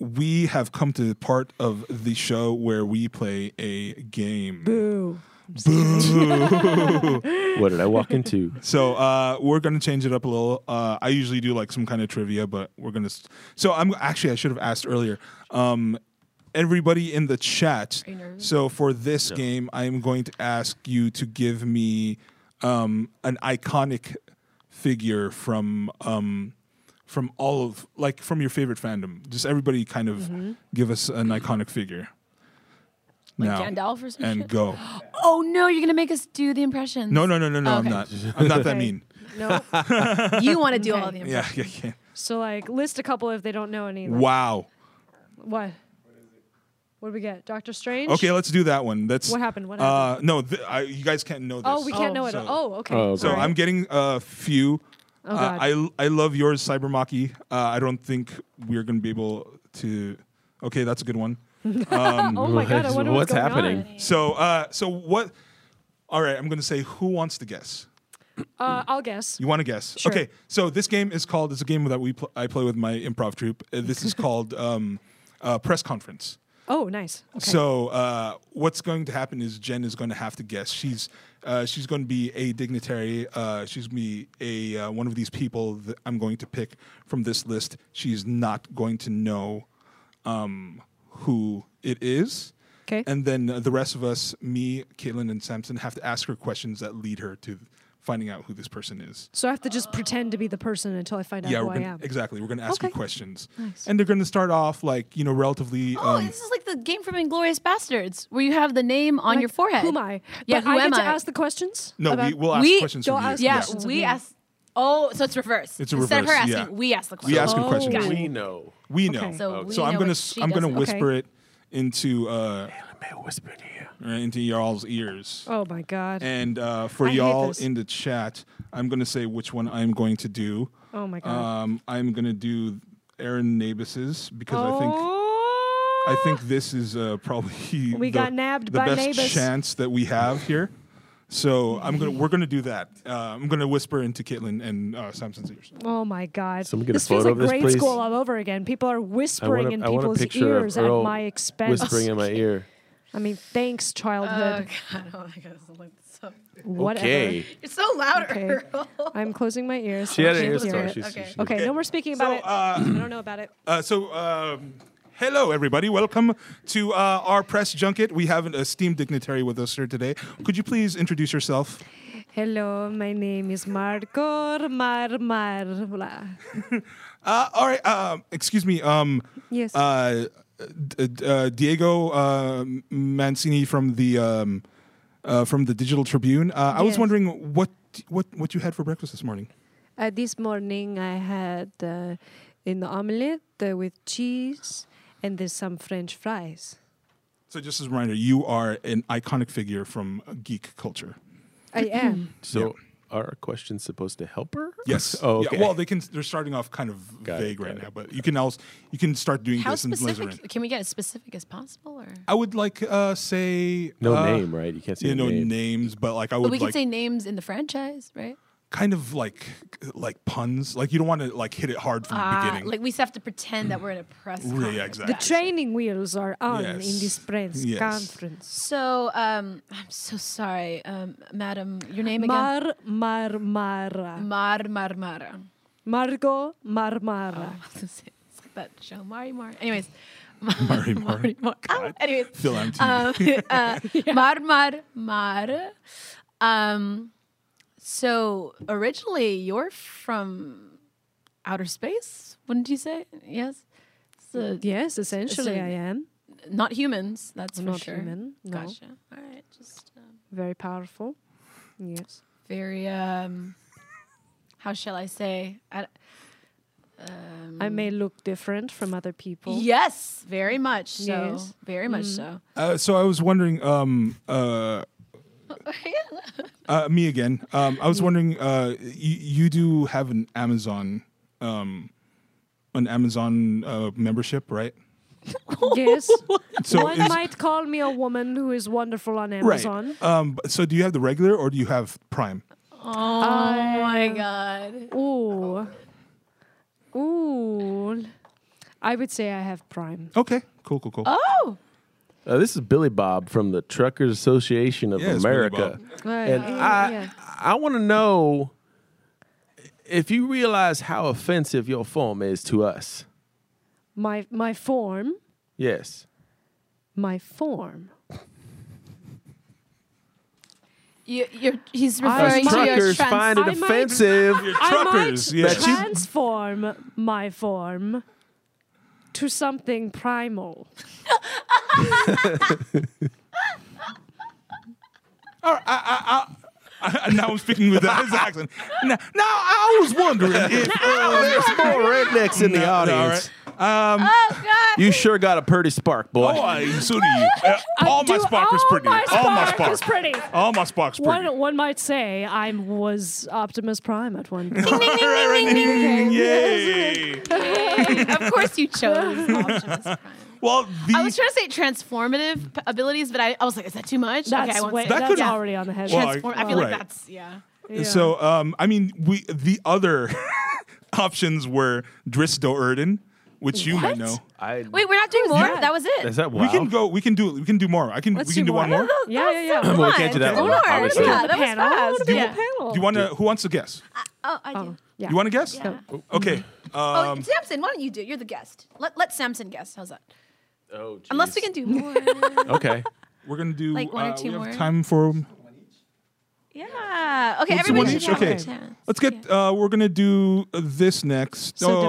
we have come to the part of the show where we play a game. Boo. uh, What did I walk into? So uh, we're going to change it up a little. Uh, I usually do like some kind of trivia, but we're going to. St- so I'm actually I should have asked earlier. Um, everybody in the chat. So for this game, I am going to ask you to give me um, an iconic figure from um, from all of like from your favorite fandom. Just everybody kind of give us an iconic figure. Mm-hmm. Like now, Gandalf or some and shit? go. Oh no, you're gonna make us do the impressions. No, no, no, no, no. I'm not. I'm not that mean. No. You want to do Okay. all the impressions. Yeah, yeah, yeah. so like, list a couple if they don't know any. Like, Wow. What? What do we get? Doctor Strange. Okay, let's do that one. That's What happened? What Uh, no, th- I, you guys can't know this. Oh, we can't Oh. know it. So- oh, okay. Oh, okay. So I'm getting a few. Oh, uh, I I love yours, Cybermaki. Uh, I don't think we're gonna be able to. Okay, that's a good one. oh my god! I wonder what's, What's going happening? So uh, so what? All right, I'm gonna say who wants to guess. On. Uh, I'll guess. You want to guess? Sure. Okay. So this game is called. It's a game that we pl- I play with my improv troupe. Uh, this is called um, uh, press conference. Oh, nice. Okay. So uh, what's going to happen is Jen is going to have to guess. She's uh, she's going to be a dignitary. Uh, she's going to be a uh, one of these people that I'm going to pick from this list. She's not going to know um, who it is. 'Kay. And then uh, the rest of us, me, Caitlin, and Samson, have to ask her questions that lead her to finding out who this person is. So I have to just pretend to be the person until I find out yeah, who we're I gonna, am. exactly. We're going to ask you Okay. questions, and they're going to start off like you know relatively. Oh, um, this is like the game from Inglorious Bastards, where you have the name on Like, your forehead. Who am I? Yeah, but who I get am to I? ask the questions. no, about- we, we'll ask we- questions. you'll from you. ask Yeah, Yes. questions of we me. ask. Oh, so it's reverse. It's a Instead of her reverse, asking, yeah. we ask the question. We ask her Oh. questions. Got it. We know. We know. So So, we I'm know gonna what s- she I'm gonna doesn't. Okay. whisper it into uh May I whisper in your ear? uh, into y'all's ears. Oh my god. And uh, for I hate y'all this. in the chat, I'm gonna say which one I'm going to do. Oh my god. Um, I'm gonna do Aaron Nabis's because I think oh. I think this is uh, probably the, We got nabbed the by best Nabis. chance that we have here. So I'm gonna we're gonna do that. Uh, I'm gonna whisper into Caitlin and uh, Samson's ears. Oh my God! Someone get a this feels like photo of this, grade please. school all over again. People are I whispering want, in a, I want a people's picture ears of at Earl my expense. whispering in my ear. I mean, thanks, childhood. Oh, Whatever. Okay. It's so loud, Okay. I'm closing my ears. She had I an can't hear ear scar. it. She's- Okay. she's- Okay, no more speaking about So, it. uh, I don't know about it. Uh, so, um, hello everybody. Welcome to uh, our press junket. We have an esteemed dignitary with us here today. Could you please introduce yourself? Hello, my name is Marco Mar Mar. blah. Uh, all right. Um, excuse me. Um, Yes. uh, D- D- uh, Diego uh, Mancini from the um, uh, from the Digital Tribune. Uh, I was Yes. wondering what what what you had for breakfast this morning. Uh, this morning I had uh, an omelette uh, with cheese and there's some French fries. So, just as a reminder, you are an iconic figure from geek culture. I am. So are our questions supposed to help her? Yes. oh, Yeah, okay. well, they can. They're starting off kind of Got it, vague right got it. now, but you can also you can start doing How this and laser in. specific? Can we get as specific as possible? Or I would like uh say no uh, name, right? You can't say Yeah, no name. names, but like I But would we like could say names in the franchise, right? kind of like like puns. Like you don't want to like hit it hard from the Ah, beginning. like we just have to pretend that we're in a press. Yeah, conference. exactly. The training wheels are on Yes. in this press Yes. conference. So um, I'm so sorry, um, madam. Your name again? Mar Mar Mara. Mm. Mar Mar Mara. Margo Mar Mara. it's like that show, Mari Mar. Anyways, Mari Mar. Mar. Oh, anyways, Phil MTV. um, uh, Mar Mar Mar. Um, so originally you're from outer space, wouldn't you say? Yes. So Yes, essentially so- I am. not humans. That's for Not sure. human. No. Gotcha. All right, just um, Very powerful. Yes. very. Um, how shall I say? I, um, Mm. I may look different from other people. Yes, very much so. Yes. Mm-hmm. Very much so. Uh, so I was wondering, um, uh, uh, me again. Um, I was wondering, uh, you, you do have an Amazon, um, an Amazon uh, membership, right? Yes. So One is- might call me a woman who is wonderful on right. Amazon. Um, b- so do you have the regular or do you have Prime? Oh Um, my god. Ooh. Ooh. I would say I have Prime. Okay, cool, cool, cool. Oh, Uh, this is Billy Bob from the Truckers Association of Yes, Billy America. Bob. And I, I want to know if you realize how offensive your form is to us. My my form, Yes. my form. You, you're, he's I referring might- to your Truckers trans- find it I might- offensive. I Truckers, might yeah. That you- transform my form to something primal. And now I'm speaking with that his accent. Now, now I was wondering if There's more rednecks in the No, no, all audience. right. Oh, You sure got a pretty spark, boy. Oh, I so do you. Uh, all my do- spark is all pretty. my all my spark spark is pretty. All my spark's pretty. One, one might say I was Optimus Prime at one point. All right, right, ding, ding, Yay! of course, you chose Optimus Prime. Well, the I was trying to say transformative p- abilities, but I, I was like, is that too much? That's, okay, I won't way, say That that's could- already on the head. Well, Transform- I feel Right. like that's yeah. Yeah. So, um, I mean, we the other options were Dristo Erden, which you might know. I, Wait, we're not doing more. That was it. is that wow? We can go. We can do. We can do more. I can. Let's we can do do, one more. more. yeah, yeah, yeah. Well, we can't do that Come one, on. obviously. Yeah, The that was panel. fast. Do Yeah. panel. Do you want to? Who wants to guess? Oh, I do. yeah. You want to guess? Yeah. Okay. Oh, Um, Samson, why don't you do? it? You're the guest. Let, let Samson guess. How's that? Oh, Unless we jeez. can do more. Okay. we're gonna do. Like one or uh, two we more? have time for. yeah. Okay, Let's do everybody one should each? have Okay. a chance. Let's get. Uh, we're gonna do uh, this next. So oh,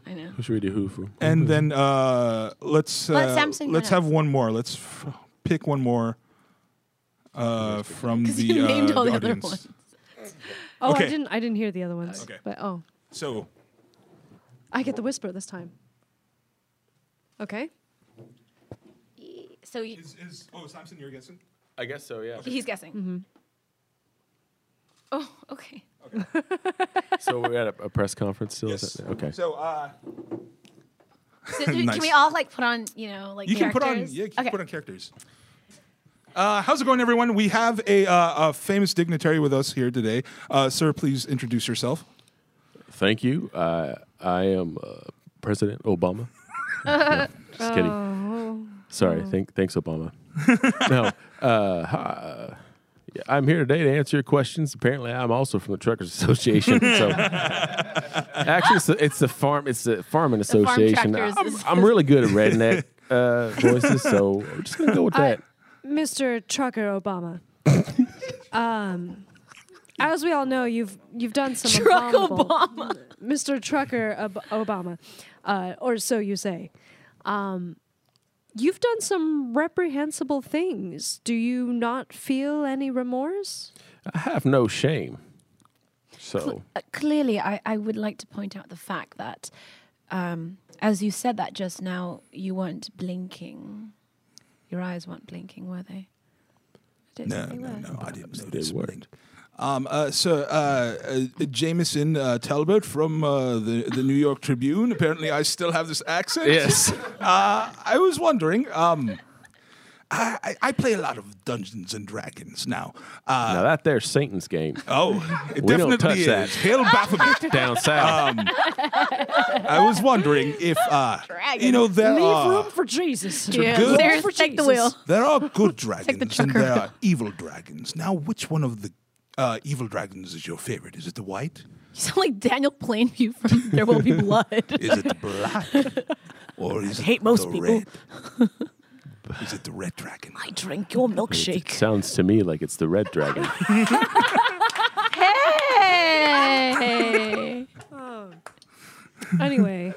democratic. I know. Who should we do who for? and then uh, let's uh, Let Samson go let's next. have one more. Let's f- pick one more uh, from the, you uh, named all the the other audience. ones. Oh, Okay. I didn't. I didn't hear the other ones. Okay. But oh, So I get the whisper this time. Okay. So you, is, is oh Samson, you're guessing. I guess so, yeah. he's guessing. Mm-hmm. Oh, okay. so we're at a, a press conference still? Is Yes. that- Okay. So uh, So do- Nice. Can we all like put on, you know, like you can put on characters? yeah, you can okay. put on characters. Uh, how's it going, everyone? We have a, uh, a famous dignitary with us here today. Uh, sir, please introduce yourself. Thank you. Uh, I am uh, President Obama. No, just kidding. Oh. Sorry. Thank, thanks, Obama. no. Uh, hi. Yeah, I'm here today to answer your questions. Apparently, I'm also from the Truckers Association. So, actually, it's the, it's the farm. It's the farming farm association. tractors I'm, is- I'm really good at redneck uh, voices, so we're just gonna go with that. Mr. Trucker Obama. um, as we all know, you've you've done some Truck abominable- Obama. Mr. Trucker Ob- Obama, uh, or so you say. Um, you've done some reprehensible things. Do you not feel any remorse? I have no shame. So, Uh, clearly, I, I would like to point out the fact that, um, as you said that just now, you weren't blinking. Your eyes weren't blinking, were they? I don't think they were. I didn't notice a thing. Um, uh, so, uh, uh, Jameson uh, Talbot from uh, the, the New York Tribune. Apparently, I still have this accent. Yes. Uh, I was wondering. Um, I, I- I play a lot of Dungeons and Dragons now. Uh, now that there's Satan's game Oh, it We don't definitely touch is. that. Hail Baphomet. down south. I was wondering if uh, you know there Leave are room for Jesus. Yeah. Ah. Good. Sarah, For take the Jesus. wheel. there are good dragons and trucker. there are evil dragons. Now, which one of the uh, evil dragons is your favorite? Is it the white? You sound like Daniel Plainview from There Will Be Blood. Is it the black? Or is it hate most the people. red? Is it the red dragon? I drank your It milkshake. sounds to me like it's the red dragon. Hey! Anyway,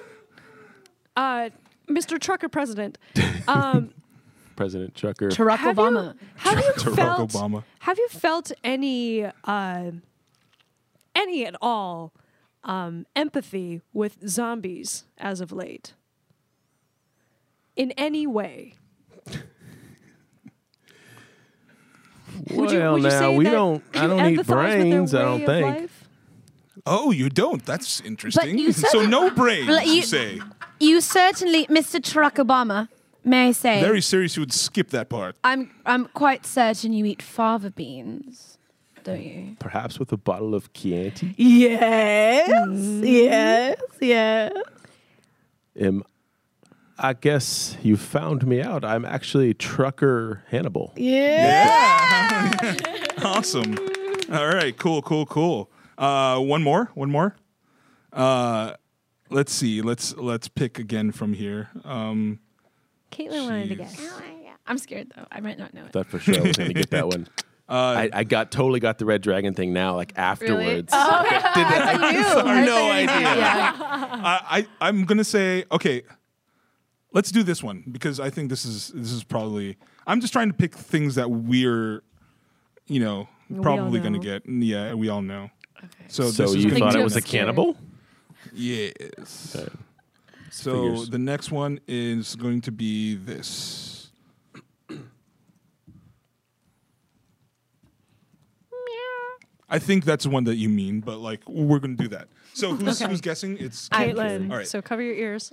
uh, Mr. Trucker President, um, President Trucker. Barack have Obama. you have you Barack felt Obama. have you felt any uh, any at all um, empathy with zombies as of late? In any way, would you, Well, would you now, say we that don't- I you don't empathize eat with their brains, I don't way of think. life? Oh, you don't. That's interesting. you said so it- no brains, Well, you, you- say. You certainly, Mr. Truck Obama, may I say, Very serious. You would skip that part. I'm, I'm quite certain you eat fava beans, don't you? Perhaps with a bottle of Chianti. Yes, Mm-hmm. yes, yes. Um, I guess you found me out. I'm actually Trucker Hannibal. Awesome. All right. Cool. Cool. Cool. Uh, one more. One more. Uh, let's see. Let's let's pick again from here. Um, Caitlin wanted to Jeez. guess. I'm scared though. I might not know it. Thought for sure I was going to get that one. I, I got totally got the red dragon thing now, like afterwards. no idea. I, I I'm gonna say okay. Let's do this one because I think this is this is probably. I'm just trying to pick things that we're, you know, all probably gonna know. get. Yeah, we all know. So, So this is you gonna thought be- I too was a obscure. cannibal? Yes. So Figures. the next one is going to be this. I think that's the one that you mean, but like we're gonna do that. So who's, who's guessing? It's Caitlin. All right. So cover your ears.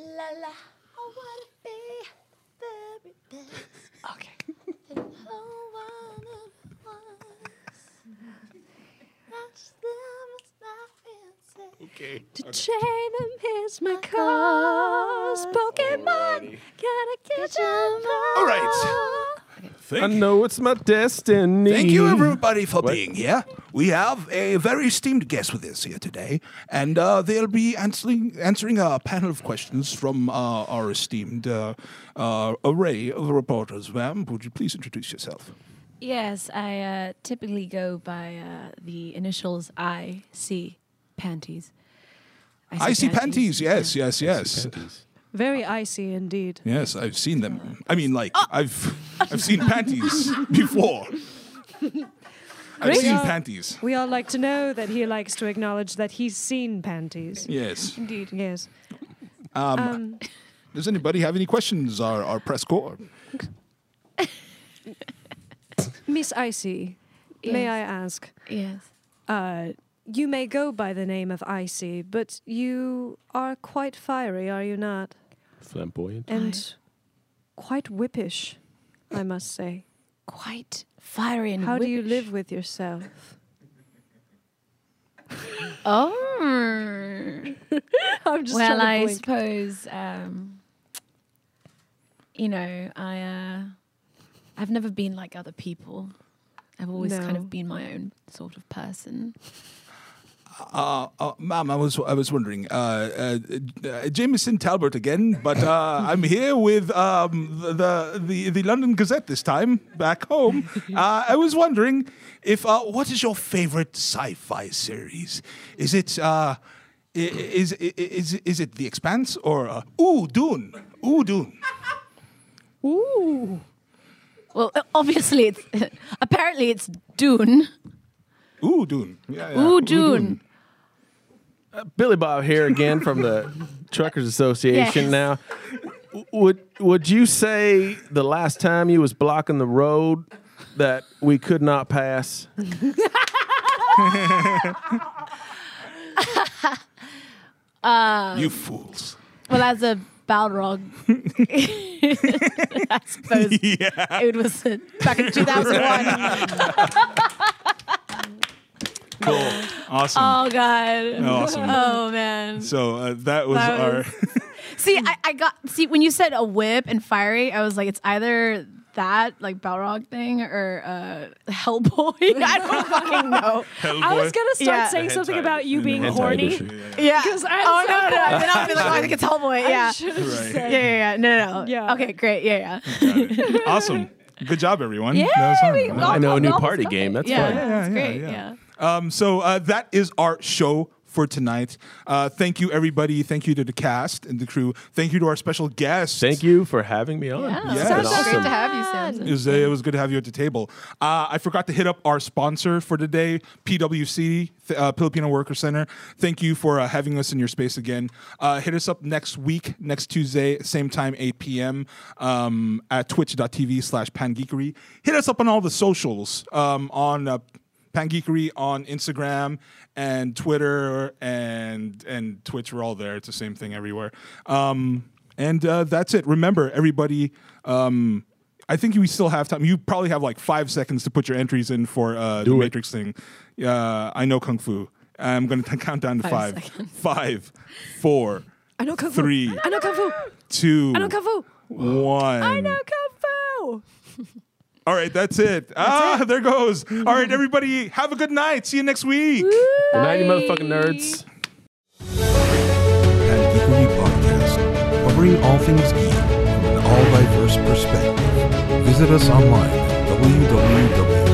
okay. To chain 'em is my cause. Pokemon, gotta catch 'em all. All right. I Thank, know it's my destiny. thank you, everybody, for being here. We have a very esteemed guest with us here today, and uh, they'll be answering answering a panel of questions from uh, our esteemed uh, uh, array of reporters. Ma'am, would you please introduce yourself? Yes, I uh, typically go by uh, the initials I see panties. I see panties. Yes, yes, yes, Very icy indeed. yes. I've seen them. I mean, like I've I've seen panties before. I've Really? seen Yeah. panties. We all like to know that he likes to acknowledge that he's seen panties. Yes. Indeed. Yes. Um, Does anybody have any questions? Our our press corps. Miss Icy, may Yes. I ask? Yes. Uh, you may go by the name of Icy, but you are quite fiery, are you not? Flamboyant. And quite whippish, I must say. Quite fiery and How do you Mm, whippish. live with yourself? Oh. I'm just well, trying I to blink. suppose um, you know I uh, I've never been like other people. I've always kind No. of been my own sort of person. Uh, uh, Ma'am, I was I was wondering, uh, uh, uh, Jameson Talbot again, but uh, I'm here with um, the, the the the London Gazette this time back home. Uh, I was wondering if uh, what is your favorite sci-fi series? Is it uh, i- is, is is is it The Expanse or uh, Ooh Dune? Ooh Dune. Ooh. Well, uh, obviously, it's apparently it's Dune. Ooh Dune. Yeah, yeah. Ooh, Dune. Billy Bob here again from the Truckers Association. Yes. Now, W- would would you say the last time you was blocking the road that we could not pass? You fools. Well, as a Balrog, I suppose Yeah. it was back in 2001. Cool. Awesome. Um, oh, God. awesome. Oh, man. so uh, that was that our. was- See, I, I got, see, when you said a whip and fiery, I was like, it's either that, like Balrog thing, or uh, Hellboy. I don't fucking know. I was going to start Yeah. saying something Hentai. about you being Hentai horny. edition. Yeah. I'm oh, so no, no. bored. Then I'll be like, oh, I think it's Hellboy. Yeah. should have Right. just Yeah, said. yeah, yeah. No, no, no. Yeah. Okay, great. Yeah, yeah. awesome. Good job, everyone. Yeah, I know a new party game. That's Yeah. fun. yeah, great, Um, so uh, that is our show for tonight. Uh, thank you, everybody. Thank you to the cast and the crew. Thank you to our special guests. Thank you for having me on. Yeah. It's been Sounds awesome. Great to have you, Samson. It was, uh, it was good to have you at the table. Uh, I forgot to hit up our sponsor for today, PWC, th- uh, Filipino Worker Center. Thank you for uh, having us in your space again. Uh, hit us up next week, next Tuesday, same time, 8 p.m. Um, at twitch.tv slash pangeekery. Hit us up on all the socials um, on uh, pangeekery on Instagram and Twitter and and Twitch. We're all there. It's the same thing everywhere. Um, and uh, that's it. Remember, everybody. Um, I think we still have time. You probably have like five seconds to put your entries in for uh, the it. Matrix thing. Uh, I know Kung Fu. I'm going to count down to five. Five Five, four, I know Kung Fu. three, I know Kung Fu. two, I know Kung Fu. one. I know Kung Fu. All right, that's it. ah, there goes. All right, everybody, have a good night. See you next week. Good night, you motherfucking nerds. and Geekery podcast, covering all things geek from an all diverse perspective. Visit us online at www.